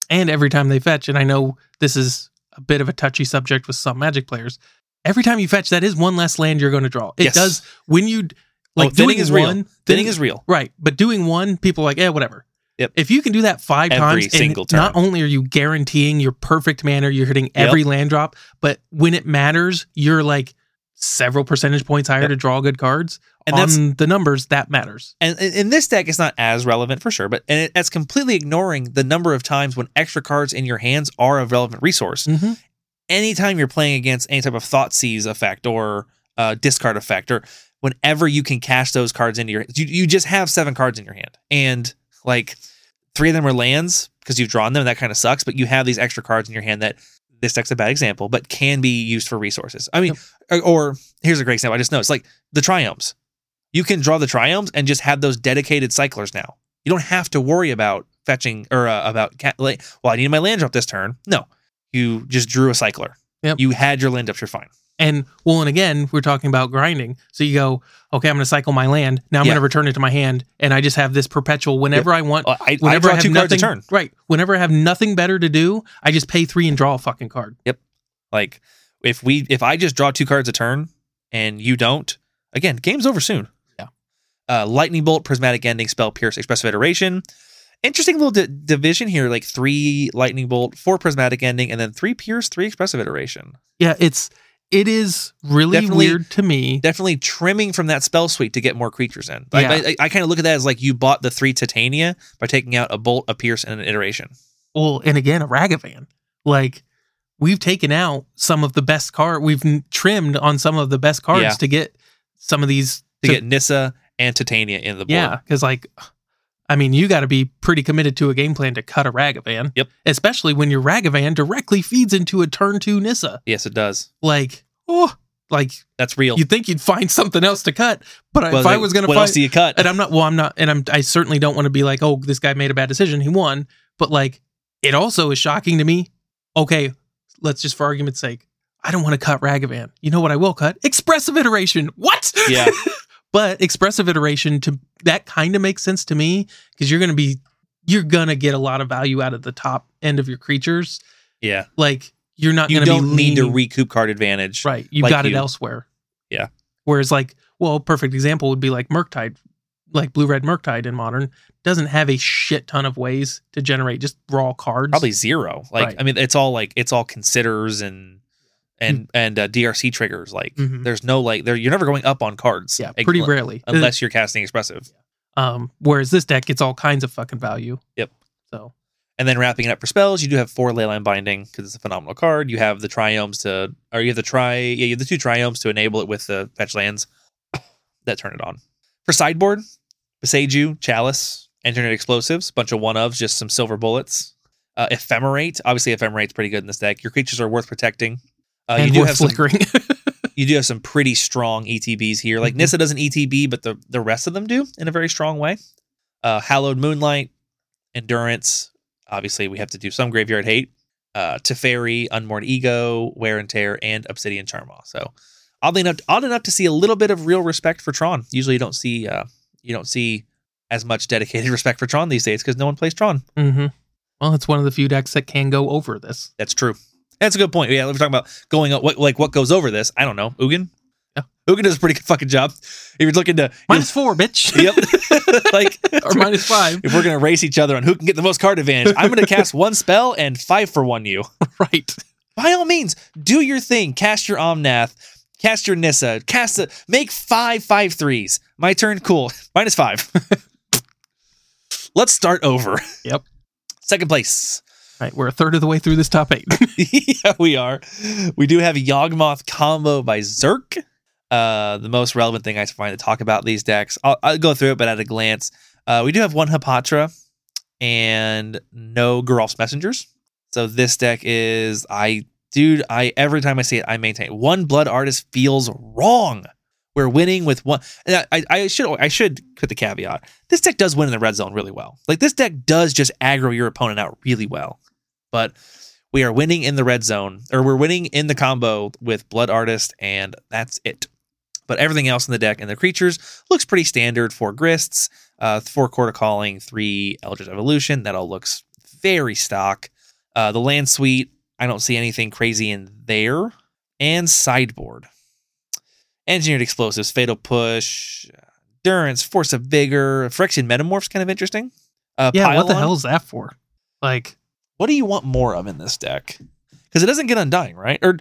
and every time they fetch, and I know this is a bit of a touchy subject with some magic players. Every time you fetch, that is one less land you're going to draw. It Yes. does when you like Oh, thinning doing is real. one. Thinning is real. right, but doing one, people are like, yeah, whatever. Yep. If you can do that five Every times, and single not turn. only are you guaranteeing your perfect manner, you're hitting every land drop, but when it matters, you're like several percentage points higher Yep. to draw good cards. And that's On the numbers, that matters. and in- in this deck it's not as relevant for sure but and it, that's completely ignoring the number of times when extra cards in your hands are a relevant resource Mhm. anytime you're playing against any type of thought seize effect or uh, discard effect or whenever you can cash those cards into your you, you just have seven cards in your hand and like three of them are lands because you've drawn them and that kind of sucks but you have these extra cards in your hand that this deck's a bad example but can be used for resources i mean uh, or, or here's a great example i just noticed like the triumphs you can draw the triumphs and just have those dedicated cyclers now you don't have to worry about fetching or uh, about cat like, well i need my land drop this turn no you just drew a cycler Yep. you had your land up you're fine And well, and again, we're talking about grinding. So you go, okay, I'm going to cycle my land. Now I'm Yeah. going to return it to my hand, and I just have this perpetual whenever I want. Uh, i, I Whenever draw I, have two cards nothing, a turn right? Whenever I have nothing better to do, I just pay three and draw a fucking card. Like if we if I just draw two cards a turn and you don't, again, game's over soon. Yeah. Uh, lightning bolt, prismatic ending, spell pierce, expressive iteration. Interesting little di- division here. Like three lightning bolt, four prismatic ending, and then three pierce, three expressive iteration. Yeah, it's it is really Definitely- weird to me. Definitely trimming from that spell suite to get more creatures in. Like, Yeah. I, I, kind of look at that as like you bought the three Titania by taking out a bolt, a pierce, and an iteration. well, and again, a ragavan. Like we've taken out some of the best card. We've n- trimmed on some of the best cards Yeah. to get some of these. to get Nissa and Titania in the board. yeah, because like, I mean, you got to be pretty committed to a game plan to cut a ragavan. Yep. Especially when your ragavan directly feeds into a turn two Nissa. Yes, it does. Like, oh, like That's real. you'd think you'd find something else to cut, but Well, if I like, was gonna what find, else do you cut? and I'm not well I'm not and I'm I certainly don't want to be like oh this guy made a bad decision he won but like it also is shocking to me okay let's just for argument's sake I don't want to cut Ragavan you know what I will cut expressive iteration what Yeah. but expressive iteration to that kind of makes sense to me because you're gonna be you're gonna get a lot of value out of the top end of your creatures yeah. like you're not You gonna don't be need to leaning- recoup card advantage. Right. You've like got it you. elsewhere. Yeah. Whereas like, well, a perfect example would be like Murktide, like blue red Murktide in modern doesn't have a shit ton of ways to generate just raw cards. Probably zero. Like Right. I mean, it's all like it's all considers and and Mm. and uh, DRC triggers. Like Mhm. there's no like there. You're never going up on cards. Yeah, like, pretty unle- rarely. Unless you're casting expressive. um whereas this deck gets all kinds of fucking value. Yep. So And then wrapping it up for spells, you do have four Leyline Binding because it's a phenomenal card. You have the triomes to, or you have the tri, yeah, you have the two triomes to enable it with the fetch lands that turn it on. For sideboard, Beseju, Chalice, Internet Explosives, bunch of one ofs, just some silver bullets. Uh, ephemerate, obviously ephemerate's pretty good in this deck. Your creatures are worth protecting. Uh, and you do we're have some, flickering. you do have some pretty strong ETBs here. Like Mhm. Nissa doesn't ETB, but the the rest of them do in a very strong way. Uh, Hallowed Moonlight, Endurance. Obviously, we have to do some Graveyard Hate. Uh, Teferi, Unmoored Ego, Wear and Tear, and Obsidian Charmaw. So oddly enough, odd enough to see a little bit of real respect for Tron. Usually, you don't see uh, you don't see as much dedicated respect for Tron these days because no one plays Tron. hmm Well, it's one of the few decks that can go over this. That's true. That's a good point. Yeah, we're talking about going o- what like what goes over this. I don't know. Ugin. Yeah. Ugin does a pretty good fucking job. If you're looking to Minus four, bitch. yep, like or minus five. If we're gonna race each other on who can get the most card advantage, I'm gonna cast one spell and five for one you. Right. By all means, do your thing. Cast your Omnath. Cast your Nissa. Cast a make five five threes. My turn. Cool. Minus five. Let's start over. Yep. Second place. Right. We're a third of the way through this top eight. yeah, we are. We do have Yawgmoth combo by Zerk. Uh, the most relevant thing I find to talk about these decks. I'll, I'll go through it, but at a glance, uh, we do have one Hapatra and no Garolf's Messengers. So this deck is I, dude. I every time I see it, I maintain one Blood Artist feels wrong. We're winning with one. And I, I should I should put the caveat. This deck does win in the red zone really well. Like this deck does just aggro your opponent out really well. But we are winning in the red zone, or we're winning in the combo with Blood Artist, and that's it. But everything else in the deck and the creatures looks pretty standard. Four Grists, uh, four Quarter Calling, three Eldritch Evolution. That all looks very stock. Uh, the Land Suite, I don't see anything crazy in there. And Sideboard. Engineered Explosives, Fatal Push, Endurance, Force of Vigor, Friction Metamorph's kind of interesting. Uh, yeah. What the Pylon. hell is that for? Like, What do you want more of in this deck? Because it doesn't get Undying, right? Or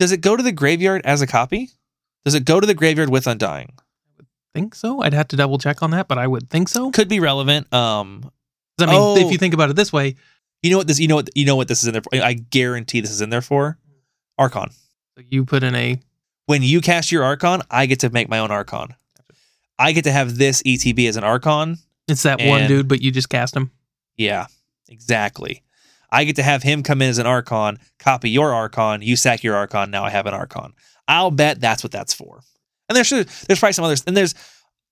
does it go to the graveyard as a copy? Does it go to the graveyard with Undying? think so. I'd have to double check on that, but I would think so. Could be relevant. Um, 'Cause, I mean, Oh. if you think about it this way, you know what this? You know what? You know what this is in there for? I guarantee this is in there for Archon. you put in a When you cast your Archon, I get to make my own Archon. I get to have this ETB as an Archon. it's that one And- dude, but you just cast him. Yeah, exactly. I get to have him come in as an Archon, copy your Archon, you sack your Archon, now I have an Archon. I'll bet that's what that's for. And there's there's probably some others, and there's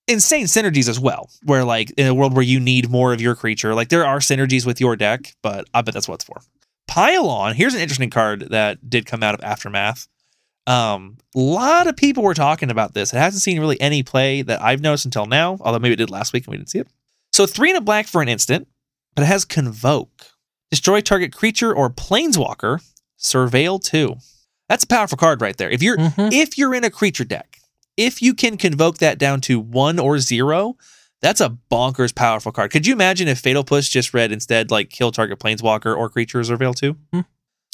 insane synergies as well, where like in a world where you need more of your creature, like there are synergies with your deck, but I bet that's what it's for. Pylon, here's an interesting card that did come out of Aftermath. Um, a lot of people were talking about this. It hasn't seen really any play that I've noticed until now, although maybe it did last week and we didn't see it. So three and a black for an instant but it has Convoke. Destroy target creature or planeswalker, surveil two. That's a powerful card right there. If you're Mhm. if you're in a creature deck, if you can convoke that down to one or zero, that's a bonkers powerful card. Could you imagine if Fatal Push just read instead like kill target planeswalker or creature surveil two?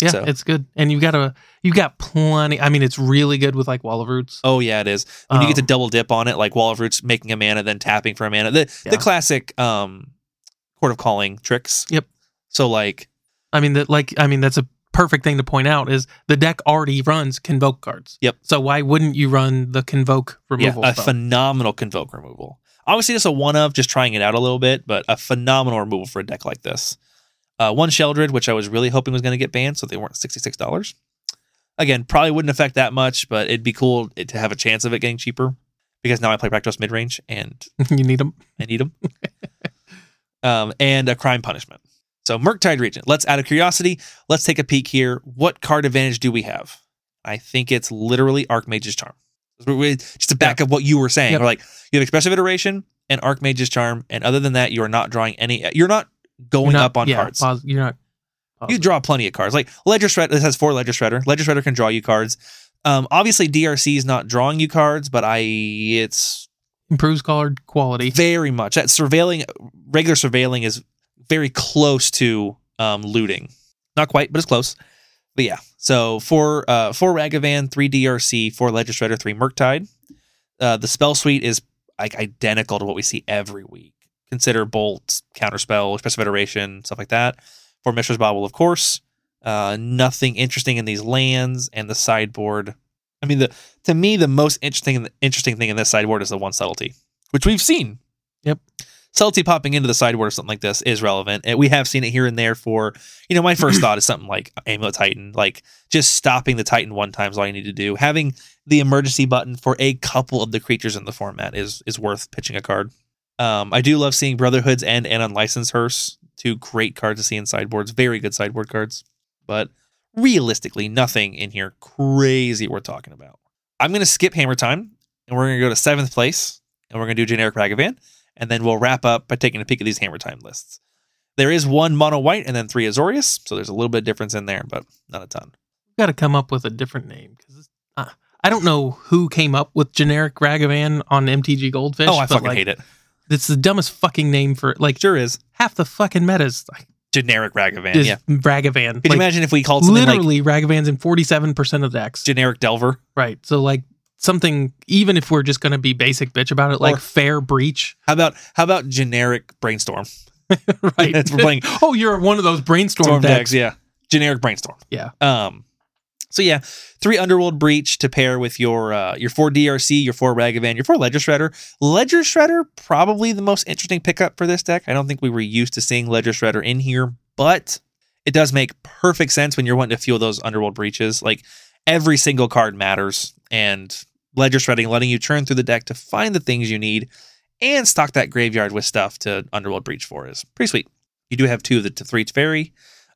Yeah, so- it's good, and you got a you got plenty. I mean, it's really good with like Wall of Roots. Oh yeah, it is. When you get to Um, double dip on it, like Wall of Roots making a mana, then tapping for a mana. The Yeah. the classic um Court of Calling tricks. Yep. So like I mean that like I mean that's a perfect thing to point out is the deck already runs convoke cards. Yep. So why wouldn't you run the convoke removal? yeah, a spell? phenomenal convoke removal. Obviously, just a one of, just trying it out a little bit, but a phenomenal removal for a deck like this. Uh, one Sheldred, which I was really hoping was going to get banned, so they weren't sixty six dollars. Again, probably wouldn't affect that much, but it'd be cool it- to have a chance of it getting cheaper because now I play Rakdos mid range and you need them. I need them. um, and a crime punishment. So Merktide region. Let's out of curiosity, let's take a peek here. What card advantage do we have? I think it's literally Archmage's Charm. We- we- Just to back up what you were saying, Yep. we're like you have expressive iteration and Archmage's Charm, and other than that, you are not drawing any. You're not going up on yeah, uh, cards. pos- you're not. You draw plenty of cards. Like Ledger Shred this has four Ledger Shredder. Ledger Shredder can draw you cards. Um, obviously DRC is not drawing you cards, but I it's improves card quality. very much that surveilling regular surveilling is very close to um, looting not quite but it's close but yeah so four uh four ragavan three drc four ledger shredder three murktide uh the spell suite is like identical to what we see every week consider bolt counterspell expressive iteration stuff like that for mistress bobble of course uh nothing interesting in these lands and the sideboard i mean the to me the most interesting interesting thing in this sideboard is the one subtlety which we've seen. Yep. Subtlety popping into the sideboard or something like this is relevant. And we have seen it here and there for, you know, my first thought is something like Amulet Titan, like just stopping the Titan one time is all you need to do. Having the emergency button for a couple of the creatures in the format is is worth pitching a card. Um, I do love seeing Brotherhoods and and Unlicensed Hearse, two great cards to see in sideboards, very good sideboard cards. But realistically, nothing in here crazy worth talking about. I'm gonna skip Hammer Time, and we're gonna go to seventh place and we're going to do generic Ragavan, and then we'll wrap up by taking a peek at these hammer time lists. There is one mono white and then three Azorius, so there's a little bit of difference in there, but not a ton. You've got to come up with a different name because uh, I don't know who came up with generic Ragavan on MTG Goldfish. oh, I fucking hate it. It's the dumbest fucking name for like Sure is half the fucking metas like, generic Ragavan. is yeah, Ragavan. could you Like, imagine if we called something like literally, Ragavan's in forty seven percent of decks. generic Delver? right. So like something, even if we're just gonna be basic bitch about it, like Or- fair breach. How about how about generic Brainstorm? Right. That's- we're playing oh, you're one of those brainstorm Storm decks. decks, yeah. Generic brainstorm. Yeah. Um so yeah, three underworld breach to pair with your uh your four DRC, your four Ragavan, your four Ledger Shredder. Ledger Shredder, probably the most interesting pickup for this deck. I don't think we were used to seeing Ledger Shredder in here, but it does make perfect sense when you're wanting to fuel those underworld breaches. Like every single card matters and ledger shredding letting you churn through the deck to find the things you need and stock that graveyard with stuff to underworld breach for is pretty sweet you do have two of the to three fairy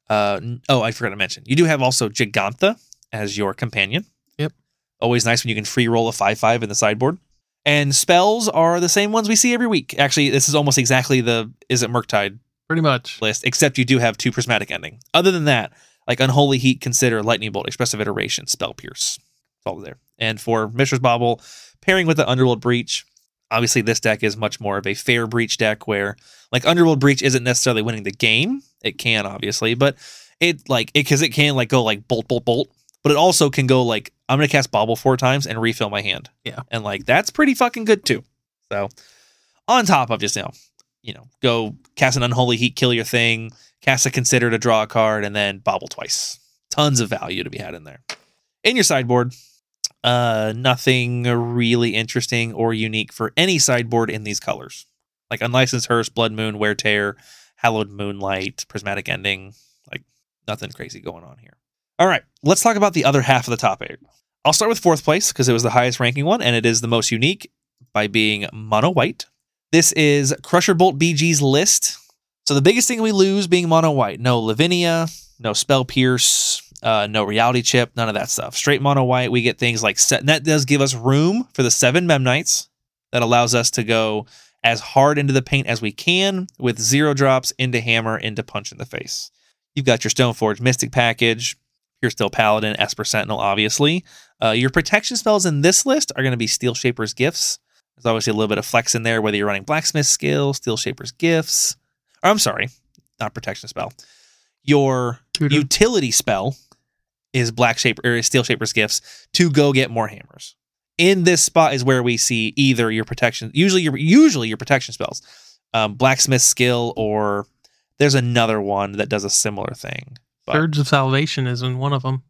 uh, n- oh i forgot to mention you do have also gigantha as your companion Yep. always nice when you can free roll a 5-5 in the sideboard and spells are the same ones we see every week actually this is almost exactly the is it murktide Pretty much. list, except you do have two prismatic ending. Other than that, like Unholy Heat, consider Lightning Bolt, Expressive Iteration, Spell Pierce. It's all there. And for Mistress Bobble, pairing with the Underworld Breach, obviously this deck is much more of a fair breach deck where like Underworld Breach isn't necessarily winning the game. It can obviously, but it like it because it can like go like bolt bolt bolt, but it also can go like I'm gonna cast Bobble four times and refill my hand. Yeah. and like that's pretty fucking good too. So on top of just you know, you know, go cast an Unholy Heat, kill your thing, cast a Consider to draw a card, and then Bobble twice. Tons of value to be had in there. In your sideboard, uh, nothing really interesting or unique for any sideboard in these colors. Like Unlicensed Hearse, Blood Moon, Wear Tear, Hallowed Moonlight, Prismatic Ending. Like nothing crazy going on here. All right, let's talk about the other half of the top eight. I'll start with fourth place because it was the highest ranking one and it is the most unique by being mono white. This is Crusher Bolt BG's list. So the biggest thing we lose being mono white. No Lavinia, no Spell Pierce, uh, no Reality Chip, none of that stuff. Straight mono white, we get things like set. and that does give us room for the seven Memnites. That allows us to go as hard into the paint as we can with zero drops into hammer into punch in the face. You've got your Stoneforge Mystic package. You're still Paladin, Esper Sentinel, obviously. Uh, your protection spells in this list are going to be Steel Shaper's Gifts, there's obviously a little bit of flex in there, whether you're running blacksmith skill, steel shaper's gifts. Or I'm sorry, not protection spell. Your Tutor. utility spell is black shaper or is steel shaper's gifts to go get more hammers. In this spot is where we see either your protection, usually your usually your protection spells, um, blacksmith skill, or there's another one that does a similar thing. But- Surge of Salvation is in one of them.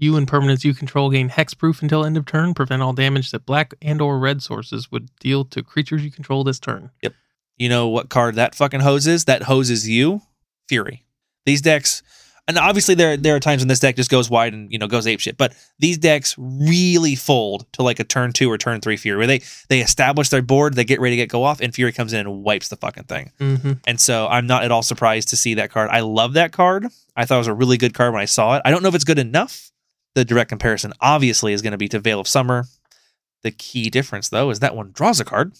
You and permanents you control gain hexproof until end of turn. Prevent all damage that black and or red sources would deal to creatures you control this turn. You know what card that fucking hoses? That hoses you. Fury. These decks, and obviously there there are times when this deck just goes wide and you know goes ape shit. But these decks really fold to like a turn two or turn three Fury, where they they establish their board, they get ready to get go off, and Fury comes in and wipes the fucking thing. Mm-hmm. And so I'm not at all surprised to see that card. I love that card. I thought it was a really good card when I saw it. I don't know if it's good enough. The direct comparison obviously is going to be to Veil of Summer. The key difference though is that one draws a card.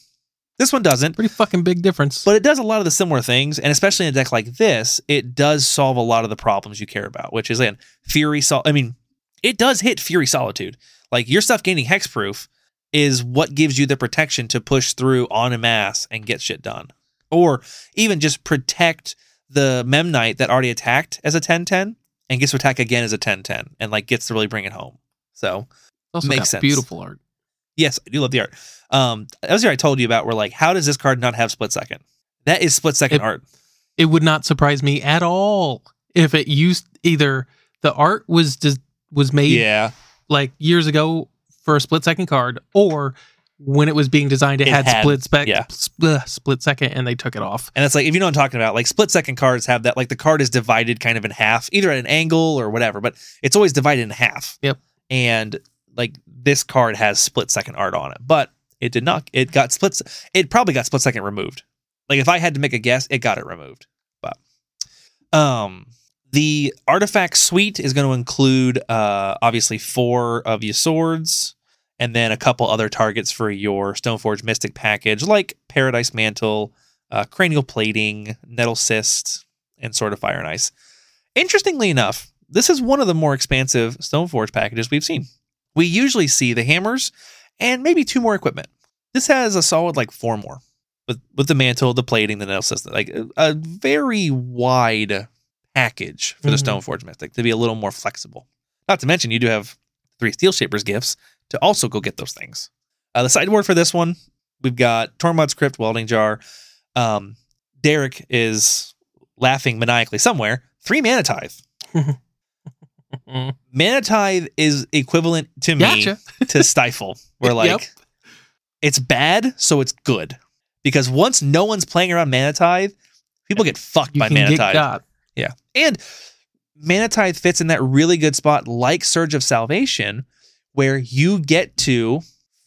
This one doesn't. Pretty fucking big difference. But it does a lot of the similar things, and especially in a deck like this, it does solve a lot of the problems you care about, which is again, Fury Sol I mean, it does hit Fury Solitude. Like your stuff gaining hexproof is what gives you the protection to push through on a mass and get shit done. Or even just protect the Memnite that already attacked as a 10-10 and gets to attack again as a 10-10 and like gets to really bring it home. So It's also makes got sense. beautiful art. Yes, I do love the art. Um, that was the art I told you about. Where like, how does this card not have split second? That is split second It- art. It would not surprise me at all if it used either the art was dis- was made Yeah, like years ago for a split second card, or when it was being designed, it, It had, had- split spec yeah. sp- uh, split second, and they took it off. and it's like if you know what I'm talking about, like split second cards have that. Like the card is divided kind of in half, either at an angle or whatever, but it's always divided in half. Yep. And like this card has split second art on it, but it did not. It got split. se- It probably got split second removed. Like if I had to make a guess, it got it removed. But um, the artifact suite is going to include uh obviously four of your swords. and then a couple other targets for your Stoneforge Mystic package, like Paradise Mantle, uh, Cranial Plating, Nettle Cyst, and Sword of Fire and Ice. Interestingly enough, this is one of the more expansive Stoneforge packages we've seen. We usually see the hammers and maybe two more equipment. This has a solid like four more with with the mantle, the plating, the nettle cyst, like a, a very wide package for the Mhm. Stoneforge Mystic to be a little more flexible. Not to mention, you do have three Steel Shapers gifts, to also go get those things. Uh, the sideboard for this one, we've got Tormod's Crypt Welding Jar. Um, Derek is laughing maniacally somewhere. Three Mana Tithe. Mm. Mana Tithe is equivalent to Mm-hmm. me Gotcha. to Stifle. We're like, Yep. it's bad, so it's good. Because once no one's playing around Mana Tithe, people get fucked You by can Mana get Tithe. got. And Manatithe fits in that really good spot, like Surge of Salvation, where you get to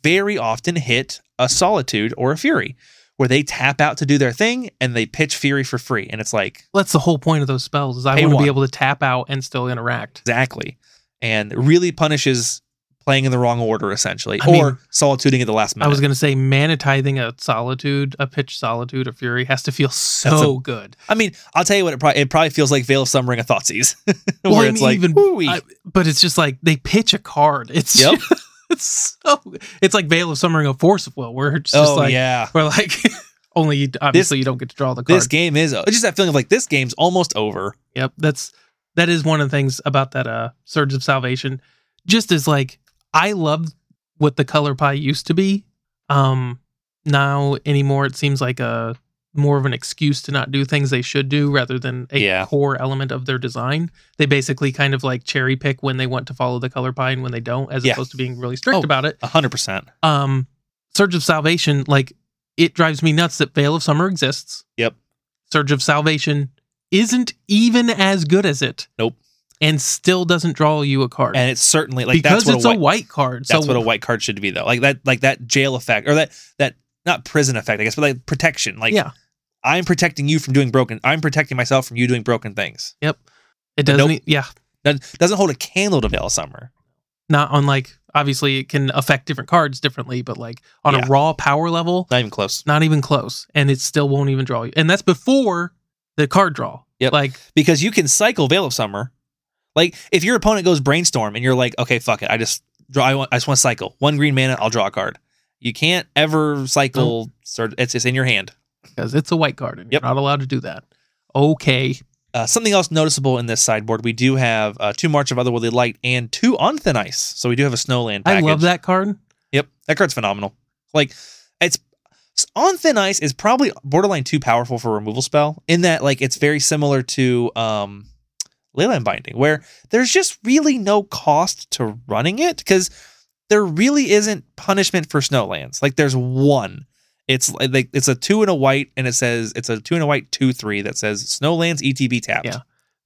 very often hit a Solitude or a Fury, where they tap out to do their thing and they pitch Fury for free. And it's like, That's the whole point of those spells. Is I Pay want to one. be able to tap out and still interact. exactly. And really punishes playing in the wrong order, essentially, I or mean, solituding at the last minute. I was gonna say manatizing a solitude, a pitch solitude, a fury has to feel so good. I mean, I'll tell you what, it, probably it probably feels like Veil of Summering of Thoughtseize, Well, where I it's mean, like, even- "Ooh-wee." I- But it's just like they pitch a card. It's Yep. it's so it's like Veil of Summering a Force of Will, where it's just oh, like yeah. we're like only you- obviously you don't get to draw the card. This game is, it's just that feeling of like, this game's almost over. Yep, that's that is one of the things about that uh surge of salvation. Just as like I love what the color pie used to be. Um now anymore it seems like a more of an excuse to not do things they should do rather than a Yeah. core element of their design. They basically kind of like cherry pick when they want to follow the color pie and when they don't, as Yeah. opposed to being really strict Oh. about it. 100%. um Surge of Salvation, like it drives me nuts that Veil of Summer exists. Yep. Surge of Salvation isn't even as good as it. Nope. And still doesn't draw you a card. and it's certainly like because that's what it's a a white, white, card. So that's what a white card should be though. Like that like that jail effect or that that not prison effect I guess, but like protection. Like Yeah. I'm protecting you from doing broken. I'm protecting myself from you doing broken things. it doesn't nope. e- yeah. That doesn't hold a candle to Veil of Summer. Not on like obviously it can affect different cards differently, but like on Yeah. a raw power level, Not even close. not even close. And it still won't even draw you. And that's before the card draw. Yep. Like Because you can cycle Veil of Summer. Like if your opponent goes brainstorm and you're like, okay, fuck it, I just draw. I, want, I just want to cycle one green mana. I'll draw a card. You can't ever cycle. Sort it's just in your hand. because it's a white card and Yep. you're not allowed to do that. Okay. Uh, something else noticeable in this sideboard, we do have uh, two March of Otherworldly Light and two On Thin Ice. So we do have a Snowland package. I love that card. Yep, that card's phenomenal. Like, it's On Thin Ice is probably borderline too powerful for a removal spell in that like it's very similar to um Leyline binding, where there's just really no cost to running it because there really isn't punishment for snowlands. Like there's one. It's like it's a two and a white, and it says it's a two and a white two three that says snowlands ETB tapped. Yeah.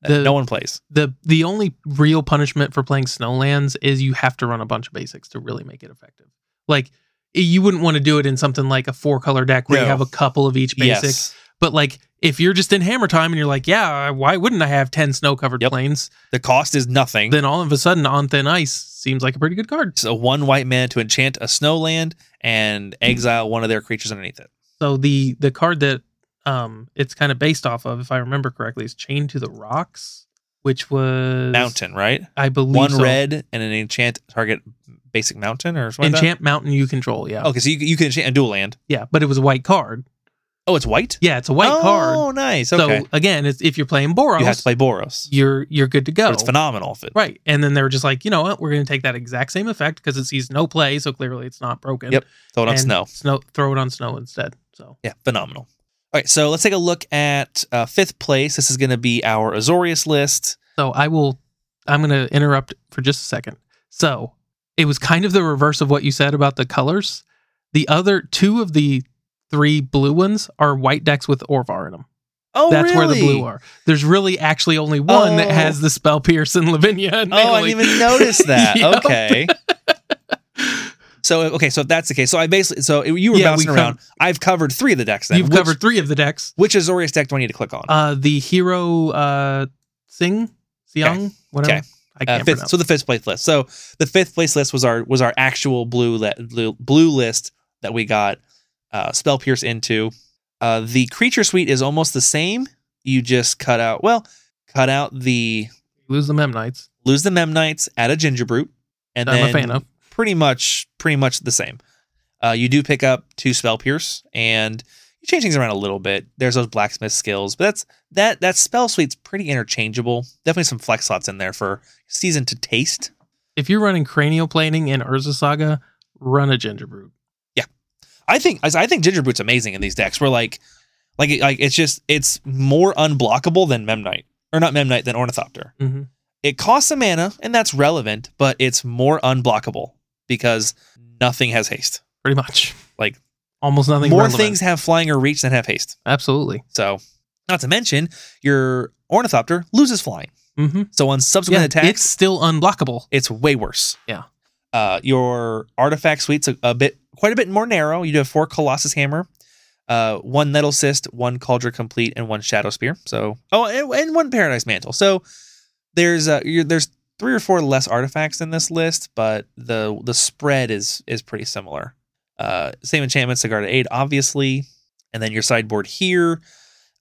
That The- no one plays. the the only real punishment for playing snowlands is you have to run a bunch of basics to really make it effective. Like you wouldn't want to do it in something like a four color deck where you No. have a couple of each basic. Yes. But like if you're just in hammer time and you're like, yeah, why wouldn't I have ten snow covered Yep. planes? The cost is nothing. Then all of a sudden on thin ice seems like a pretty good card. It's a one white man to enchant a snowland and Hmm. exile one of their creatures underneath it. So the the card that um it's kind of based off of, if I remember correctly, is Chained to the Rocks, which was Mountain, right? I believe One so. red and an enchant target basic mountain or something. like that? Oh. enchant mountain you control. Yeah, Okay, so you, you can enchant a dual land. yeah, but it was a white card. Oh, it's white. Yeah, it's a white oh, card. nice. Okay, So again, it's, if you're playing Boros, you have to play Boros. are you're good to go. But it's phenomenal. If it, Right. And then they were just like, you know what? We're going to take that exact same effect because it sees no play, so clearly it's not broken. Yep. Throw it on And snow. Snow throw it on snow instead. So Yeah, phenomenal. All right, so let's take a look at uh, fifth place. This is going to be our Azorius list. so I will I'm going to interrupt for just a second. So, it was kind of the reverse of what you said about the colors. The other two of the three blue ones are white decks with Orvar in them. Oh, That's where the really? blue are. There's really actually only one that Oh. has the spell Pierce and Lavinia. And Oh, I Naily. didn't even notice that. Yep. Okay. So okay, so if that's the case, so I basically so you were Yeah, bouncing we around. I've covered three of the decks. Then You've which, covered three of the decks. which Azorius deck do I need to click on? Uh, the hero uh, Singh, Siang, whatever. Okay. I Uh, can't fifth, pronounce. so the fifth place list. So the fifth place list was our was our actual blue le- blue, blue list that we got uh, spell pierce into. Uh, the creature suite is almost the same. You just cut out well, cut out the You lose the Memnites. lose the memnites, add a gingerbrute, and that I'm a then fan of. pretty much pretty much the same. Uh, you do pick up two spell pierce and you change things around a little bit. There's those blacksmith skills, but that's that that spell suite's pretty interchangeable. Definitely some flex slots in there for season to taste. If you're running cranial planing in Urza Saga, run a Gingerbrood. I think I think Gingerbroot's amazing in these decks. We're like, like, like it's just it's more unblockable than Memnite or not Memnite than Ornithopter. Mm-hmm. It costs a mana and that's relevant, but it's more unblockable because nothing has haste. Pretty much. Like, almost nothing. more relevant. things have flying or reach than have haste. Absolutely. So, not to mention your Ornithopter loses flying. Mm-hmm. So on subsequent Yeah, attacks, it's still unblockable. it's way worse. Yeah. Uh, your artifact suite's a, a bit, quite a bit more narrow. You do have four Colossus Hammer, uh, one Nettle Cyst, one Cauldron Complete, and one Shadow Spear. So, oh, and, and one Paradise Mantle. So there's uh, you're, there's three or four less artifacts in this list, but the the spread is is pretty similar. Uh, same enchantment, Cigar to Aid, obviously, and then your sideboard here.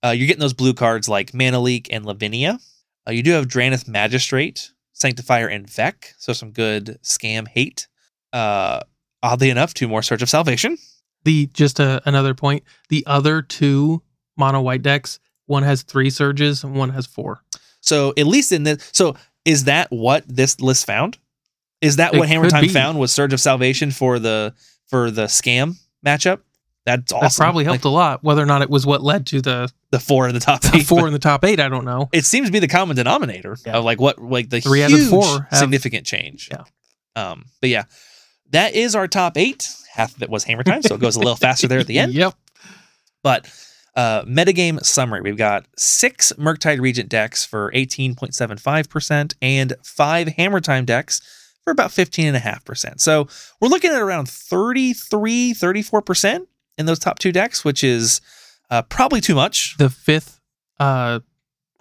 Uh, you're getting those blue cards like Mana Leak and Lavinia. Uh, you do have Dranith Magistrate, Sanctifier, and Vec, so some good scam hate. Uh, oddly enough, two more Search of Salvation. The just a, another point. The other two mono white decks, one has three surges and one has four. So at least in this, so is that what this list found? Is that It what Hammer could Time be. found was Surge of Salvation for the for the scam matchup? That's awesome. That probably helped Like, a lot. Whether or not it was what led to the, the four in the top the eight, four in the top eight, I don't know. it seems to be the common denominator Yeah. of like what like the Three out of huge four have- significant change. Yeah. Um. But yeah, that is our top eight. Half of it was Hammer Time, so it goes a little faster there at the end. Yep. But uh, metagame summary we've got six Murktide Regent decks for 18.75% and five Hammer Time decks for about 15.5%. So we're looking at around 33, 34% in those top two decks, which is uh, probably too much. The fifth uh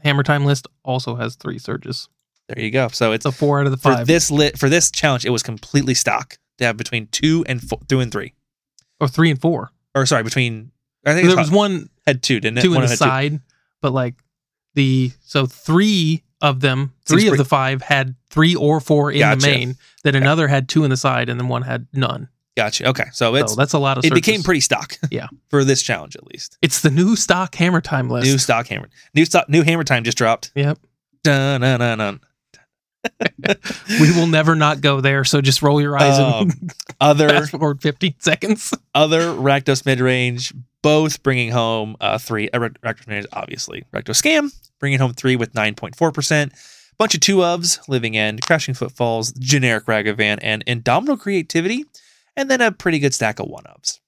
hammer time list also has three surges. There you go. So it's So four out of the for five. this lit for this challenge, it was completely stock to have between two and four, two and three, or three and four. or sorry, between I think There it was one had two, didn't it? two in One the had two. side, but like the so three of them, Seems three of pretty- the five had three or four in Gotcha. the main. Then another had two in the side, and then one had none. Gotcha. Okay, so it's so that's a lot of. it surges. became pretty stock. Yeah. for this challenge at least. It's the new stock hammer time list. New stock hammer. New stock. New hammer time just dropped. Yep. Dun, dun, dun, dun. we will never not go there. So just roll your eyes Um, and other fast forward fifteen seconds. other Rakdos mid range, both bringing home uh, three uh, Rakdos mid range, obviously Rakdos scam, bringing home three with 9.4%. Bunch of two ofs, Living End, Crashing Footfalls, Generic Ragavan, and Indomitable Creativity, and then a pretty good stack of one ofs.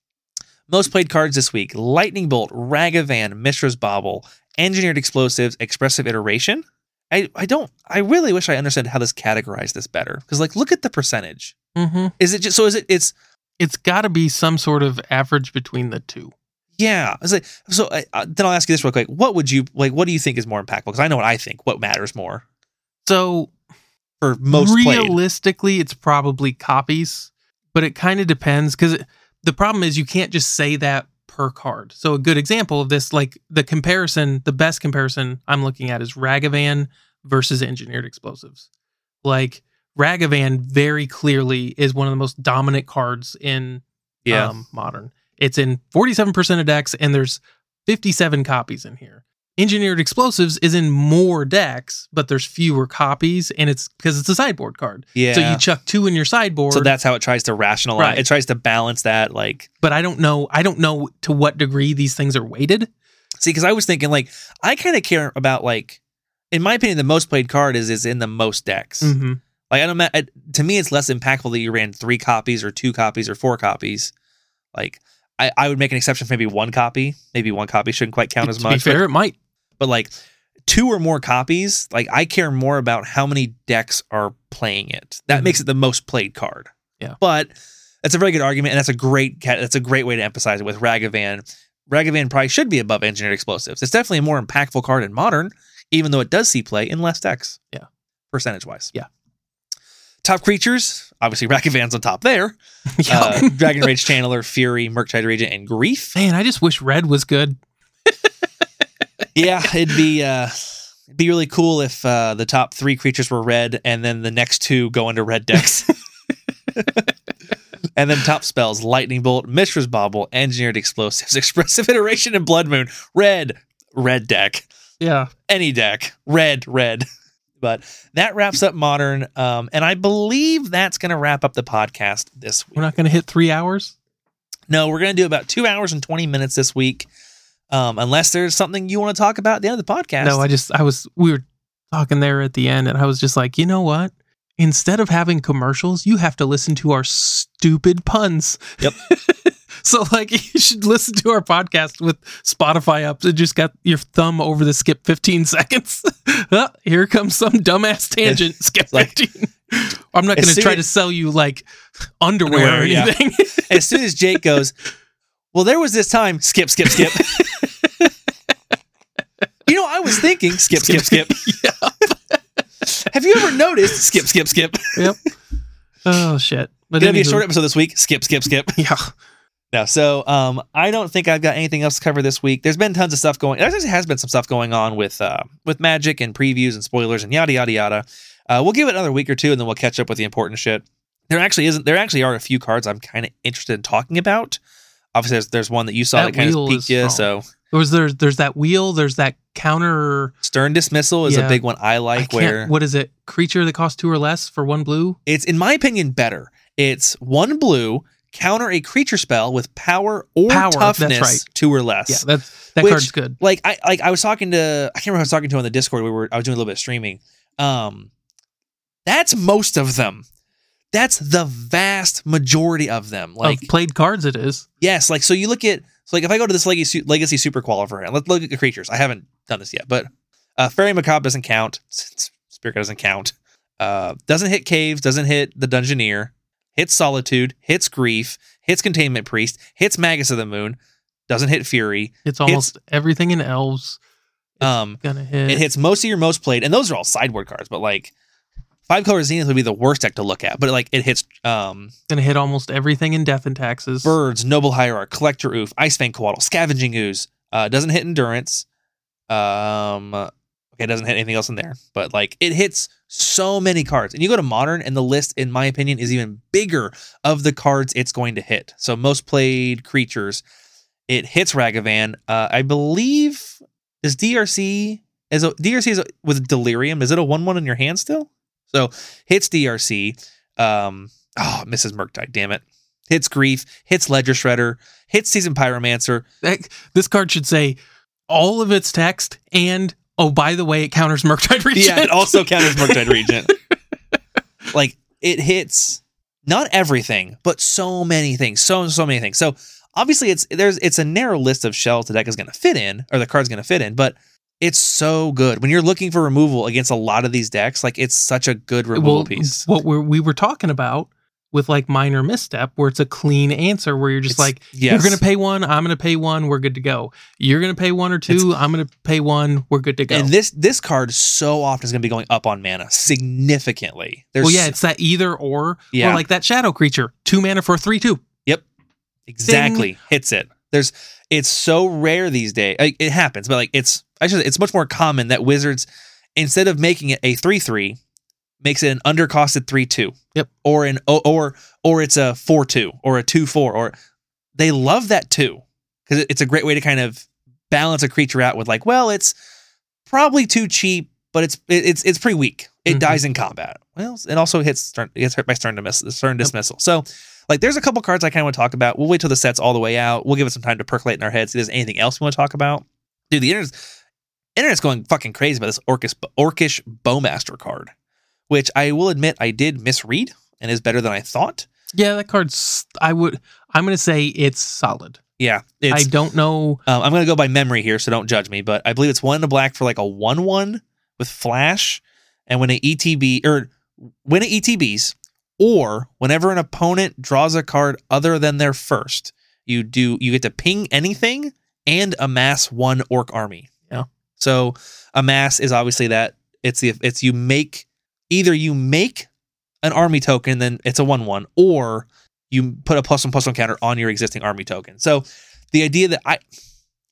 Most played cards this week Lightning Bolt, Ragavan, Mistress Bobble, Engineered Explosives, Expressive Iteration. I, I don't, I really wish I understood how this categorized this better. Because, like, look at the percentage. Mm-hmm. Is it just, so is it, it's It's got to be some sort of average between the two. Yeah. It's like, so uh, uh, then I'll ask you this real quick. What would you like? What do you think is more impactful? Because I know what I think. What matters more So for most played? realistically, it's probably copies, but it kind of depends because the problem is you can't just say that per card. So a good example of this, like the comparison, the best comparison I'm looking at is Ragavan versus Engineered Explosives. Like Ragavan very clearly is one of the most dominant cards in Yeah. um, modern. It's in 47% of decks, and there's 57 copies in here. Engineered Explosives is in more decks, but there's fewer copies, and it's because it's a sideboard card. yeah. So you chuck two in your sideboard. So that's how it tries to rationalize. Right. It tries to balance that. Like, but I don't know. I don't know to what degree these things are weighted. see, because I was thinking, like, I kind of care about like, in my opinion, the most played card is is in the most decks. Mm-hmm. Like, I don't. ma- I- To me, it's less impactful that you ran three copies or two copies or four copies. Like, I, I would make an exception for maybe one copy. Maybe one copy shouldn't quite count as to much. be but- fair, it might. but like two or more copies, like I care more about how many decks are playing it. That Mhm. makes it the most played card. Yeah. But that's a very good argument, and that's a great ca- that's a great way to emphasize it with Ragavan. Ragavan probably should be above Engineered Explosives. It's definitely a more impactful card in Modern, even though it does see play in less decks. Yeah. Percentage wise. Yeah. Top creatures, obviously Ragavan's on top there. Uh, Dragon Rage Channeler, Fury, Murktide Regent, and Grief. Man, I just wish red was good. yeah, it'd be uh, it'd be really cool if uh, the top three creatures were red, and then the next two go into red decks. and then top spells: Lightning Bolt, Mistress Bobble, Engineered Explosives, Expressive Iteration, and Blood Moon. Red, red deck, Yeah. any deck, red, red. But that wraps up modern, um, and I believe that's going to wrap up the podcast this week. We're not going to hit three hours. No, we're going to do about two hours and twenty minutes this week, um, unless there's something you want to talk about at the end of the podcast. No, I just, I was, we were talking there at the end, and I was just like, you know what? Instead of having commercials, you have to listen to our stupid puns. Yep. so, like, you should listen to our podcast with Spotify up. It just got your thumb over the skip 15 seconds. Huh, here comes some dumbass tangent. Skip like- 15. I'm not As going to soon try as- to sell you like underwear, or Underwear, yeah. anything. as soon as Jake goes, well, there was this time. Skip, skip, skip. you know, I was thinking. Skip, skip, skip. Have you ever noticed? Skip, skip, skip. Oh shit! But Gonna be a anywho, short episode this week. Skip, skip, skip. Yeah. No, so um, I don't think I've got anything else to cover this week. There's been tons of stuff going. There actually has been some stuff going on with uh, with magic and previews and spoilers and yada yada yada. Uh, we'll give it another week or two, and then we'll catch up with the important shit. There actually isn't. There actually are a few cards I'm kind of interested in talking about. Obviously, there's, there's one that you saw that, That kind of wheel piqued is you. strong. So There was there's there's that wheel. There's that counter. stern dismissal is a Yeah. big one I I like. can't. where What is it? Creature that costs two or less for one blue. it's in my opinion better. It's one blue counter a creature spell with power or Power, that's toughness right. two or less. Yeah, that's that Which- card's good. like I like I was talking to I can't remember who I was talking to on the Discord. We were I was doing a little bit of streaming. Um, that's most of them. That's the vast majority of them. Like Like played cards, it is. yes, like so you look at so like if I go to this legacy legacy super qualifier and let's look at the creatures. I haven't done this yet, but uh, fairy macabre doesn't count. S- s- Spirit doesn't count. Uh, doesn't hit caves. Doesn't hit the dungeoneer. Hits solitude. Hits grief. Hits containment priest. Hits magus of the moon. Doesn't hit fury. It's almost everything in elves Um, gonna hit. It hits most of your most played, and those are all sideboard cards. But like five color zenith would be the worst deck to look at. But like it hits um, gonna hit almost everything in death and taxes. birds, noble hierarch, collector oof, ice fang coatl, scavenging ooze. Uh, doesn't hit endurance. Um, okay, it doesn't hit anything else in there. But like it hits so many cards, and you go to modern, and the list, in my opinion, is even bigger of the cards it's going to hit. So most played creatures, it hits Ragavan. Uh, I believe is DRC is a, DRC is a, with Delirium. Is it a one one in your hand still? So hits DRC. Um, oh, Mrs. Murktide, damn it. Hits Grief, hits Ledger Shredder, hits Season Pyromancer. That- this card should say all of its text and Oh, by the way, it counters Murktide Regent. Yeah, It also counters Murktide Regent. like it hits not everything, but so many things, so so many things. So obviously, it's there's it's a narrow list of shells the deck is going to fit in, or the card's going to fit in, but it's so good when you're looking for removal against a lot of these decks. Like it's such a good removal well, piece. What we're, we were talking about with like minor misstep, where it's a clean answer, where you're just It's- like, yes. you're going to pay one, I'm going to pay one, we're good to go. You're going to pay one or two, I'm going to pay one, we're good to go. And this this card so often is going to be going up on mana significantly. There's well, yeah, it's that either or, Yeah. or like that shadow creature, two mana for a three two. Exactly. Hits it. There's it's so rare these days. Like, it happens, but like it's I should it's much more common that wizards instead of making it a 3/3 makes it an undercosted 3/2. Yep. Or an or or, or it's a 4/2 or a 2/4 or they love that too cuz it's a great way to kind of balance a creature out with like, well, it's probably too cheap, but it's it, it's it's pretty weak. It Mhm. dies in combat. Well, it also hits turn, it gets hurt by stern, dismiss, stern dismissal. So, like, there's a couple cards I kind of want to talk about. We'll wait till the set's all the way out. We'll give it some time to percolate in our heads. If there's anything else we want to talk about, dude, the internet's internet's going fucking crazy about this Orcish Orcish Bowmaster card, which I will admit I did misread and is better than I thought. Yeah, that card's. I would. I'm going to say it's solid. Yeah, it's, I don't know. Um, I'm going to go by memory here, so don't judge me, but I believe it's one in the black for like a 1 1 with flash. And when an E ETB or er, when it ETBs, or whenever an opponent draws a card other than their first, you do you get to ping anything and amass one orc army. Yeah. So amass is obviously that it's the it's you make either you make an army token, then it's a one one, or you put a plus one plus one counter on your existing army token. So the idea that I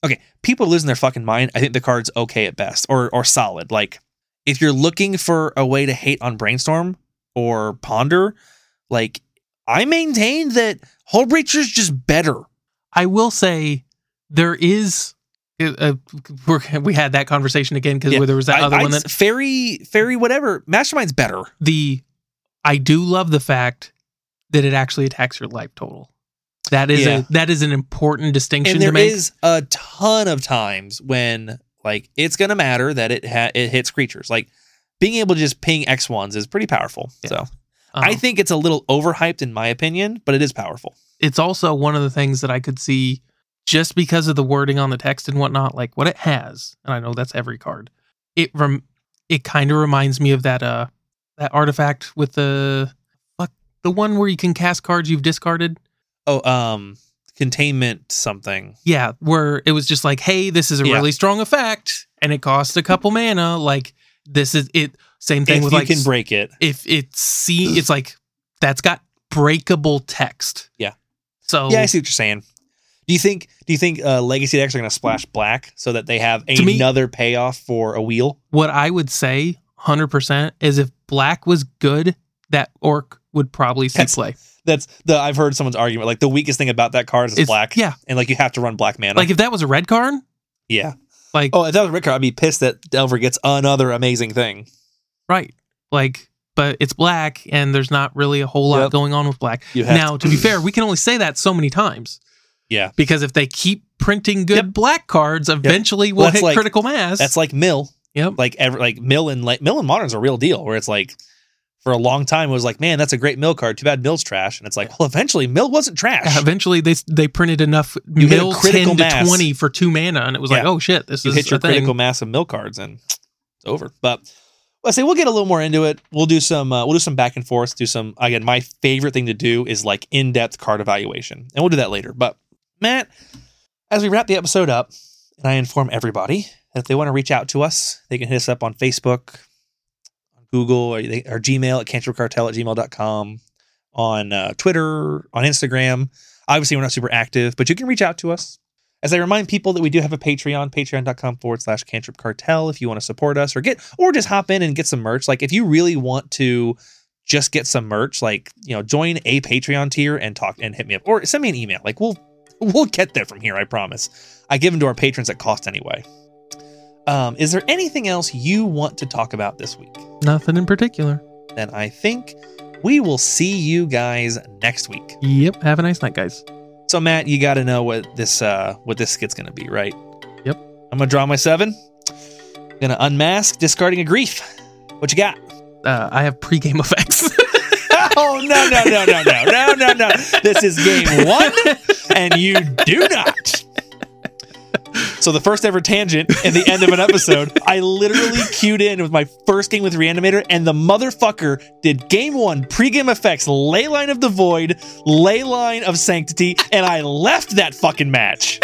okay, people are losing their fucking mind. I think the card's okay at best or or solid. Like if you're looking for a way to hate on brainstorm or ponder, like I maintain that Hull Breacher's just better. I will say there is. Uh, uh, we're, we had that conversation again because Yeah, there was that I- other I- one that fairy fairy whatever mastermind's better. the. I do love the fact that it actually attacks your life total. That is Yeah. a that is an important distinction And there to make. is a ton of times when like it's gonna matter that it ha- it hits creatures. Like being able to just ping X ones is pretty powerful. Yeah. So Um, I think it's a little overhyped in my opinion, but it is powerful. it's also one of the things that I could see just because of the wording on the text and whatnot, like what it has, and I know that's every card. It rem it kind of reminds me of that uh that artifact with the fuck the one where you can cast cards you've discarded. Oh, um, containment something. Yeah, where it was just like, hey, this is a Yeah. really strong effect, and it costs a couple mana. Like this is it. Same thing if with you like can break it, if it's see it's like that's got breakable text. Yeah. So yeah, I see what you're saying. Do you think? Do you think uh, legacy decks are going to splash black so that they have To me- another payoff for a wheel? what I would say 100% is if black was good, that orc would probably see That's- play. That's the I've heard someone's argument. Like the weakest thing about that card is it's It's- black, Yeah. and like you have to run black mana. Like if that was a red card, yeah. like, Oh, if that was Rick, I'd be pissed that Delver gets another amazing thing. right. Like, but it's black and there's not really a whole lot Yep. going on with black. You have Now, to be fair, we can only say that so many times. Yeah. Because if they keep printing good black cards, eventually we'll That's hit like- critical mass. That's like Mill. Yep. Like ever like Mill and like Mill and Modern's a real deal where it's like for a long time it was like, man, that's a great Mill card. Too bad Mill's trash. And it's like, well, eventually Mill wasn't trash. Uh, Eventually, they they printed enough You hit a mill critical ten to mass. twenty for two mana, and it was like, Yeah. oh shit, this you is hit your a thing. critical mass of mill cards and it's over. But let's say we'll get a little more into it. We'll do some uh, we'll do some back and forth. Do some again. My favorite thing to do is like in depth card evaluation, and we'll do that later. But Matt, as we wrap the episode up, and I inform everybody that if they want to reach out to us, they can hit us up on Facebook, on Google, or, they, or Gmail at cantripcartel at gmail.com, on uh, Twitter, on Instagram. Obviously, we're not super active, but you can reach out to us. As I remind people that we do have a Patreon, patreon.com forward slash cantrip cartel if you want to support us or get or just hop in and get some merch. Like if you really want to just get some merch, like you know, join a Patreon tier and talk and hit me up. Or send me an email. Like we'll we'll get there from here, I promise. I give them to our patrons at cost anyway. Um, is there anything else you want to talk about this week? Nothing in particular. Then I think we will see you guys next week. Yep. Have a nice night, guys. So Matt, you got to know what this uh what this skit's gonna be, right? Yep. I'm gonna draw my seven. Gonna unmask, discarding a grief. What you got? Uh, I have pregame effects. Oh no no no no no no no no! This is game one, and you do not. So the first ever tangent at the end of an episode, I literally queued in with my first game with Reanimator, and the motherfucker did game one pregame effects, ley line of the void, ley line of sanctity, and I left that fucking match.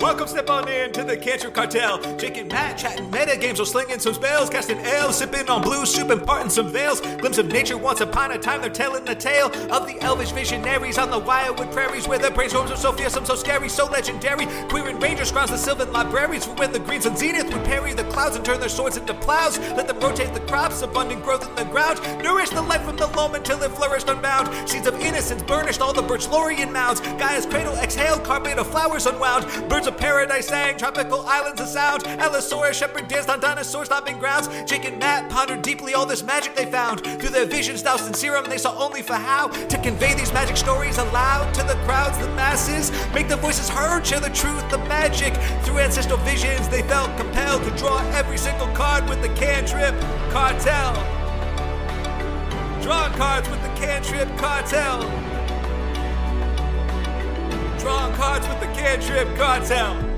Welcome, step on in to the Cantrip Cartel. Jake and Matt chatting metagames while slinging some spells, casting ale, sipping on blue soup and parting some veils. Glimpse of nature once upon a time, they're telling the tale of the elvish visionaries on the wildwood prairies where the brainstorms are so fearsome, so scary, so legendary. Queering rangers grounds the sylvan libraries for when the greens and zenith would parry the clouds and turn their swords into plows. Let them rotate the crops, abundant growth in the ground. Nourish the life from the loam until it flourished unbound. Seeds of innocence burnished all the birch laurian mounds. Gaia's cradle exhaled, carpet of flowers unwound. Birds of paradise sang, tropical islands of sound. Allosaurus shepherd danced on dinosaur stomping grounds. Jake and Matt pondered deeply all this magic they found. Through their visions doused in serum, they saw only for how to convey these magic stories aloud to the crowds, the masses. Make the voices heard, share the truth, the magic. Through ancestral visions, they felt compelled to draw every single card with the cantrip cartel. Draw cards with the cantrip cartel. Drawing cards with the cantrip cartel.